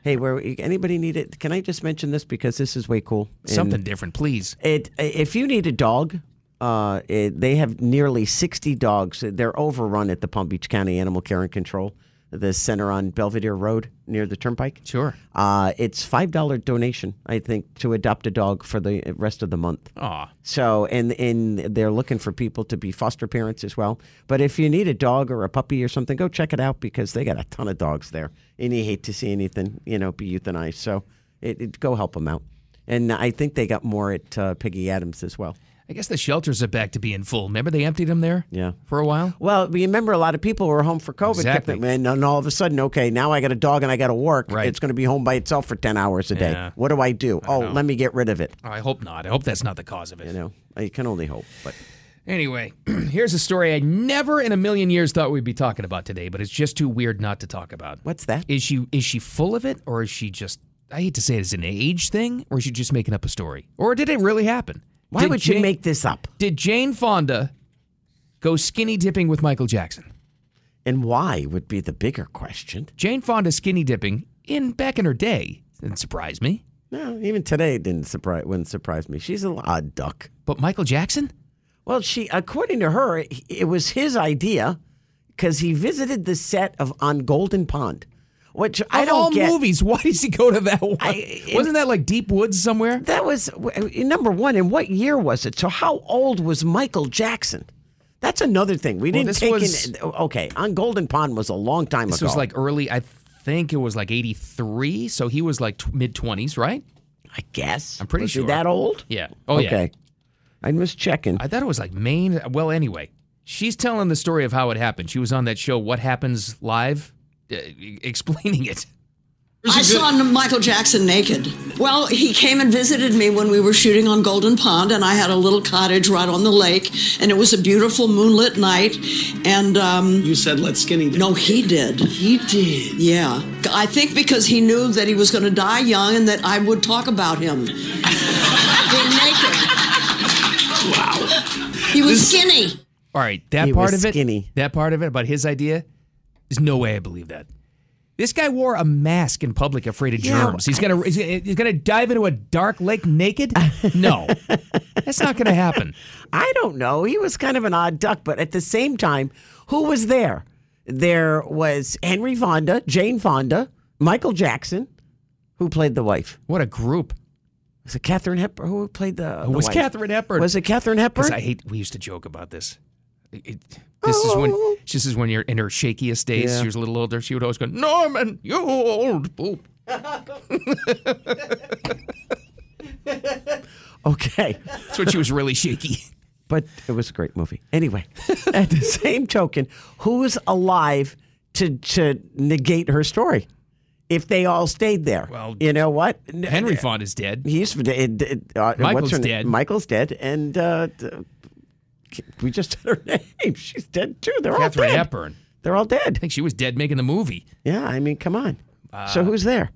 [SPEAKER 5] Hey, where anybody need it? Can I just mention this because this is way cool. And
[SPEAKER 4] Something different, please.
[SPEAKER 5] It if you need a dog, uh, it, they have nearly sixty dogs. They're overrun at the Palm Beach County Animal Care and Control, the center on Belvedere Road near the Turnpike.
[SPEAKER 4] Sure.
[SPEAKER 5] Uh, it's five dollar donation, I think, to adopt a dog for the rest of the month.
[SPEAKER 4] Aw.
[SPEAKER 5] So and and they're looking for people to be foster parents as well. But if you need a dog or a puppy or something, go check it out because they got a ton of dogs there, and you hate to see anything you know be euthanized. So it, it, go help them out. And I think they got more at uh, Piggy Adams as well.
[SPEAKER 4] I guess the shelters are back to being full. Remember they emptied them there?
[SPEAKER 5] Yeah.
[SPEAKER 4] For a while?
[SPEAKER 5] Well, you remember a lot of people were home for COVID, kept
[SPEAKER 4] Exactly.
[SPEAKER 5] them, and, and all of a sudden, okay, now I got a dog and I got to work.
[SPEAKER 4] Right.
[SPEAKER 5] It's going to be home by itself for ten hours a day.
[SPEAKER 4] Yeah.
[SPEAKER 5] What do I do? oh,
[SPEAKER 4] know.
[SPEAKER 5] let me get rid of it.
[SPEAKER 4] I hope not. I hope that's not the cause of it.
[SPEAKER 5] You know, I can only hope. But
[SPEAKER 4] Anyway, *clears throat* here's a story I never in a million years thought we'd be talking about today, but it's just too weird not to talk about.
[SPEAKER 5] What's that?
[SPEAKER 4] Is she is she full of it or is she just I hate to say it is it an age thing or is she just making up a story? Or did it really happen?
[SPEAKER 5] why
[SPEAKER 4] Did
[SPEAKER 5] would you
[SPEAKER 4] Jane-
[SPEAKER 5] make this up?
[SPEAKER 4] Did Jane Fonda go skinny dipping with Michael Jackson?
[SPEAKER 5] And why would be the bigger question.
[SPEAKER 4] Jane Fonda skinny dipping in back in her day didn't surprise me.
[SPEAKER 5] No, even today it didn't surprise wouldn't surprise me. She's an odd duck.
[SPEAKER 4] But Michael Jackson?
[SPEAKER 5] Well, she according to her, he- it was his idea because he visited the set of On Golden Pond, which I
[SPEAKER 4] Of
[SPEAKER 5] don't
[SPEAKER 4] all
[SPEAKER 5] get.
[SPEAKER 4] movies, why does he go to that one?
[SPEAKER 5] I-
[SPEAKER 4] Wasn't that like Deep Woods somewhere?
[SPEAKER 5] That was w- number one. And what year was it? So how old was Michael Jackson? That's another thing we
[SPEAKER 4] Well,
[SPEAKER 5] didn't
[SPEAKER 4] this
[SPEAKER 5] take
[SPEAKER 4] was-
[SPEAKER 5] in. Okay, On Golden Pond was a long time
[SPEAKER 4] This
[SPEAKER 5] ago.
[SPEAKER 4] was like early, I think it was like 83. So he was like t- mid 20s, right?
[SPEAKER 5] I guess.
[SPEAKER 4] I'm pretty
[SPEAKER 5] was he
[SPEAKER 4] sure.
[SPEAKER 5] that old.
[SPEAKER 4] Yeah. Oh, yeah.
[SPEAKER 5] okay. I was checking.
[SPEAKER 4] I thought it was like Maine. Well, anyway, she's telling the story of how it happened. She was on that show, What Happens Live, uh, e- explaining it.
[SPEAKER 8] I saw Michael Jackson naked. Well, he came and visited me when we were shooting on Golden Pond, and I had a little cottage right on the lake, and it was a beautiful moonlit night. And um, you said, "Let's skinny." No, he did. He did. Yeah, I think because he knew that he was going to die young, and that I would talk about him being naked. Wow. He was skinny.
[SPEAKER 4] All right, that
[SPEAKER 5] He
[SPEAKER 4] part
[SPEAKER 5] was
[SPEAKER 4] of it,
[SPEAKER 5] skinny.
[SPEAKER 4] that part of it about his idea, there's no way I believe that. This guy wore a mask in public, afraid of
[SPEAKER 5] Yeah,
[SPEAKER 4] germs. He's gonna he's gonna- he's gonna dive into a dark lake naked. No,
[SPEAKER 5] *laughs*
[SPEAKER 4] that's not gonna happen.
[SPEAKER 5] I don't know. He was kind of an odd duck, but at the same time, who was there? There was Henry Fonda, Jane Fonda, Michael Jackson, who played the wife.
[SPEAKER 4] What a group.
[SPEAKER 5] Was it Catherine Hepburn? Who played the, the
[SPEAKER 4] was
[SPEAKER 5] wife?
[SPEAKER 4] Catherine Hepburn.
[SPEAKER 5] Was it Catherine Hepburn?
[SPEAKER 4] 'Cause I hate. We used to joke about this. It- it- this is when this is when you're in her shakiest days.
[SPEAKER 5] Oh. Yeah.
[SPEAKER 4] She was a little older. She would always go, Norman, you old poop.
[SPEAKER 5] Okay.
[SPEAKER 4] That's when she was really
[SPEAKER 5] *laughs*
[SPEAKER 4] shaky.
[SPEAKER 5] But it was a great movie. Anyway, *laughs* at the same token, who's alive to to negate her story? If they all stayed there, well, you know what? N-
[SPEAKER 4] Henry Font is dead.
[SPEAKER 5] He's uh, uh,
[SPEAKER 4] Michael's
[SPEAKER 5] what's her name?
[SPEAKER 4] dead.
[SPEAKER 5] Michael's dead, and uh, d- we just said her *laughs* name. She's dead too. They're all
[SPEAKER 4] Catherine
[SPEAKER 5] dead.
[SPEAKER 4] Hepburn.
[SPEAKER 5] They're all dead. I
[SPEAKER 4] think she was dead making the movie.
[SPEAKER 5] Yeah, I mean, come on.
[SPEAKER 4] Uh,
[SPEAKER 5] so who's there?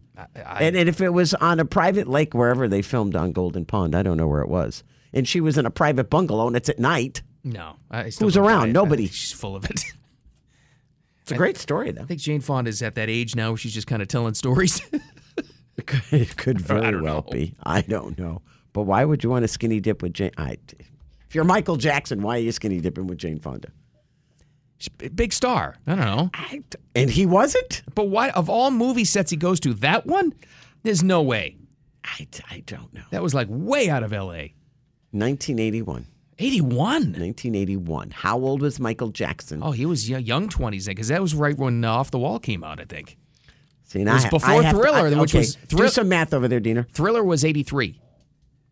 [SPEAKER 5] and, and if it was on a private lake, wherever they filmed on Golden Pond, I don't know where it was, and she was in a private bungalow, and it's at night.
[SPEAKER 4] No, I still
[SPEAKER 5] Who's
[SPEAKER 4] don't buy
[SPEAKER 5] around?
[SPEAKER 4] it. I
[SPEAKER 5] Nobody.
[SPEAKER 4] think *laughs* She's full of it.
[SPEAKER 5] It's a great story, though.
[SPEAKER 4] I think Jane Fonda is at that age now where she's just kind of telling stories.
[SPEAKER 5] *laughs*
[SPEAKER 4] *laughs*
[SPEAKER 5] It could very well be. I don't know. But why would you want to skinny dip with Jane? I, if you're Michael Jackson, why are you skinny dipping with Jane Fonda?
[SPEAKER 4] Big star. I don't know.
[SPEAKER 5] and he wasn't.
[SPEAKER 4] But why? Of all movie sets he goes to, that one? There's no way.
[SPEAKER 5] I, I don't know.
[SPEAKER 4] That was like way out of L.A.
[SPEAKER 5] 1981.
[SPEAKER 4] 81.
[SPEAKER 5] 1981. How old was Michael Jackson?
[SPEAKER 4] Oh, he was y- young 20s then, because that was right when uh, Off the Wall came out, I think.
[SPEAKER 5] See,
[SPEAKER 4] it was before Thriller, which
[SPEAKER 5] okay,
[SPEAKER 4] was
[SPEAKER 5] do
[SPEAKER 4] Thrill-
[SPEAKER 5] some math over there, Diener.
[SPEAKER 4] Thriller was 83.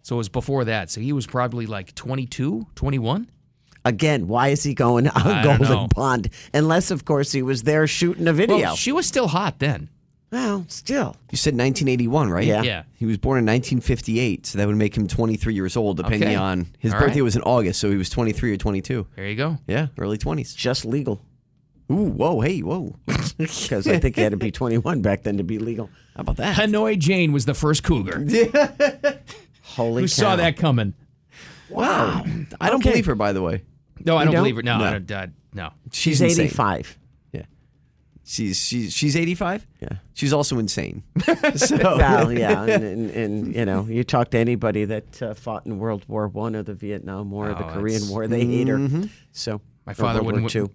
[SPEAKER 4] So it was before that. So he was probably like 22, 21.
[SPEAKER 5] Again, why is he going on
[SPEAKER 4] I don't know.
[SPEAKER 5] Golden Pond? Unless, of course, he was there shooting a video.
[SPEAKER 4] Well, she was still hot then.
[SPEAKER 5] Well, still.
[SPEAKER 11] You said 1981, right?
[SPEAKER 5] Yeah.
[SPEAKER 4] Yeah.
[SPEAKER 11] He was born in 1958, so that would make him 23 years old, depending
[SPEAKER 4] Okay.
[SPEAKER 11] on his
[SPEAKER 4] All
[SPEAKER 11] birthday
[SPEAKER 4] right.
[SPEAKER 11] was in August, so he was 23 or 22.
[SPEAKER 4] There you
[SPEAKER 5] *laughs*
[SPEAKER 4] go.
[SPEAKER 11] Yeah, early 20s.
[SPEAKER 5] Just legal.
[SPEAKER 11] Ooh, whoa, hey, whoa.
[SPEAKER 5] Because I think he had
[SPEAKER 4] *laughs*
[SPEAKER 5] to be 21 back then to be legal.
[SPEAKER 11] How about that?
[SPEAKER 4] Hanoi Jane was the first cougar.
[SPEAKER 5] Holy
[SPEAKER 4] Who saw
[SPEAKER 5] cow.
[SPEAKER 4] that coming?
[SPEAKER 5] Wow.
[SPEAKER 11] I don't
[SPEAKER 5] Okay.
[SPEAKER 11] believe her, by the way.
[SPEAKER 4] No, I
[SPEAKER 5] You
[SPEAKER 4] don't,
[SPEAKER 5] don't?
[SPEAKER 4] believe it. No,
[SPEAKER 11] No.
[SPEAKER 4] I don't, I- no.
[SPEAKER 11] She's,
[SPEAKER 5] She's
[SPEAKER 11] insane.
[SPEAKER 5] 85.
[SPEAKER 11] She's she's she's 85.
[SPEAKER 5] Yeah.
[SPEAKER 11] She's also insane. so
[SPEAKER 4] Oh,
[SPEAKER 5] Well, yeah, and,
[SPEAKER 4] *laughs*
[SPEAKER 5] and, and you know, you talk to anybody that uh, fought in World War One or the Vietnam War or the
[SPEAKER 4] Oh,
[SPEAKER 5] Korean
[SPEAKER 4] that's-
[SPEAKER 5] War, they hate her. So
[SPEAKER 4] My
[SPEAKER 5] or
[SPEAKER 4] father
[SPEAKER 5] World War
[SPEAKER 4] wouldn't.
[SPEAKER 5] Two.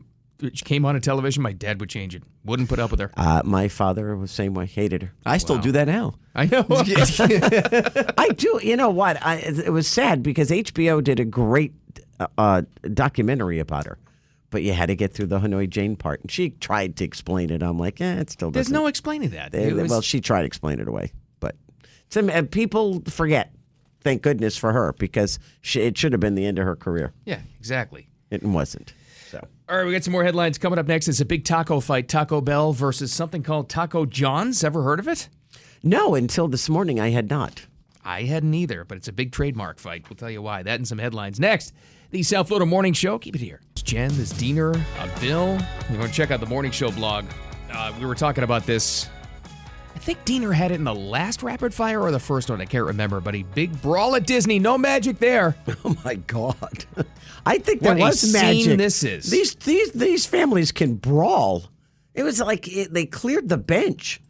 [SPEAKER 4] She came on a television, my dad would change it. Wouldn't put up
[SPEAKER 5] *laughs*
[SPEAKER 4] with her.
[SPEAKER 5] Uh, my father was the same way, hated her.
[SPEAKER 11] I still
[SPEAKER 4] Wow.
[SPEAKER 11] do that now.
[SPEAKER 4] I know.
[SPEAKER 5] I do. You know what? I, it was sad because HBO did a great uh, uh, documentary about her, but you had to get through the Hanoi Jane part, and she tried to explain it. I'm like, eh, it
[SPEAKER 4] *laughs*
[SPEAKER 5] still
[SPEAKER 4] There's
[SPEAKER 5] doesn't.
[SPEAKER 4] no explaining that.
[SPEAKER 5] They-
[SPEAKER 4] It was-
[SPEAKER 5] well, she tried to explain it away, but some and people forget. Thank goodness for her because she, it should have been the end of her career.
[SPEAKER 4] yeah, exactly.
[SPEAKER 5] It wasn't. So
[SPEAKER 4] All right, we got some more headlines coming up next. It's a big taco fight Taco Bell versus something called Taco John's. Ever heard of it?
[SPEAKER 5] no, until this morning, I had not.
[SPEAKER 4] I hadn't either, but it's a big trademark fight. We'll tell you why. That and some headlines next. The South Florida Morning Show. Keep it here. It's Jen, this is Diener. I'm Bill. You want to check out the Morning Show blog? Uh, we were talking about this. I think Diener had it in the last rapid fire or the first one. I can't remember, but a big brawl at Disney. No magic there.
[SPEAKER 5] Oh my God! *laughs* I think there
[SPEAKER 4] What a
[SPEAKER 5] was magic.
[SPEAKER 4] scene this is.
[SPEAKER 5] These these these families can brawl. It was like it, they cleared the bench.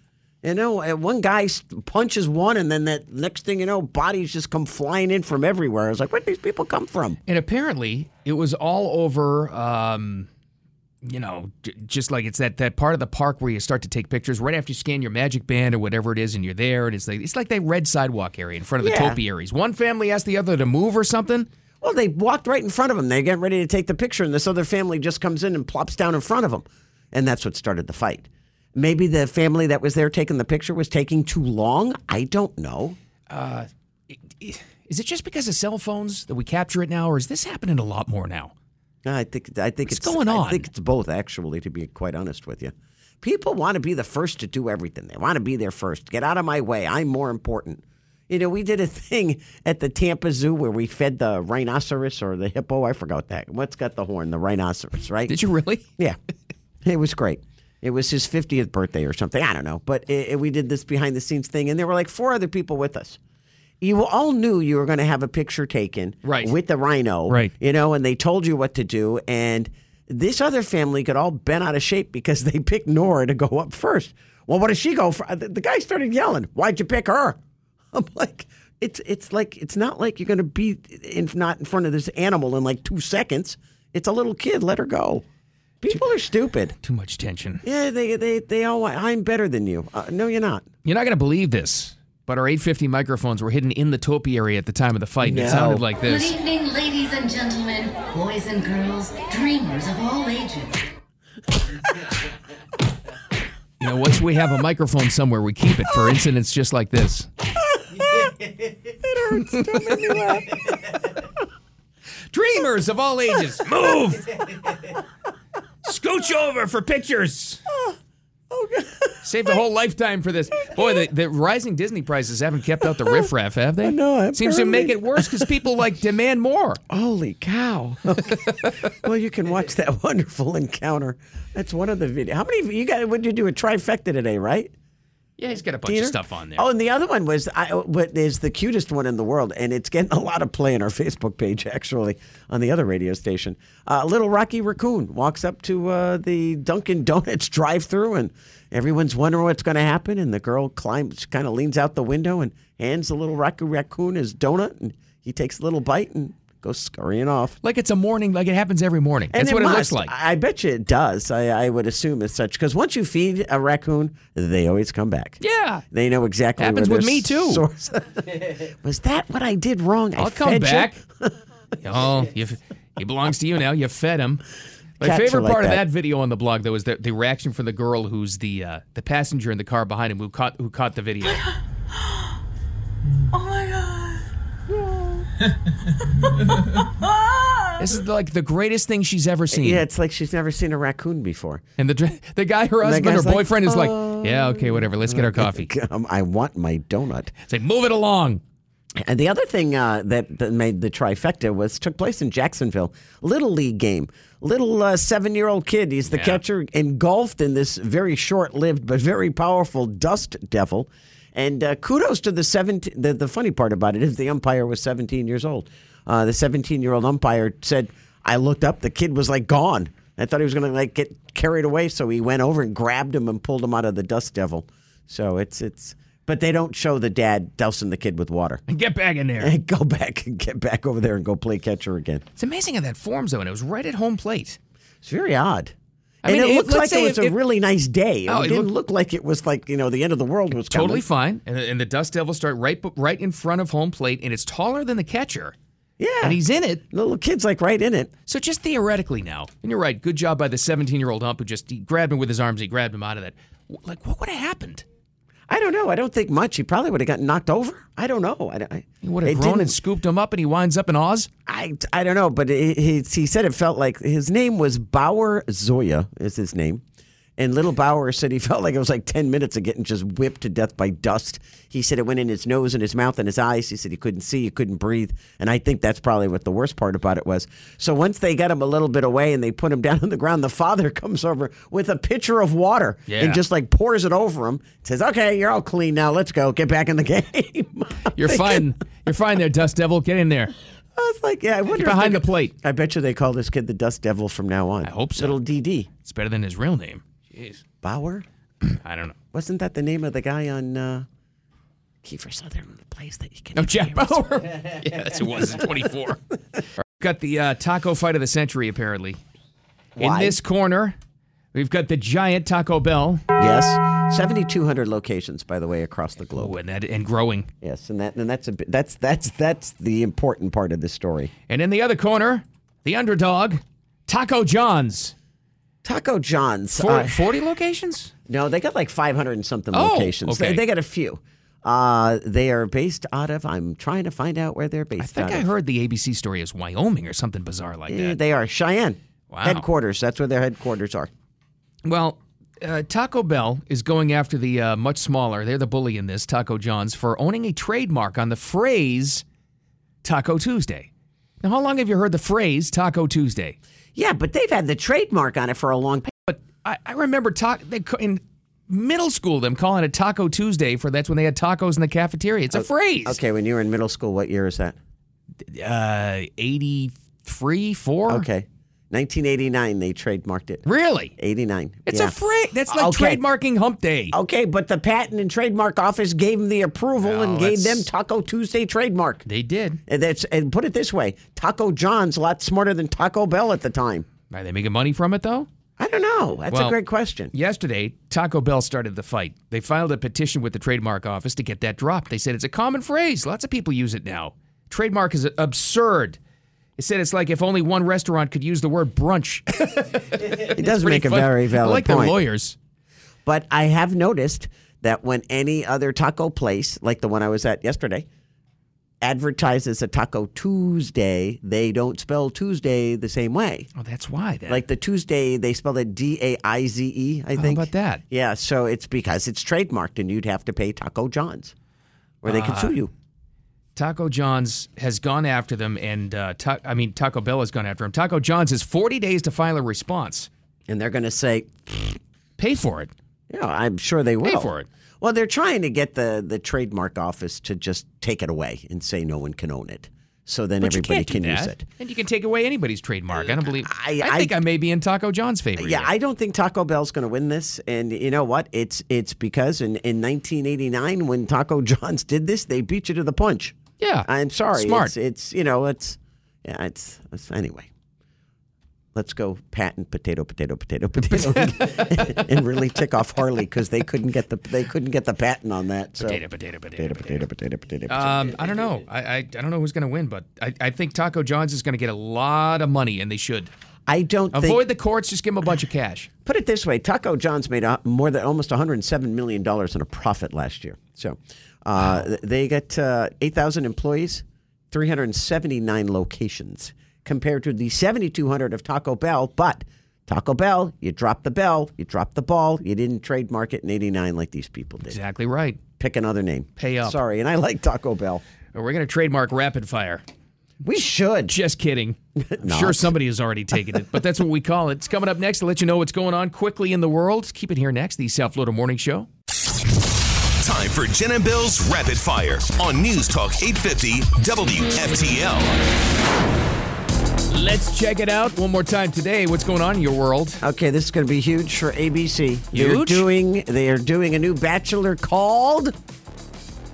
[SPEAKER 5] You know, and one guy s- punches one, and then that next thing you know, bodies just come flying in from everywhere. I was like, where would these people come from?
[SPEAKER 4] And apparently, it was all over. Um, you know, j- just like it's that that part of the park where you start to take pictures right after you scan your magic band or whatever it is, and you're there, and it's like it's like that red sidewalk area in front of the
[SPEAKER 5] Yeah.
[SPEAKER 4] topiaries. One family asked the other to move or something.
[SPEAKER 5] Well, they walked right in front of him. They get ready to take the picture, and this other family just comes in and plops down in front of them, and that's what started the fight. Maybe the family that was there taking the picture was taking too long. I don't know.
[SPEAKER 4] Is it just because of cell phones that we capture it now, or is this happening a lot more now?
[SPEAKER 5] I think I think
[SPEAKER 4] What's
[SPEAKER 5] it's
[SPEAKER 4] going
[SPEAKER 5] I
[SPEAKER 4] on?
[SPEAKER 5] think it's both, actually. To be quite honest with you, people want to be the first to do everything. They want to be there first. Get out of my way. I'm more important. You know, we did a *laughs* thing at the Tampa Zoo where we fed the rhinoceros or the hippo. I forgot that. What's got the horn? The rhinoceros, right?
[SPEAKER 4] Did you really? *laughs*
[SPEAKER 5] Yeah, it was great. It was his 50th birthday or something. I don't know. But it, it- we did this behind the scenes thing, and there were like four other people with us. You all knew you were going to have a picture taken
[SPEAKER 4] Right.
[SPEAKER 5] with the rhino,
[SPEAKER 4] Right.
[SPEAKER 5] you know, and they told you what to do. And this other family got all bent out of shape because *laughs* they picked Nora to go up first. Well, what does she go for? The the guy started yelling, Why'd you pick her? *laughs* I'm like, it's it's like it's not like you're going to be in, not in front of this animal in like two seconds. It's a little kid. Let her go. People are stupid.
[SPEAKER 4] Too much tension.
[SPEAKER 5] Yeah, they they they all. I'm better than you. Uh, no, you're not.
[SPEAKER 4] You're not going to believe this, but our 850 microphones were hidden in the topiary at the time of the fight, and
[SPEAKER 5] No.
[SPEAKER 4] it sounded like this.
[SPEAKER 14] Good evening, ladies and gentlemen, boys and girls, dreamers of all ages.
[SPEAKER 4] You know, once we have a microphone somewhere, we keep it for incidents just like this.
[SPEAKER 5] it hurts. Don't make me laugh.
[SPEAKER 4] Dreamers of all ages, move! Scooch over for pictures.
[SPEAKER 5] Oh,
[SPEAKER 4] Saved a whole lifetime for this. Boy, the, the rising Disney prices haven't kept out the riffraff, have they?
[SPEAKER 5] No,
[SPEAKER 4] Seems to make it worse because people like demand more.
[SPEAKER 5] Holy
[SPEAKER 4] *laughs*
[SPEAKER 5] cow! well, you can watch that wonderful encounter. That's one of the videos. How many? You got? What did you do? A trifecta today, right?
[SPEAKER 4] Yeah, he's got a bunch
[SPEAKER 5] Diener?
[SPEAKER 4] of stuff on there.
[SPEAKER 5] Oh, and the other one was I, what is the cutest one in the world, and it's getting a lot of play on our Facebook page actually on the other radio station. Uh, little Rocky Raccoon walks up to uh, the Dunkin' Donuts *laughs* drive-through, and everyone's wondering what's going to happen. And the girl climbs, kind of leans out the window, and hands the little Rocky Raccoon his donut, and he takes a little bite and goes scurrying off.
[SPEAKER 4] Like it's a morning, like it happens every morning.
[SPEAKER 5] And
[SPEAKER 4] That's what it looks
[SPEAKER 5] must.
[SPEAKER 4] like.
[SPEAKER 5] I I bet you it does. I, I would assume as such because once you feed a raccoon, they always come back.
[SPEAKER 4] Yeah.
[SPEAKER 5] They know exactly.
[SPEAKER 4] Happens
[SPEAKER 5] where
[SPEAKER 4] with
[SPEAKER 5] their
[SPEAKER 4] me, too.
[SPEAKER 5] source- *laughs* Was that what I did wrong? I
[SPEAKER 4] I'll come
[SPEAKER 5] fed you?
[SPEAKER 4] back. *laughs* oh, you, he belongs to you now. You fed him. My
[SPEAKER 5] Cats are
[SPEAKER 4] favorite
[SPEAKER 5] like
[SPEAKER 4] part of
[SPEAKER 5] that.
[SPEAKER 4] that video on the blog though was the, the reaction from the girl who's the uh, the passenger in the car behind him who caught who caught the video.
[SPEAKER 13] *gasps* Oh my god. *laughs*
[SPEAKER 4] this is like the greatest thing she's ever seen.
[SPEAKER 5] Yeah, it's like she's never seen a raccoon before.
[SPEAKER 4] And the dr- the guy, her
[SPEAKER 5] And the
[SPEAKER 4] husband, her
[SPEAKER 5] guy's like,
[SPEAKER 4] boyfriend is
[SPEAKER 5] "Oh."
[SPEAKER 4] like, yeah, okay, whatever. Let's get our
[SPEAKER 5] *laughs*
[SPEAKER 4] coffee.
[SPEAKER 5] Um, I want my donut.
[SPEAKER 4] Say, move it along.
[SPEAKER 5] And the other thing uh, that, that made the trifecta was took place in Jacksonville, little league game. Little uh, seven-year-old kid, he's the catcher, engulfed in this very short-lived but very powerful dust devil. And uh, kudos to the seventeen. The, the funny part about it is the umpire was seventeen years old. Uh, the seventeen-year-old umpire said, "I looked up. The kid was like gone. I thought he was going to like get carried away, so he went over and grabbed him and pulled him out of the dust devil." So it's it's. But they don't show the dad dousing the kid with water
[SPEAKER 4] Get back in there.
[SPEAKER 5] and go back and get back over there and go play catcher again.
[SPEAKER 4] It's amazing how that forms though, and it was right at home plate.
[SPEAKER 5] It's very odd.
[SPEAKER 4] I mean,
[SPEAKER 5] and it,
[SPEAKER 4] if-
[SPEAKER 5] looked
[SPEAKER 4] let's
[SPEAKER 5] like
[SPEAKER 4] say
[SPEAKER 5] it was
[SPEAKER 4] if-
[SPEAKER 5] a really nice day.
[SPEAKER 4] Oh,
[SPEAKER 5] it,
[SPEAKER 4] it
[SPEAKER 5] didn't
[SPEAKER 4] looked-
[SPEAKER 5] look like it was like you know the end of the world was coming.
[SPEAKER 4] Totally fine. And, and the Dust Devils start right right in front of home plate, and it's taller than the catcher.
[SPEAKER 5] Yeah,
[SPEAKER 4] And he's in it.
[SPEAKER 5] The little kid's like right in it.
[SPEAKER 4] So just theoretically now, and you're right, good job by the 17 year old ump who just he grabbed him with his arms, he grabbed him out of that. W- Like, what would have happened?
[SPEAKER 5] I don't know. I don't think much. He probably would have gotten knocked over. I don't know. I, I,
[SPEAKER 4] He would have
[SPEAKER 5] it
[SPEAKER 4] grown
[SPEAKER 5] didn't-
[SPEAKER 4] and scooped him up, and he winds up in Oz.
[SPEAKER 5] I, I don't know, but he, he, he said it felt like his name was Bauer Zoya, is his name. And little Bauer said he *laughs* felt like it was like 10 minutes of getting just whipped to death by dust. He said it went in his nose and his mouth and his eyes. He said he couldn't see, he couldn't breathe. And I think that's probably what the worst part about it was. So once they got him a little bit away and they put him *laughs* down on the ground, the father comes over with a pitcher of water
[SPEAKER 4] Yeah.
[SPEAKER 5] and just like pours it over him. Says, okay, you're all clean now. Let's go. Get back in the *laughs* game.
[SPEAKER 4] You're
[SPEAKER 5] Thinking-
[SPEAKER 4] fine. *laughs* You're fine there, Dust Devil. Get in there.
[SPEAKER 5] I was like, yeah, I wonder if
[SPEAKER 4] behind
[SPEAKER 5] they-
[SPEAKER 4] the plate.
[SPEAKER 5] I bet you they call this kid the Dust Devil from now on. I
[SPEAKER 4] hope so.
[SPEAKER 5] Little DD
[SPEAKER 4] It's better than his real name. Jeez.
[SPEAKER 5] Bauer.
[SPEAKER 4] I don't know.
[SPEAKER 5] Wasn't that the name of the guy on uh, Kiefer Sutherland, the place that you can?
[SPEAKER 4] No,
[SPEAKER 5] *laughs*
[SPEAKER 4] Jack Bauer. *laughs* yeah, that's who it was in 24. got the uh, taco fight of the century, apparently. In
[SPEAKER 5] Why?
[SPEAKER 4] this corner, we've got the giant Taco Bell.
[SPEAKER 5] Yes, seventy-two hundred locations, by the way, across the globe.
[SPEAKER 4] Oh, and, that, and growing.
[SPEAKER 5] Yes, and that and that's a bi- that's that's that's the important part of the story.
[SPEAKER 4] And in the other corner, the underdog, Taco John's.
[SPEAKER 5] Taco John's.
[SPEAKER 4] Four-
[SPEAKER 5] uh,
[SPEAKER 4] 40 locations?
[SPEAKER 5] No, they got like 500 and something
[SPEAKER 4] Oh,
[SPEAKER 5] locations. They,
[SPEAKER 4] okay.
[SPEAKER 5] they got a few. Uh, they are based out of, I'm trying to find out where they're based
[SPEAKER 4] I think
[SPEAKER 5] out
[SPEAKER 4] I
[SPEAKER 5] of.
[SPEAKER 4] heard the ABC story is Wyoming or something bizarre like
[SPEAKER 5] Yeah,
[SPEAKER 4] that.
[SPEAKER 5] They are Cheyenne
[SPEAKER 4] Wow.
[SPEAKER 5] headquarters. That's where their headquarters are.
[SPEAKER 4] Well, uh, Taco Bell is going after the uh, much smaller, they're the bully in this, Taco John's, for owning a trademark on the phrase Taco Tuesday. Now, how long have you heard the phrase Taco Tuesday?
[SPEAKER 5] Yeah, but they've had the trademark on it for a long time.
[SPEAKER 4] But I, I remember ta- they, ca- in middle school them calling it Taco Tuesday for that's when they had tacos in the cafeteria. It's a phrase.
[SPEAKER 5] Okay, when you were in middle school, what year is that?
[SPEAKER 4] Uh, 83, 4?
[SPEAKER 5] Okay. 1989, they trademarked it.
[SPEAKER 4] Really?
[SPEAKER 5] 89.
[SPEAKER 4] It's
[SPEAKER 5] yeah.
[SPEAKER 4] a phrase. That's like
[SPEAKER 5] Okay. Oh.
[SPEAKER 4] trademarking hump day.
[SPEAKER 5] Okay, but the Patent and Trademark Office gave them the approval and
[SPEAKER 4] No,
[SPEAKER 5] gave them
[SPEAKER 4] that's-
[SPEAKER 5] Taco Tuesday trademark.
[SPEAKER 4] They did.
[SPEAKER 5] And that's and put it this way, Taco John's a lot smarter than Taco Bell at the time.
[SPEAKER 4] Are they making money from it though?
[SPEAKER 5] I don't know. That's
[SPEAKER 4] Well,
[SPEAKER 5] a great question.
[SPEAKER 4] Yesterday, Taco Bell started the fight. They filed a petition with the trademark office to get that dropped. They said it's a common phrase. Lots of people use it now. Trademark is absurd. It said it's like if only one restaurant could use the word brunch.
[SPEAKER 5] It
[SPEAKER 4] *laughs*
[SPEAKER 5] does
[SPEAKER 4] pretty
[SPEAKER 5] make a
[SPEAKER 4] fun.
[SPEAKER 5] very valid
[SPEAKER 4] I like
[SPEAKER 5] point.
[SPEAKER 4] the lawyers.
[SPEAKER 5] But I have noticed that when any other taco place, like the one I was at yesterday, advertises a Taco Tuesday, they don't spell Tuesday the same way.
[SPEAKER 4] Oh, that's why. Then.
[SPEAKER 5] Like the Tuesday, they spell it D A I Z E, I think.
[SPEAKER 4] about that?
[SPEAKER 5] Yeah, so it's because it's trademarked and you'd have to pay Taco John's or they could
[SPEAKER 4] Ah.
[SPEAKER 5] sue you.
[SPEAKER 4] Taco John's has gone after them, and uh, ta- I mean Taco Bell has gone after them. Taco John's has 40 days to file a response,
[SPEAKER 5] and they're going to say,
[SPEAKER 4] "Pay for it."
[SPEAKER 5] Yeah, I'm sure they will.
[SPEAKER 4] Pay for it.
[SPEAKER 5] Well, they're trying to get the, the trademark office to just take it away and say no one can own it. So then
[SPEAKER 4] but you
[SPEAKER 5] everybody
[SPEAKER 4] can't do
[SPEAKER 5] can use
[SPEAKER 4] that.
[SPEAKER 5] it.
[SPEAKER 4] and you can take away anybody's trademark. I don't believe. I,
[SPEAKER 5] I-
[SPEAKER 4] think I may be in Taco John's favor.
[SPEAKER 5] Yeah,
[SPEAKER 4] here.
[SPEAKER 5] I don't think Taco Bell's going to win this. And you know what? It's it's because in, in 1989 when Taco *laughs* John's did this, they beat you to the punch.
[SPEAKER 4] Yeah,
[SPEAKER 5] I'm sorry.
[SPEAKER 4] Smart.
[SPEAKER 5] It's, uh, it's you know it's yeah it's, it's anyway. Let's go patent potato
[SPEAKER 4] *laughs*
[SPEAKER 5] potato potato potato and, and really tick off Harley because they couldn't get the they couldn't get the patent on that. So
[SPEAKER 4] Potato, potato, potato,
[SPEAKER 5] potato potato potato.
[SPEAKER 4] Um, I don't know. I, I I don't know who's going to win, but I, I think Taco John's is going to get a lot of money, and they should
[SPEAKER 5] I don't think-
[SPEAKER 4] avoid the courts. Just give them a bunch of cash.
[SPEAKER 5] Put it this way: Taco John's made a, more than almost 107 million dollars in a profit last year. So uh, th- they got uh, 8,000 employees, 379 locations, compared to the 7,200 of Taco Bell. But Taco Bell, you dropped the bell, you dropped the ball, you didn't trademark it in '89 like these people did.
[SPEAKER 4] Exactly right.
[SPEAKER 5] Pick another name.
[SPEAKER 4] Pay up.
[SPEAKER 5] Sorry, and I like Taco Bell.
[SPEAKER 4] We're going to trademark rapid fire.
[SPEAKER 5] We should.
[SPEAKER 4] Just
[SPEAKER 5] *laughs*
[SPEAKER 4] kidding. I'm
[SPEAKER 5] Not.
[SPEAKER 4] sure somebody has already taken it, but that's what we call it. It's coming up next to let you know what's going on quickly in the world. Keep it here next, the South Florida Morning Show.
[SPEAKER 1] Time for Jen and Bill's Rapid Fire on News Talk 850 WFTL.
[SPEAKER 4] Let's check it out one more time today. What's going on in your world?
[SPEAKER 5] Okay, this is going to be huge for ABC. They're
[SPEAKER 4] Huge?
[SPEAKER 5] doing they are doing a new Bachelor called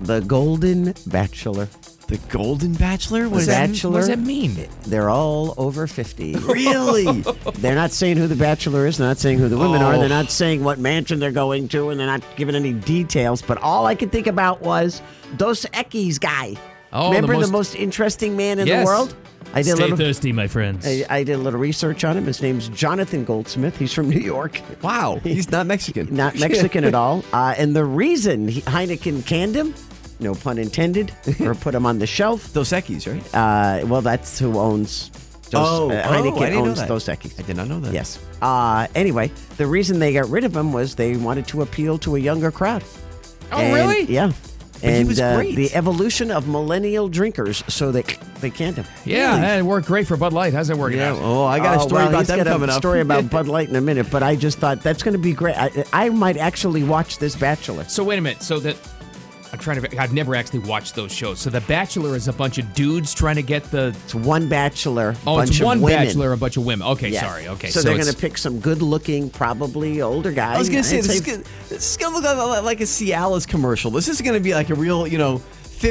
[SPEAKER 5] The Golden Bachelor.
[SPEAKER 11] The Golden Bachelor?
[SPEAKER 4] What does that- what does that
[SPEAKER 5] mean? They're all over 50. Really? *laughs* they're not saying who the bachelor is, they're not saying who the women are,
[SPEAKER 4] Oh.
[SPEAKER 5] they're not saying what mansion they're going to, and they're not giving any details. But all I could think about was Dos Equis guy.
[SPEAKER 15] Oh, the
[SPEAKER 5] Remember the most,
[SPEAKER 15] most-
[SPEAKER 5] interesting man in the world? I did a
[SPEAKER 15] Stay
[SPEAKER 5] little
[SPEAKER 15] thirsty, my friends.
[SPEAKER 5] I, I did a little research on him. His name's Jonathan Goldsmith. He's from New York. *laughs*
[SPEAKER 11] Wow, he's not Mexican.
[SPEAKER 5] not Mexican
[SPEAKER 11] *laughs*
[SPEAKER 5] at all. Uh, and the reason he, Heineken canned him, no pun intended, or put him on the shelf.
[SPEAKER 11] Dos Equis, right?
[SPEAKER 5] Uh, well, that's who owns. Dos,
[SPEAKER 11] Oh,
[SPEAKER 5] uh,
[SPEAKER 11] oh,
[SPEAKER 5] Heineken
[SPEAKER 11] I didn't know
[SPEAKER 5] owns
[SPEAKER 11] that.
[SPEAKER 5] Dos Equis.
[SPEAKER 11] I did not know that.
[SPEAKER 5] Yes. Uh, anyway, the reason they got rid of him was they wanted to appeal to a younger crowd.
[SPEAKER 4] Oh,
[SPEAKER 5] And-
[SPEAKER 4] really?
[SPEAKER 5] Yeah.
[SPEAKER 4] But he
[SPEAKER 5] and
[SPEAKER 4] was
[SPEAKER 5] uh,
[SPEAKER 4] great.
[SPEAKER 5] the evolution of millennial drinkers, so they they canned him.
[SPEAKER 4] Yeah, that worked great for Bud Light. How's that working out?
[SPEAKER 11] Oh, I got a
[SPEAKER 5] Oh,
[SPEAKER 11] story
[SPEAKER 5] well,
[SPEAKER 11] about
[SPEAKER 5] he's
[SPEAKER 11] them
[SPEAKER 5] got a
[SPEAKER 11] coming up. *laughs*
[SPEAKER 5] Story about Bud Light in a minute, but I just thought that's going to be great. I, I might actually watch this Bachelor.
[SPEAKER 4] So wait a minute. So that I'm trying to. I've never actually watched those shows. So The Bachelor is a bunch of dudes trying to get the.
[SPEAKER 5] It's one Bachelor.
[SPEAKER 4] Oh,
[SPEAKER 5] bunch
[SPEAKER 4] it's
[SPEAKER 5] of
[SPEAKER 4] one
[SPEAKER 5] women.
[SPEAKER 4] bachelor, a bunch of women. Okay,
[SPEAKER 5] Yes.
[SPEAKER 4] sorry. Okay,
[SPEAKER 5] so, they're
[SPEAKER 4] it's-
[SPEAKER 5] going to pick some good-looking, probably older guys.
[SPEAKER 11] I was gonna say
[SPEAKER 5] I'd
[SPEAKER 11] this is gonna, this is gonna look like, like a Cialis commercial. This is gonna be like a real, you know,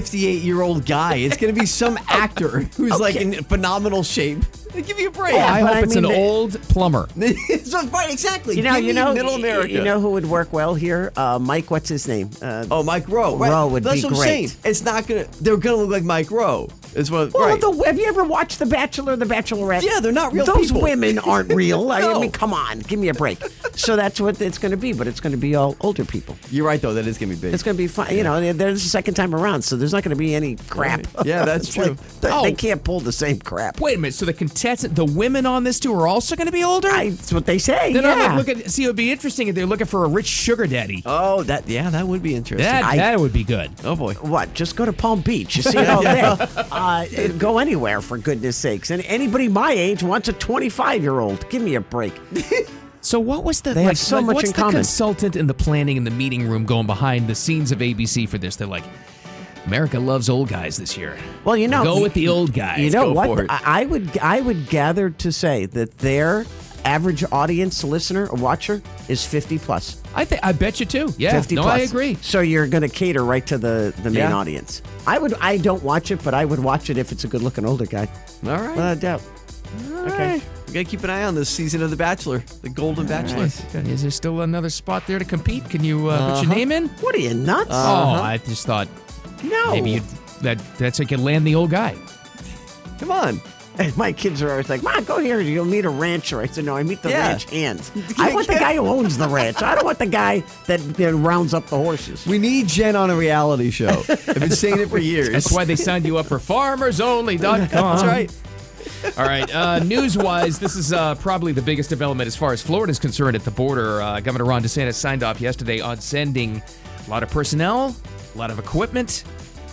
[SPEAKER 11] fifty-eight-year-old guy. It's gonna be
[SPEAKER 5] *laughs*
[SPEAKER 11] some actor who's like in phenomenal shape. Give me a break. *laughs*
[SPEAKER 4] I hope Oh, it's an old plumber.
[SPEAKER 11] it's not fine, exactly.
[SPEAKER 5] You know,
[SPEAKER 11] Give
[SPEAKER 5] you
[SPEAKER 11] me
[SPEAKER 5] know,
[SPEAKER 11] middle America.
[SPEAKER 5] You know who would work well here? Uh, Mike, what's his name? Uh,
[SPEAKER 11] oh, Mike Rowe. Right.
[SPEAKER 5] Rowe would
[SPEAKER 11] That's
[SPEAKER 5] be
[SPEAKER 11] what I'm
[SPEAKER 5] great.
[SPEAKER 11] saying. It's not gonna. They're gonna look like Mike Rowe. Is what.
[SPEAKER 5] Well,
[SPEAKER 11] Oh, right.
[SPEAKER 5] the, have you ever watched The Bachelor or The Bachelorette?
[SPEAKER 11] Yeah, they're not real
[SPEAKER 5] Those
[SPEAKER 11] people.
[SPEAKER 5] women aren't
[SPEAKER 11] *laughs*
[SPEAKER 5] real. I
[SPEAKER 11] No.
[SPEAKER 5] mean, come on, give me a break. so that's what it's going to be, but it's going to be all older people.
[SPEAKER 11] You're right though. That is gonna be big.
[SPEAKER 5] It's going to be fun. You know, they're- they're the second time around, so there's not going to be any crap.
[SPEAKER 11] Yeah, that's
[SPEAKER 5] *laughs* It's
[SPEAKER 11] true.
[SPEAKER 5] like, oh. they, they can't pull the same crap.
[SPEAKER 4] Wait a minute. So the contestant, the women on this tour are also going to be older.
[SPEAKER 5] That's what they say.
[SPEAKER 4] Then
[SPEAKER 5] yeah.
[SPEAKER 4] I'm like, look at. See, it would be interesting if they're looking for a rich sugar daddy.
[SPEAKER 11] Oh, that yeah, that would be interesting.
[SPEAKER 4] That
[SPEAKER 5] I-
[SPEAKER 4] that would be good.
[SPEAKER 11] oh boy.
[SPEAKER 5] What? Just go to Palm Beach. You see it all there. Uh, go anywhere for goodness sakes. And anybody my age wants a 25 year old. Give me a break.
[SPEAKER 4] So what was the?
[SPEAKER 5] They
[SPEAKER 4] like,
[SPEAKER 5] have so
[SPEAKER 4] like,
[SPEAKER 5] much
[SPEAKER 4] what's
[SPEAKER 5] in
[SPEAKER 4] the
[SPEAKER 5] common.
[SPEAKER 4] Consultant in the planning and the meeting room going behind the scenes of ABC for this. They're like, America loves old guys this year.
[SPEAKER 5] Well, you know,
[SPEAKER 4] go with the old guys.
[SPEAKER 5] You know
[SPEAKER 4] Go
[SPEAKER 5] what?
[SPEAKER 4] for it.
[SPEAKER 5] I, I would I would gather to say that their average audience listener or watcher is 50 plus.
[SPEAKER 4] I think I bet you too. Yeah,
[SPEAKER 5] 50
[SPEAKER 4] no,
[SPEAKER 5] plus.
[SPEAKER 4] I agree.
[SPEAKER 5] So you're going to cater right to the the main
[SPEAKER 4] Yeah.
[SPEAKER 5] audience. I would I don't watch it, but I would watch it if it's a good looking older guy.
[SPEAKER 11] All right.
[SPEAKER 5] Without a doubt. okay.
[SPEAKER 11] We gotta keep an eye on this season of The Bachelor, The Golden Bachelor.
[SPEAKER 4] Is there still another spot there to compete? Can you uh, put
[SPEAKER 11] Uh-huh.
[SPEAKER 4] your name in?
[SPEAKER 5] What are you nuts?
[SPEAKER 4] Oh, I just thought
[SPEAKER 5] no.
[SPEAKER 4] maybe you'd, that that's like you land the old guy.
[SPEAKER 5] Come on. *laughs* And my kids are always like, Mom, go here. You'll meet a rancher. I said, No, I meet the
[SPEAKER 11] Yeah.
[SPEAKER 5] ranch
[SPEAKER 4] *laughs*
[SPEAKER 5] hands.
[SPEAKER 11] can't-
[SPEAKER 5] I want the guy who owns the ranch. I don't want the guy that, that rounds up the horses.
[SPEAKER 11] We need Jen on a reality show. I've been saying it for years.
[SPEAKER 4] That's why they signed you up for
[SPEAKER 11] *laughs*
[SPEAKER 4] farmersonly.com.
[SPEAKER 11] That's right.
[SPEAKER 4] *laughs* All right. Uh, news wise, this is uh, probably the biggest development as far as Florida is concerned at the border. Uh, Governor Ron DeSantis signed off yesterday on sending a lot of personnel, a lot of equipment,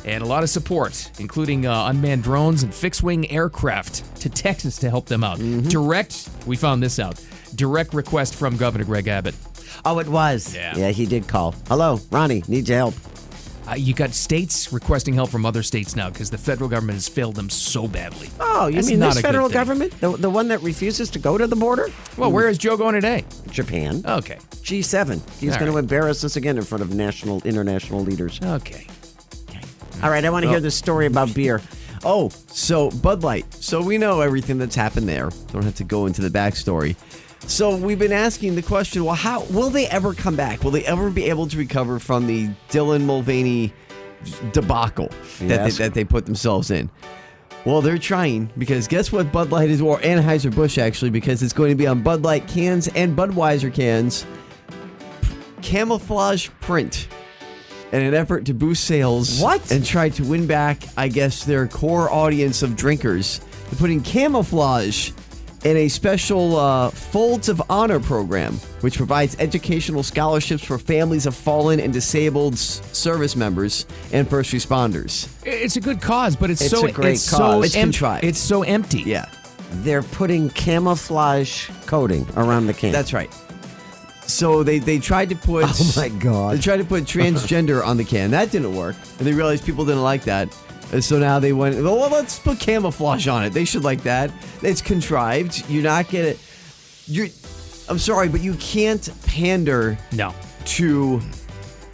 [SPEAKER 4] and a lot of support, including uh, unmanned drones and fixed wing aircraft to Texas to help them out.
[SPEAKER 11] Mm-hmm.
[SPEAKER 4] Direct, we found this out, direct request from Governor Greg Abbott.
[SPEAKER 5] Oh, it was. Yeah. Yeah, he did call. Hello, Ronnie, need your help.
[SPEAKER 4] Uh, you got states requesting help from other states now because the federal government has failed them so badly.
[SPEAKER 5] Oh, you
[SPEAKER 4] That's
[SPEAKER 5] mean
[SPEAKER 4] not
[SPEAKER 5] this
[SPEAKER 4] a good
[SPEAKER 5] federal
[SPEAKER 4] thing.
[SPEAKER 5] government? The, the one that refuses to go to the border?
[SPEAKER 4] Well, where is Joe going today?
[SPEAKER 5] Japan.
[SPEAKER 4] Okay.
[SPEAKER 5] G7. He's
[SPEAKER 4] All
[SPEAKER 5] going to
[SPEAKER 4] right.
[SPEAKER 5] embarrass us again in front of national, international leaders.
[SPEAKER 4] Okay.
[SPEAKER 5] All right, I want to hear this story about beer.
[SPEAKER 11] Hmm. Oh, so Bud Light. So we know everything that's happened there. Don't have to go into the backstory. So we've been asking the question: Well, how will they ever come back? Will they ever be able to recover from the Dylan Mulvaney debacle that
[SPEAKER 5] Yes.
[SPEAKER 11] they, that they put themselves in? Well, they're trying because guess what? Bud Light is, or Anheuser Busch actually, because it's going to be on Bud Light cans and Budweiser cans, camouflage print in an effort to boost sales.
[SPEAKER 5] What?
[SPEAKER 11] And try to win back, I guess, their core audience of drinkers. They're putting camouflage in a special uh, Folds of Honor program, which provides educational scholarships for families of fallen and disabled s- service members and first responders.
[SPEAKER 4] It's a good cause, but it's,
[SPEAKER 5] It's
[SPEAKER 4] so
[SPEAKER 5] a great
[SPEAKER 4] it's So
[SPEAKER 5] cause.
[SPEAKER 11] It's
[SPEAKER 4] em-
[SPEAKER 11] contrived.
[SPEAKER 4] It's so empty.
[SPEAKER 11] Yeah,
[SPEAKER 5] They're putting camouflage coating around the can.
[SPEAKER 11] that's right. So they, they tried to put
[SPEAKER 5] *laughs* Oh my
[SPEAKER 11] They
[SPEAKER 5] God.
[SPEAKER 11] tried to put transgender on the can. That didn't work. And they realized people didn't like that. And so now they went, well, well, let's put camouflage on it. They should like that. It's contrived. You're not going to. You're. I'm sorry, but you can't pander
[SPEAKER 4] No.
[SPEAKER 11] to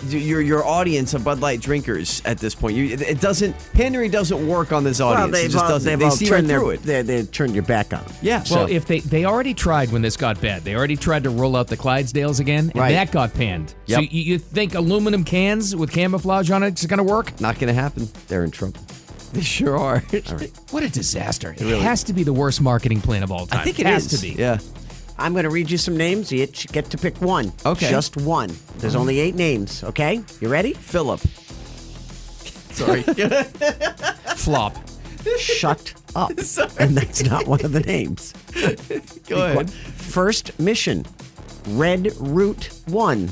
[SPEAKER 11] your your audience of Bud Light drinkers at this point. You, it- it doesn't pandering doesn't work on this audience.
[SPEAKER 5] Well, they've
[SPEAKER 11] it just
[SPEAKER 5] all,
[SPEAKER 11] doesn't.
[SPEAKER 5] they've
[SPEAKER 11] they
[SPEAKER 5] all
[SPEAKER 11] see right
[SPEAKER 5] turned
[SPEAKER 11] through
[SPEAKER 5] their,
[SPEAKER 11] it.
[SPEAKER 5] They, they've turned your back on them.
[SPEAKER 11] Yeah. so-
[SPEAKER 4] Well, if they they already tried when this got bad, they already tried to roll out the Clydesdales again, and
[SPEAKER 11] Right.
[SPEAKER 4] that got panned. So
[SPEAKER 11] Yep.
[SPEAKER 4] you, you think aluminum cans with camouflage on it is going to work?
[SPEAKER 11] not going to happen.
[SPEAKER 5] They're in trouble.
[SPEAKER 11] They sure are.
[SPEAKER 4] What a disaster! It, has to be the worst marketing plan of all time.
[SPEAKER 11] I think it
[SPEAKER 4] has
[SPEAKER 11] is.
[SPEAKER 4] to be.
[SPEAKER 11] Yeah.
[SPEAKER 5] I'm going to read you some names. You each get to pick one.
[SPEAKER 11] Okay.
[SPEAKER 5] Just one. There's only eight names, okay? You ready?
[SPEAKER 11] Philip. *laughs* Sorry.
[SPEAKER 4] Flop.
[SPEAKER 5] Shut up.
[SPEAKER 11] *laughs*
[SPEAKER 5] And that's not one of the names.
[SPEAKER 11] Go ahead.
[SPEAKER 5] First mission Red Route 1.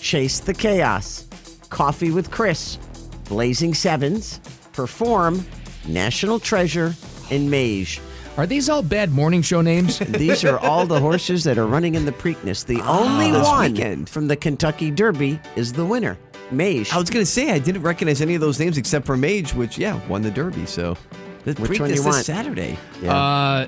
[SPEAKER 5] Chase the Chaos. Coffee with Chris. Blazing Sevens. Perform. National Treasure. And Mage.
[SPEAKER 4] Are these all bad morning show
[SPEAKER 11] *laughs*
[SPEAKER 4] names?
[SPEAKER 5] These are all the horses that are running in the Preakness. The only
[SPEAKER 11] Ah. this
[SPEAKER 5] one
[SPEAKER 11] weekend.
[SPEAKER 5] from the Kentucky Derby is the winner, Mage.
[SPEAKER 11] I was gonna say I didn't recognize any of those names except for Mage, which yeah won the Derby. So the
[SPEAKER 5] Which
[SPEAKER 11] Preakness
[SPEAKER 5] one do you
[SPEAKER 11] this
[SPEAKER 5] want?
[SPEAKER 11] Saturday.
[SPEAKER 4] Uh,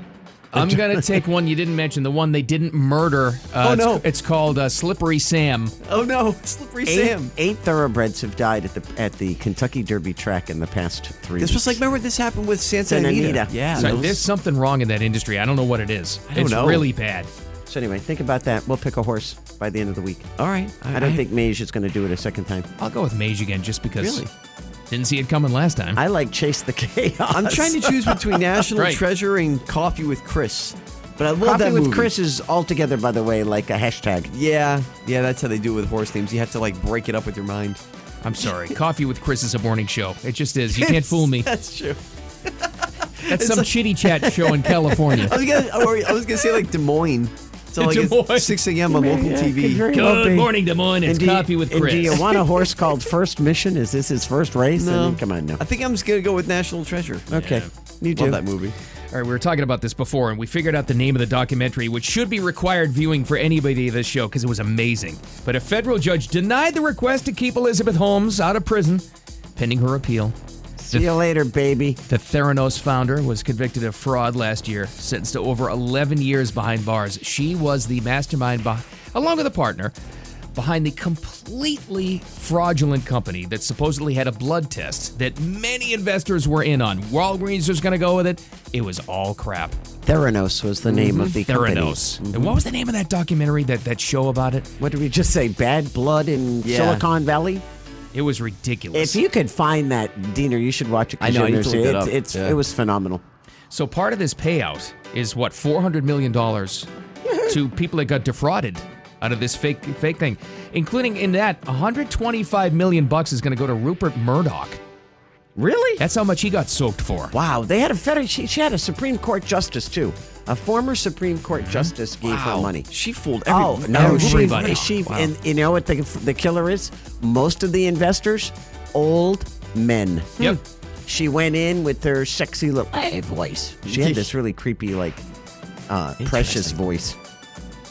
[SPEAKER 11] *laughs*
[SPEAKER 4] I'm gonna take one you didn't mention, the one they didn't murder. Uh,
[SPEAKER 11] Oh,
[SPEAKER 4] it's-
[SPEAKER 11] no.
[SPEAKER 4] It's, called uh, Slippery Sam.
[SPEAKER 11] Oh no, slippery
[SPEAKER 5] Eight,
[SPEAKER 11] Sam.
[SPEAKER 5] eight thoroughbreds have died at the at the Kentucky Derby track in the past three.
[SPEAKER 11] This was like
[SPEAKER 5] weeks.
[SPEAKER 11] remember this happened with Santa
[SPEAKER 5] Santa
[SPEAKER 11] Anita.
[SPEAKER 5] Anita.
[SPEAKER 11] Yeah.
[SPEAKER 4] Sorry,
[SPEAKER 11] those-
[SPEAKER 4] there's something wrong in that industry. I don't know what it is.
[SPEAKER 11] don't
[SPEAKER 4] it's
[SPEAKER 11] know.
[SPEAKER 4] really bad.
[SPEAKER 5] so. Anyway, think about that. We'll pick a horse by the end of the week.
[SPEAKER 11] all right.
[SPEAKER 5] I, don't think Mage is going to do it a second time.
[SPEAKER 4] I'll go with Mage again just because.
[SPEAKER 11] Really?
[SPEAKER 4] Didn't see it coming last time.
[SPEAKER 5] I like Chase the *laughs* Chaos.
[SPEAKER 11] I'm
[SPEAKER 5] *laughs*
[SPEAKER 11] trying to choose *laughs* between National
[SPEAKER 4] Right.
[SPEAKER 11] Treasure and Coffee with Chris. But I love
[SPEAKER 5] Coffee
[SPEAKER 11] that
[SPEAKER 5] with
[SPEAKER 11] movie.
[SPEAKER 5] Chris is altogether, by the way, like a hashtag.
[SPEAKER 11] Yeah, yeah, that's how they do it with horse names. You have to like break it up with your *laughs* mind.
[SPEAKER 4] I'm sorry. Coffee with Chris is a morning show. It just
[SPEAKER 11] *laughs*
[SPEAKER 4] is. You can't fool me.
[SPEAKER 11] That's true.
[SPEAKER 4] That's some chitty chat show
[SPEAKER 11] *laughs*
[SPEAKER 4] in California.
[SPEAKER 11] I was gonna, or I was gonna say like Des Moines. So like
[SPEAKER 4] Des
[SPEAKER 11] it's
[SPEAKER 4] Moines.
[SPEAKER 11] 6 a.m. on local TV.
[SPEAKER 4] Good morning, Des Moines. It's
[SPEAKER 5] And do you-
[SPEAKER 4] Coffee with
[SPEAKER 5] and
[SPEAKER 4] Chris.
[SPEAKER 5] do you want
[SPEAKER 11] *laughs*
[SPEAKER 5] a horse called First Mission? Is this his first race? I mean, come on, no.
[SPEAKER 11] I think I'm just gonna go with National Treasure.
[SPEAKER 5] Okay, you do.
[SPEAKER 11] Love that movie.
[SPEAKER 4] All right, we were talking about this before, and we figured out the name of the documentary, which should be required viewing for anybody of this show because it was amazing. But a federal judge denied the request to keep Elizabeth Holmes out of prison, pending her appeal.
[SPEAKER 5] See you later, baby.
[SPEAKER 4] The Theranos founder was convicted of fraud last year, sentenced to over 11 years behind bars. She was the mastermind, beh along with a partner, behind the completely fraudulent company that supposedly had a blood test that many investors were in on. Walgreens was going to go with it. It was all crap.
[SPEAKER 5] Theranos was the name of the company.
[SPEAKER 4] Mm-hmm.
[SPEAKER 5] Mm-hmm.
[SPEAKER 4] Theranos. And what was the name of that documentary, that, that show about it?
[SPEAKER 5] What did we just say? Bad blood in
[SPEAKER 4] Yeah.
[SPEAKER 5] Silicon Valley.
[SPEAKER 4] It was ridiculous.
[SPEAKER 5] If you could find that, Diener, you should watch it. 'cause
[SPEAKER 4] I know, I
[SPEAKER 5] you'll
[SPEAKER 4] need to
[SPEAKER 5] see
[SPEAKER 4] look
[SPEAKER 5] it.
[SPEAKER 4] that up.
[SPEAKER 5] It's,
[SPEAKER 4] Yeah.
[SPEAKER 5] It was phenomenal.
[SPEAKER 4] So part of this payout is what four hundred million
[SPEAKER 11] *laughs*
[SPEAKER 4] dollars to people that got defrauded out of this fake fake thing, including in that one hundred twenty five million bucks is going to go to Rupert Murdoch.
[SPEAKER 5] Really?
[SPEAKER 4] That's how much he got soaked for.
[SPEAKER 5] Wow, they had a federal. She, she had a Supreme Court justice too. A former Supreme Court justice gave her money.
[SPEAKER 11] Mm-hmm. She fooled every,
[SPEAKER 5] Oh no, she,
[SPEAKER 11] everybody.
[SPEAKER 5] she
[SPEAKER 11] Wow.
[SPEAKER 5] and you know what the the killer is? Most of the investors, old men. Hmm.
[SPEAKER 4] Yep.
[SPEAKER 5] She went in with her sexy little "Hey, voice. She had this really creepy, like, uh, precious voice.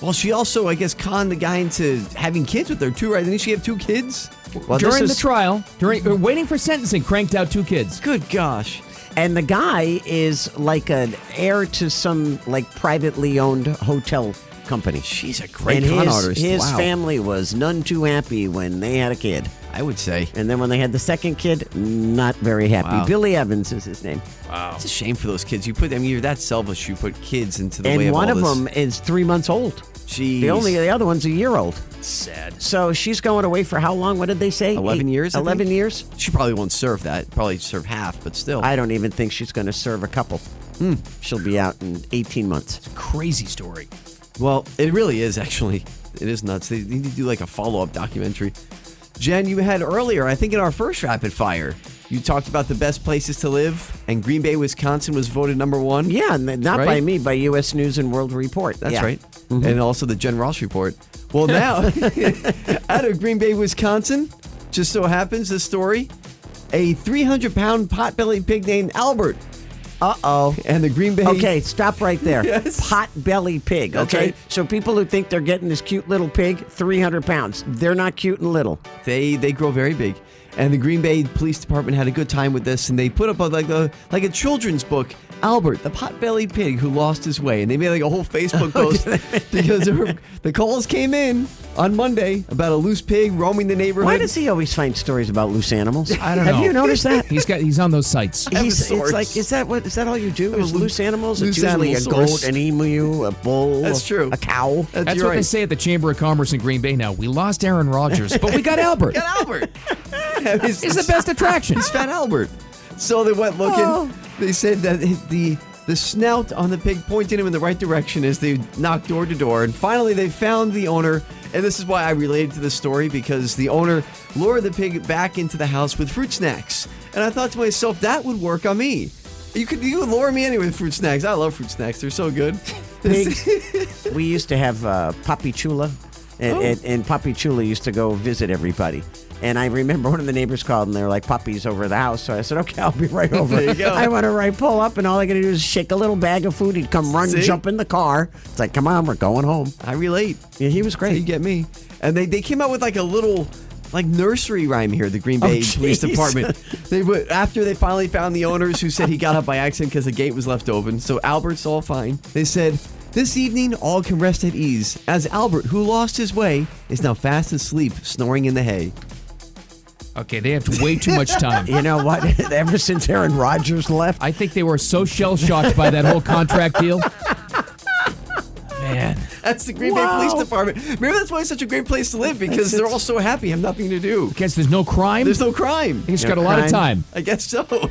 [SPEAKER 11] Well, she also, I guess, conned the guy into having kids with her too, right? Didn't she have two kids?
[SPEAKER 4] during the trial, during uh, waiting for sentencing, cranked out two kids.
[SPEAKER 11] Good gosh.
[SPEAKER 5] And the guy is like an heir to some like privately owned hotel company.
[SPEAKER 11] She's a great
[SPEAKER 5] and
[SPEAKER 11] con
[SPEAKER 5] his,
[SPEAKER 11] artist.
[SPEAKER 5] His
[SPEAKER 11] Wow.
[SPEAKER 5] family was none too happy when they had a kid.
[SPEAKER 11] I would say.
[SPEAKER 5] And then when they had the second kid, not very happy.
[SPEAKER 11] Wow.
[SPEAKER 5] Billy Evans is his name.
[SPEAKER 4] Wow.
[SPEAKER 11] It's a shame for those kids. You put, I mean, you're that selfish. You put kids into the way
[SPEAKER 5] and
[SPEAKER 11] of
[SPEAKER 5] one
[SPEAKER 11] all
[SPEAKER 5] of
[SPEAKER 11] this.
[SPEAKER 5] them is three months old. The only the other one's a year old.
[SPEAKER 4] Sad.
[SPEAKER 5] So she's going away for how long? What did they say?
[SPEAKER 11] 11
[SPEAKER 5] Eight-
[SPEAKER 11] years? I think?
[SPEAKER 5] Eleven years.
[SPEAKER 11] She probably won't serve that. Probably serve half, but still.
[SPEAKER 5] I don't even think she's going to serve a couple.
[SPEAKER 11] Hmm.
[SPEAKER 5] She'll be out in eighteen months.
[SPEAKER 4] Crazy story.
[SPEAKER 11] Well, it really is actually. It is nuts. They need to do like a follow up documentary. Jen, you had earlier, I think in our first rapid fire, you talked about the best places to live, and Green Bay, Wisconsin was voted number one.
[SPEAKER 5] Yeah, n- not by
[SPEAKER 11] Right?
[SPEAKER 5] me, by U.S. News and World Report.
[SPEAKER 11] That's
[SPEAKER 5] Yeah.
[SPEAKER 11] right. And also the Jen Ross report. Well, now, out of Green Bay, Wisconsin, just so happens this story a 300 pound potbelly pig named Albert.
[SPEAKER 5] Uh oh.
[SPEAKER 11] And the Green Bay.
[SPEAKER 5] Okay, stop right there.
[SPEAKER 11] *laughs* Yes.
[SPEAKER 5] Pot belly pig.
[SPEAKER 11] That's
[SPEAKER 5] Okay,
[SPEAKER 11] right.
[SPEAKER 5] so people who think they're getting this cute little pig, three hundred pounds, they're not cute and little.
[SPEAKER 11] They they grow very big, and the Green Bay Police Department had a good time with this, and they put up a, like a like a children's book, Albert the Potbelly Pig Who Lost His Way, and they made like a whole Facebook post because there were, the calls came in on Monday about a loose pig roaming the neighborhood.
[SPEAKER 5] Why does he always find stories about loose animals?
[SPEAKER 11] *laughs*
[SPEAKER 4] I don't know.
[SPEAKER 5] Have you noticed that?
[SPEAKER 4] He's got he's on those sites.
[SPEAKER 5] He's,
[SPEAKER 11] source.
[SPEAKER 5] it's like, is that what? Is that all you do?
[SPEAKER 11] have a
[SPEAKER 5] Is
[SPEAKER 11] loo-
[SPEAKER 5] loose animals?
[SPEAKER 11] loose
[SPEAKER 5] it's usually a
[SPEAKER 11] animal
[SPEAKER 5] goat,
[SPEAKER 11] source.
[SPEAKER 5] an emu, a bull.
[SPEAKER 11] That's true.
[SPEAKER 5] A cow.
[SPEAKER 11] That's,
[SPEAKER 4] That's
[SPEAKER 11] you're
[SPEAKER 4] what
[SPEAKER 11] right.
[SPEAKER 4] they say at the Chamber of Commerce in Green Bay now. We lost Aaron Rodgers, but we got
[SPEAKER 11] *laughs*
[SPEAKER 4] Albert.
[SPEAKER 11] Got Albert. it's,
[SPEAKER 4] It's the best attraction.
[SPEAKER 11] It's Fat Albert. So they went looking.
[SPEAKER 5] Oh.
[SPEAKER 11] They said that the the snout on the pig pointed him in the right direction as they knocked door to door, and finally they found the owner. And this is why I related to this story because the owner lured the pig back into the house with fruit snacks. And I thought to myself, that would work on me. You could you could lure me anyway with fruit snacks. I love fruit snacks. They're so good. *laughs*
[SPEAKER 5] Pigs. we used to have uh, Papi Chula, and,
[SPEAKER 11] Oh.
[SPEAKER 5] and, and Papi Chula used to go visit everybody. And I remember one of the neighbors called, and they were like, "Puppy's over the house." So I said, "Okay, I'll be right over."
[SPEAKER 11] There you go.
[SPEAKER 5] I went to right pull up, and all I got to do is shake a little bag of food. He'd come run,
[SPEAKER 11] See?
[SPEAKER 5] jump in the car. It's like, "Come on, we're going home."
[SPEAKER 11] I relate.
[SPEAKER 5] Yeah, he was
[SPEAKER 11] Hey,
[SPEAKER 5] great.
[SPEAKER 11] you get me. And they, they came out with like a little like nursery rhyme here, the Green Bay
[SPEAKER 5] Oh,
[SPEAKER 11] Police
[SPEAKER 5] jeez.
[SPEAKER 11] Department. They would after they finally found the owners who said he got up by accident because the gate was left open. So Albert's all fine. They said, This evening all can rest at ease, as Albert, who lost his way, is now fast asleep, snoring in the hay.
[SPEAKER 4] Okay, they have way too much time.
[SPEAKER 5] You know
[SPEAKER 4] *laughs*
[SPEAKER 5] what? Ever since Aaron Rodgers left,
[SPEAKER 4] I think they were so shell shocked by that whole contract deal. Man,
[SPEAKER 11] That's the Green
[SPEAKER 5] Wow.
[SPEAKER 11] Bay Police Department. Maybe that's why it's such a great place to live, because they're all so happy, have nothing to do.
[SPEAKER 4] guess there's no crime.
[SPEAKER 11] There's no crime.
[SPEAKER 4] He's
[SPEAKER 5] No
[SPEAKER 4] got a lot of time.
[SPEAKER 5] crime.
[SPEAKER 11] I guess so. there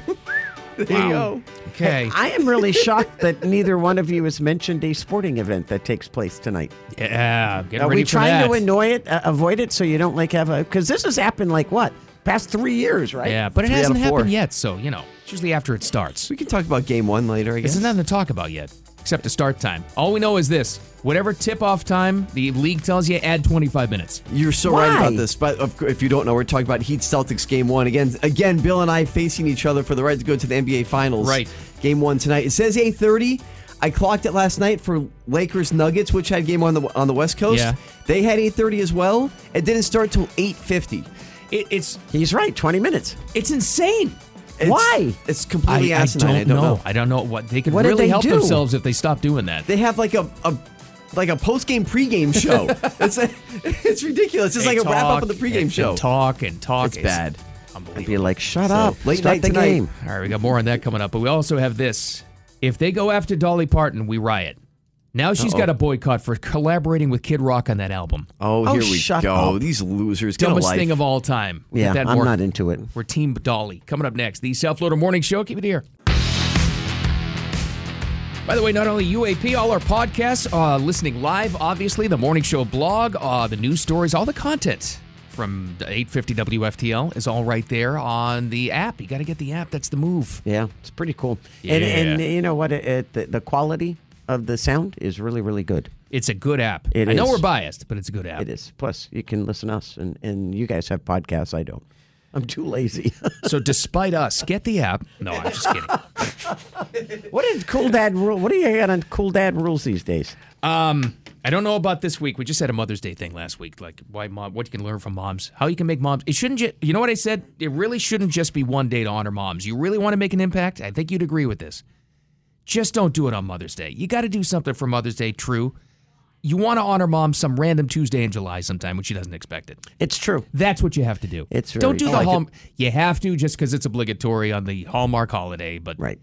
[SPEAKER 11] you go.
[SPEAKER 4] Okay.
[SPEAKER 5] Oh. I am really *laughs* shocked that neither one of you has mentioned a sporting event that takes place tonight.
[SPEAKER 4] yeah. Get
[SPEAKER 5] Are
[SPEAKER 4] ready
[SPEAKER 5] we
[SPEAKER 4] for
[SPEAKER 5] trying
[SPEAKER 4] that.
[SPEAKER 5] to annoy it, uh, avoid it, so you don't like have a? Because this has happened like what past three years, right?
[SPEAKER 4] Yeah, but it
[SPEAKER 11] Three out
[SPEAKER 4] hasn't
[SPEAKER 11] of four.
[SPEAKER 4] happened yet, so you know, it's usually after it starts.
[SPEAKER 11] We can talk about game one later, I guess.
[SPEAKER 4] There's nothing to talk about yet, except the start time. All we know is this: whatever tip-off time the league tells you, add 25 minutes.
[SPEAKER 11] You're so right
[SPEAKER 5] Why?
[SPEAKER 11] about this, but of, cour- if you don't know, we're talking about Heat Celtics game one again. Again, Bill and I facing each other for the right to go to the NBA Finals.
[SPEAKER 4] Right.
[SPEAKER 11] game one tonight. It says 8:30. I clocked it last night for Lakers Nuggets, which had game one on the on the West Coast.
[SPEAKER 4] Yeah.
[SPEAKER 11] they had 8:30 as well. It didn't start till 8:50.
[SPEAKER 4] It, it's
[SPEAKER 5] he's right. Twenty minutes.
[SPEAKER 4] it's insane.
[SPEAKER 11] It's-
[SPEAKER 5] Why?
[SPEAKER 11] It's completely asinine. I don't, know.
[SPEAKER 4] I don't know what they could
[SPEAKER 5] What did
[SPEAKER 4] really
[SPEAKER 5] they
[SPEAKER 4] help
[SPEAKER 5] do?
[SPEAKER 4] themselves if they stop doing that.
[SPEAKER 11] They have like a, a like a post game pregame
[SPEAKER 4] *laughs*
[SPEAKER 11] show. it's a, *laughs* it's ridiculous. It's
[SPEAKER 4] They
[SPEAKER 11] like a wrap up
[SPEAKER 4] talk
[SPEAKER 11] of the
[SPEAKER 4] and-
[SPEAKER 11] pregame
[SPEAKER 4] and
[SPEAKER 11] show.
[SPEAKER 4] talk and talk.
[SPEAKER 11] It's bad.
[SPEAKER 4] Unbelievable.
[SPEAKER 11] be like, shut up. Late
[SPEAKER 4] start
[SPEAKER 11] night tonight.
[SPEAKER 4] All right, we got more on that coming up. But we also have this. If they go after Dolly Parton, we riot. Now she's
[SPEAKER 11] Uh-oh.
[SPEAKER 4] got a boycott for collaborating with Kid Rock on that album.
[SPEAKER 11] Oh,
[SPEAKER 4] Oh,
[SPEAKER 11] here we
[SPEAKER 4] shut
[SPEAKER 11] go.
[SPEAKER 4] up.
[SPEAKER 11] These losers. Get a
[SPEAKER 4] Dumbest
[SPEAKER 11] life.
[SPEAKER 4] thing of all time. Get
[SPEAKER 5] Yeah,
[SPEAKER 4] that
[SPEAKER 5] I'm
[SPEAKER 4] more-
[SPEAKER 5] not into it.
[SPEAKER 4] We're Team Dolly. Coming up next, the South Florida Morning Show. Keep it here. By the way, not only UAP, all our podcasts, uh, listening live, obviously, the morning show blog, uh, the news stories, all the content from the 850 WFTL is all right there on the app. You got to get the app. That's the move.
[SPEAKER 5] Yeah, it's pretty cool. And, and you know what? It, it, the, the quality of the sound is really, really good.
[SPEAKER 4] It's a good app.
[SPEAKER 5] It
[SPEAKER 4] I know
[SPEAKER 5] is.
[SPEAKER 4] we're biased, but it's a good app.
[SPEAKER 5] It is. Plus, you can listen to us, and, and you guys have podcasts. I don't. I'm too lazy. *laughs*
[SPEAKER 4] so, despite us, get the app. No, I'm just kidding.
[SPEAKER 5] what is cool dad rule? What do you got on cool dad rules these days?
[SPEAKER 4] Um, I don't know about this week. We just had a Mother's Day thing last week. Like, why mom? What you can learn from moms? How you can make moms? It shouldn't. Ju- you know what I said? It really shouldn't just be one day to honor moms. You really want to make an impact? I think you'd agree with this. Just don't do it on Mother's Day. You got to do something for Mother's Day. True. You want to honor mom some random Tuesday in July sometime when she doesn't expect it.
[SPEAKER 5] It's true.
[SPEAKER 4] That's what you have to do.
[SPEAKER 5] It's
[SPEAKER 4] don't
[SPEAKER 5] very
[SPEAKER 4] do
[SPEAKER 5] true.
[SPEAKER 4] the
[SPEAKER 5] I like
[SPEAKER 4] hallmark. You have to just because it's obligatory on the Hallmark holiday, but
[SPEAKER 5] right.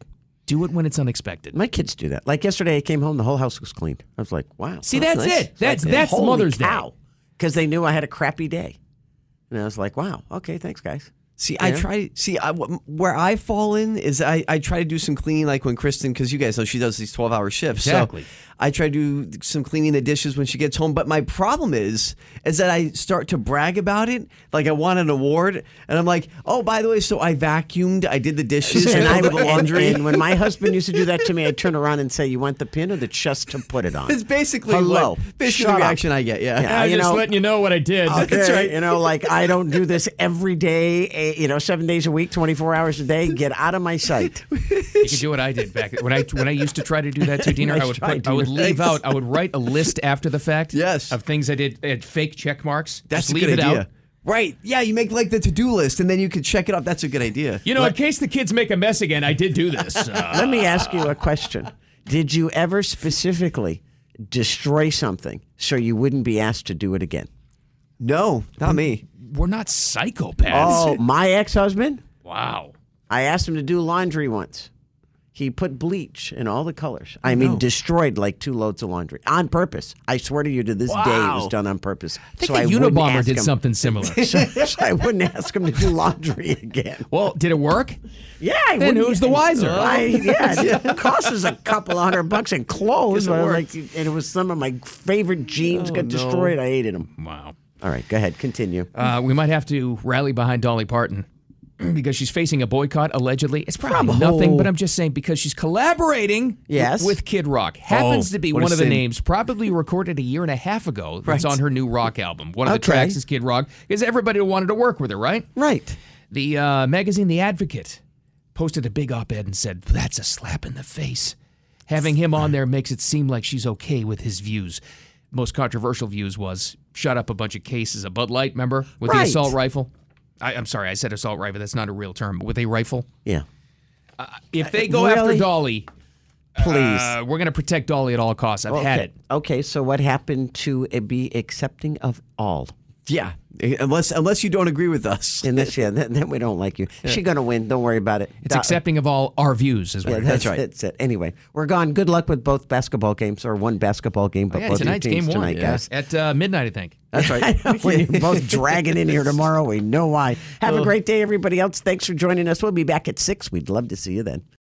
[SPEAKER 4] Do it when it's unexpected.
[SPEAKER 5] My kids do that. Like yesterday, I came home, the whole house was cleaned. I was like, wow.
[SPEAKER 4] See, that's it. That's- that's Mother's Day.
[SPEAKER 5] Because they knew I had a crappy day. And I was like, wow, okay,
[SPEAKER 11] *laughs*
[SPEAKER 5] thanks, guys.
[SPEAKER 11] See, I
[SPEAKER 5] You know?
[SPEAKER 11] try. See, I, wh- where I fall in is I, I try to do some cleaning, like when Kristen, because you guys know she does these twelve hour shifts.
[SPEAKER 4] Exactly.
[SPEAKER 11] So I try to do some cleaning the dishes when she gets home. But my problem is, is that I start to brag about it, like I won an award, and I'm like, oh, by the way, so I vacuumed, I did the dishes, and I did the laundry.
[SPEAKER 5] And, and when my husband used to do that to me, I'd turn around and say, "You want the pin or the chest to put it on?"
[SPEAKER 11] It's basically
[SPEAKER 5] hello.
[SPEAKER 11] what- basically
[SPEAKER 5] Shut
[SPEAKER 11] the
[SPEAKER 5] up.
[SPEAKER 11] reaction I get, yeah.
[SPEAKER 4] I'm just letting you know what I
[SPEAKER 11] *laughs*
[SPEAKER 4] did.
[SPEAKER 5] Okay,
[SPEAKER 4] *laughs* That's right.
[SPEAKER 5] You know, like I don't do this every day. eh, You know, seven days a week, twenty-four hours a day. Get out of my sight.
[SPEAKER 4] You can do what I did back when I when I used to try to do
[SPEAKER 5] *laughs*
[SPEAKER 4] that too, Diener. I
[SPEAKER 5] Nice
[SPEAKER 4] would
[SPEAKER 5] try,
[SPEAKER 4] put, I would
[SPEAKER 5] Diener.
[SPEAKER 4] leave
[SPEAKER 5] Thanks.
[SPEAKER 4] out. I would write a list after the fact. Yes. Of things I did, at fake check marks.
[SPEAKER 11] That's
[SPEAKER 4] Just
[SPEAKER 11] a
[SPEAKER 4] leave
[SPEAKER 11] good
[SPEAKER 4] it
[SPEAKER 11] idea.
[SPEAKER 4] out.
[SPEAKER 11] Right? Yeah, you make like the to do list, and then you can check it off. That's a good idea.
[SPEAKER 4] You know, in case the kids make a mess again, I did do this. Uh,
[SPEAKER 5] *laughs* Let me ask you a question. Did you ever specifically destroy something so you wouldn't be asked to do it again?
[SPEAKER 11] No, not me.
[SPEAKER 4] we're not psychopaths.
[SPEAKER 11] *laughs*
[SPEAKER 5] Oh, my ex-husband.
[SPEAKER 4] Wow.
[SPEAKER 5] I asked him to do laundry once. He put bleach in all the colors. I mean, destroyed like two loads of laundry on purpose. I swear to you, to this day, it was
[SPEAKER 4] Wow.
[SPEAKER 5] done on purpose.
[SPEAKER 4] I think
[SPEAKER 5] so
[SPEAKER 4] the
[SPEAKER 5] I wouldn't
[SPEAKER 4] Unabomber
[SPEAKER 5] ask
[SPEAKER 4] did
[SPEAKER 5] him-
[SPEAKER 4] something similar.
[SPEAKER 5] *laughs* so, so I wouldn't ask him to do laundry *laughs* again.
[SPEAKER 4] *laughs* well, did it work?
[SPEAKER 5] Yeah, I
[SPEAKER 4] Then
[SPEAKER 5] wouldn't- e-
[SPEAKER 4] who's the wiser?
[SPEAKER 5] I, yeah, it costs us a couple of hundred bucks in
[SPEAKER 11] Guess
[SPEAKER 5] clothes.
[SPEAKER 11] it
[SPEAKER 5] but I was
[SPEAKER 11] worked.
[SPEAKER 5] like, and it was some of my favorite jeans
[SPEAKER 11] Oh,
[SPEAKER 5] got
[SPEAKER 11] no.
[SPEAKER 5] destroyed. I hated them.
[SPEAKER 4] Wow.
[SPEAKER 5] All right, go ahead, continue.
[SPEAKER 4] Uh, we might have to rally behind Dolly Parton *clears throat* because she's facing a boycott allegedly. It's probably
[SPEAKER 5] From
[SPEAKER 4] nothing,
[SPEAKER 5] who?
[SPEAKER 4] but I'm just saying because she's collaborating
[SPEAKER 5] Yes.
[SPEAKER 4] with Kid Rock. Happens
[SPEAKER 11] Oh,
[SPEAKER 4] to be
[SPEAKER 11] what a
[SPEAKER 4] one of the
[SPEAKER 11] sin.
[SPEAKER 4] names probably recorded a year and a half ago that's
[SPEAKER 11] Right.
[SPEAKER 4] on her new rock album. One of the
[SPEAKER 5] Okay.
[SPEAKER 4] tracks is Kid Rock because everybody wanted to work with her, right?
[SPEAKER 5] Right.
[SPEAKER 4] The uh, magazine The Advocate posted a big op-ed and said, "That's a slap in the face. Having him on there makes it seem like she's okay with his views." Most controversial views was shut up a bunch of cases of Bud Light, remember, with the
[SPEAKER 5] Right.
[SPEAKER 4] assault rifle. I, I'm sorry, I said assault rifle. That's not a real term. With a rifle,
[SPEAKER 5] Yeah.
[SPEAKER 4] if they go after
[SPEAKER 5] Really?
[SPEAKER 4] Dolly,
[SPEAKER 5] Please.
[SPEAKER 4] uh, we're going to protect Dolly at all costs. I've
[SPEAKER 5] okay.
[SPEAKER 4] had it.
[SPEAKER 5] Okay, so what happened to uh, be accepting of all?
[SPEAKER 11] Yeah, unless unless you don't agree with us.
[SPEAKER 5] And this, yeah, then, then we don't like you. She gonna win. Don't worry about it.
[SPEAKER 4] It's
[SPEAKER 5] Da-
[SPEAKER 4] accepting of all our views as
[SPEAKER 5] Yeah,
[SPEAKER 4] well.
[SPEAKER 5] that's, right. That's it. Anyway, we're gone. Good luck with both basketball games or one basketball game, but
[SPEAKER 4] Oh, yeah,
[SPEAKER 5] both your
[SPEAKER 4] tonight's
[SPEAKER 5] teams
[SPEAKER 4] game one
[SPEAKER 5] tonight, guys.
[SPEAKER 4] at uh, midnight, I think.
[SPEAKER 11] That's right.
[SPEAKER 5] when you're both dragging in here tomorrow, we know why. Have a great day, everybody else. Thanks for joining us. We'll be back at six. We'd love to see you then.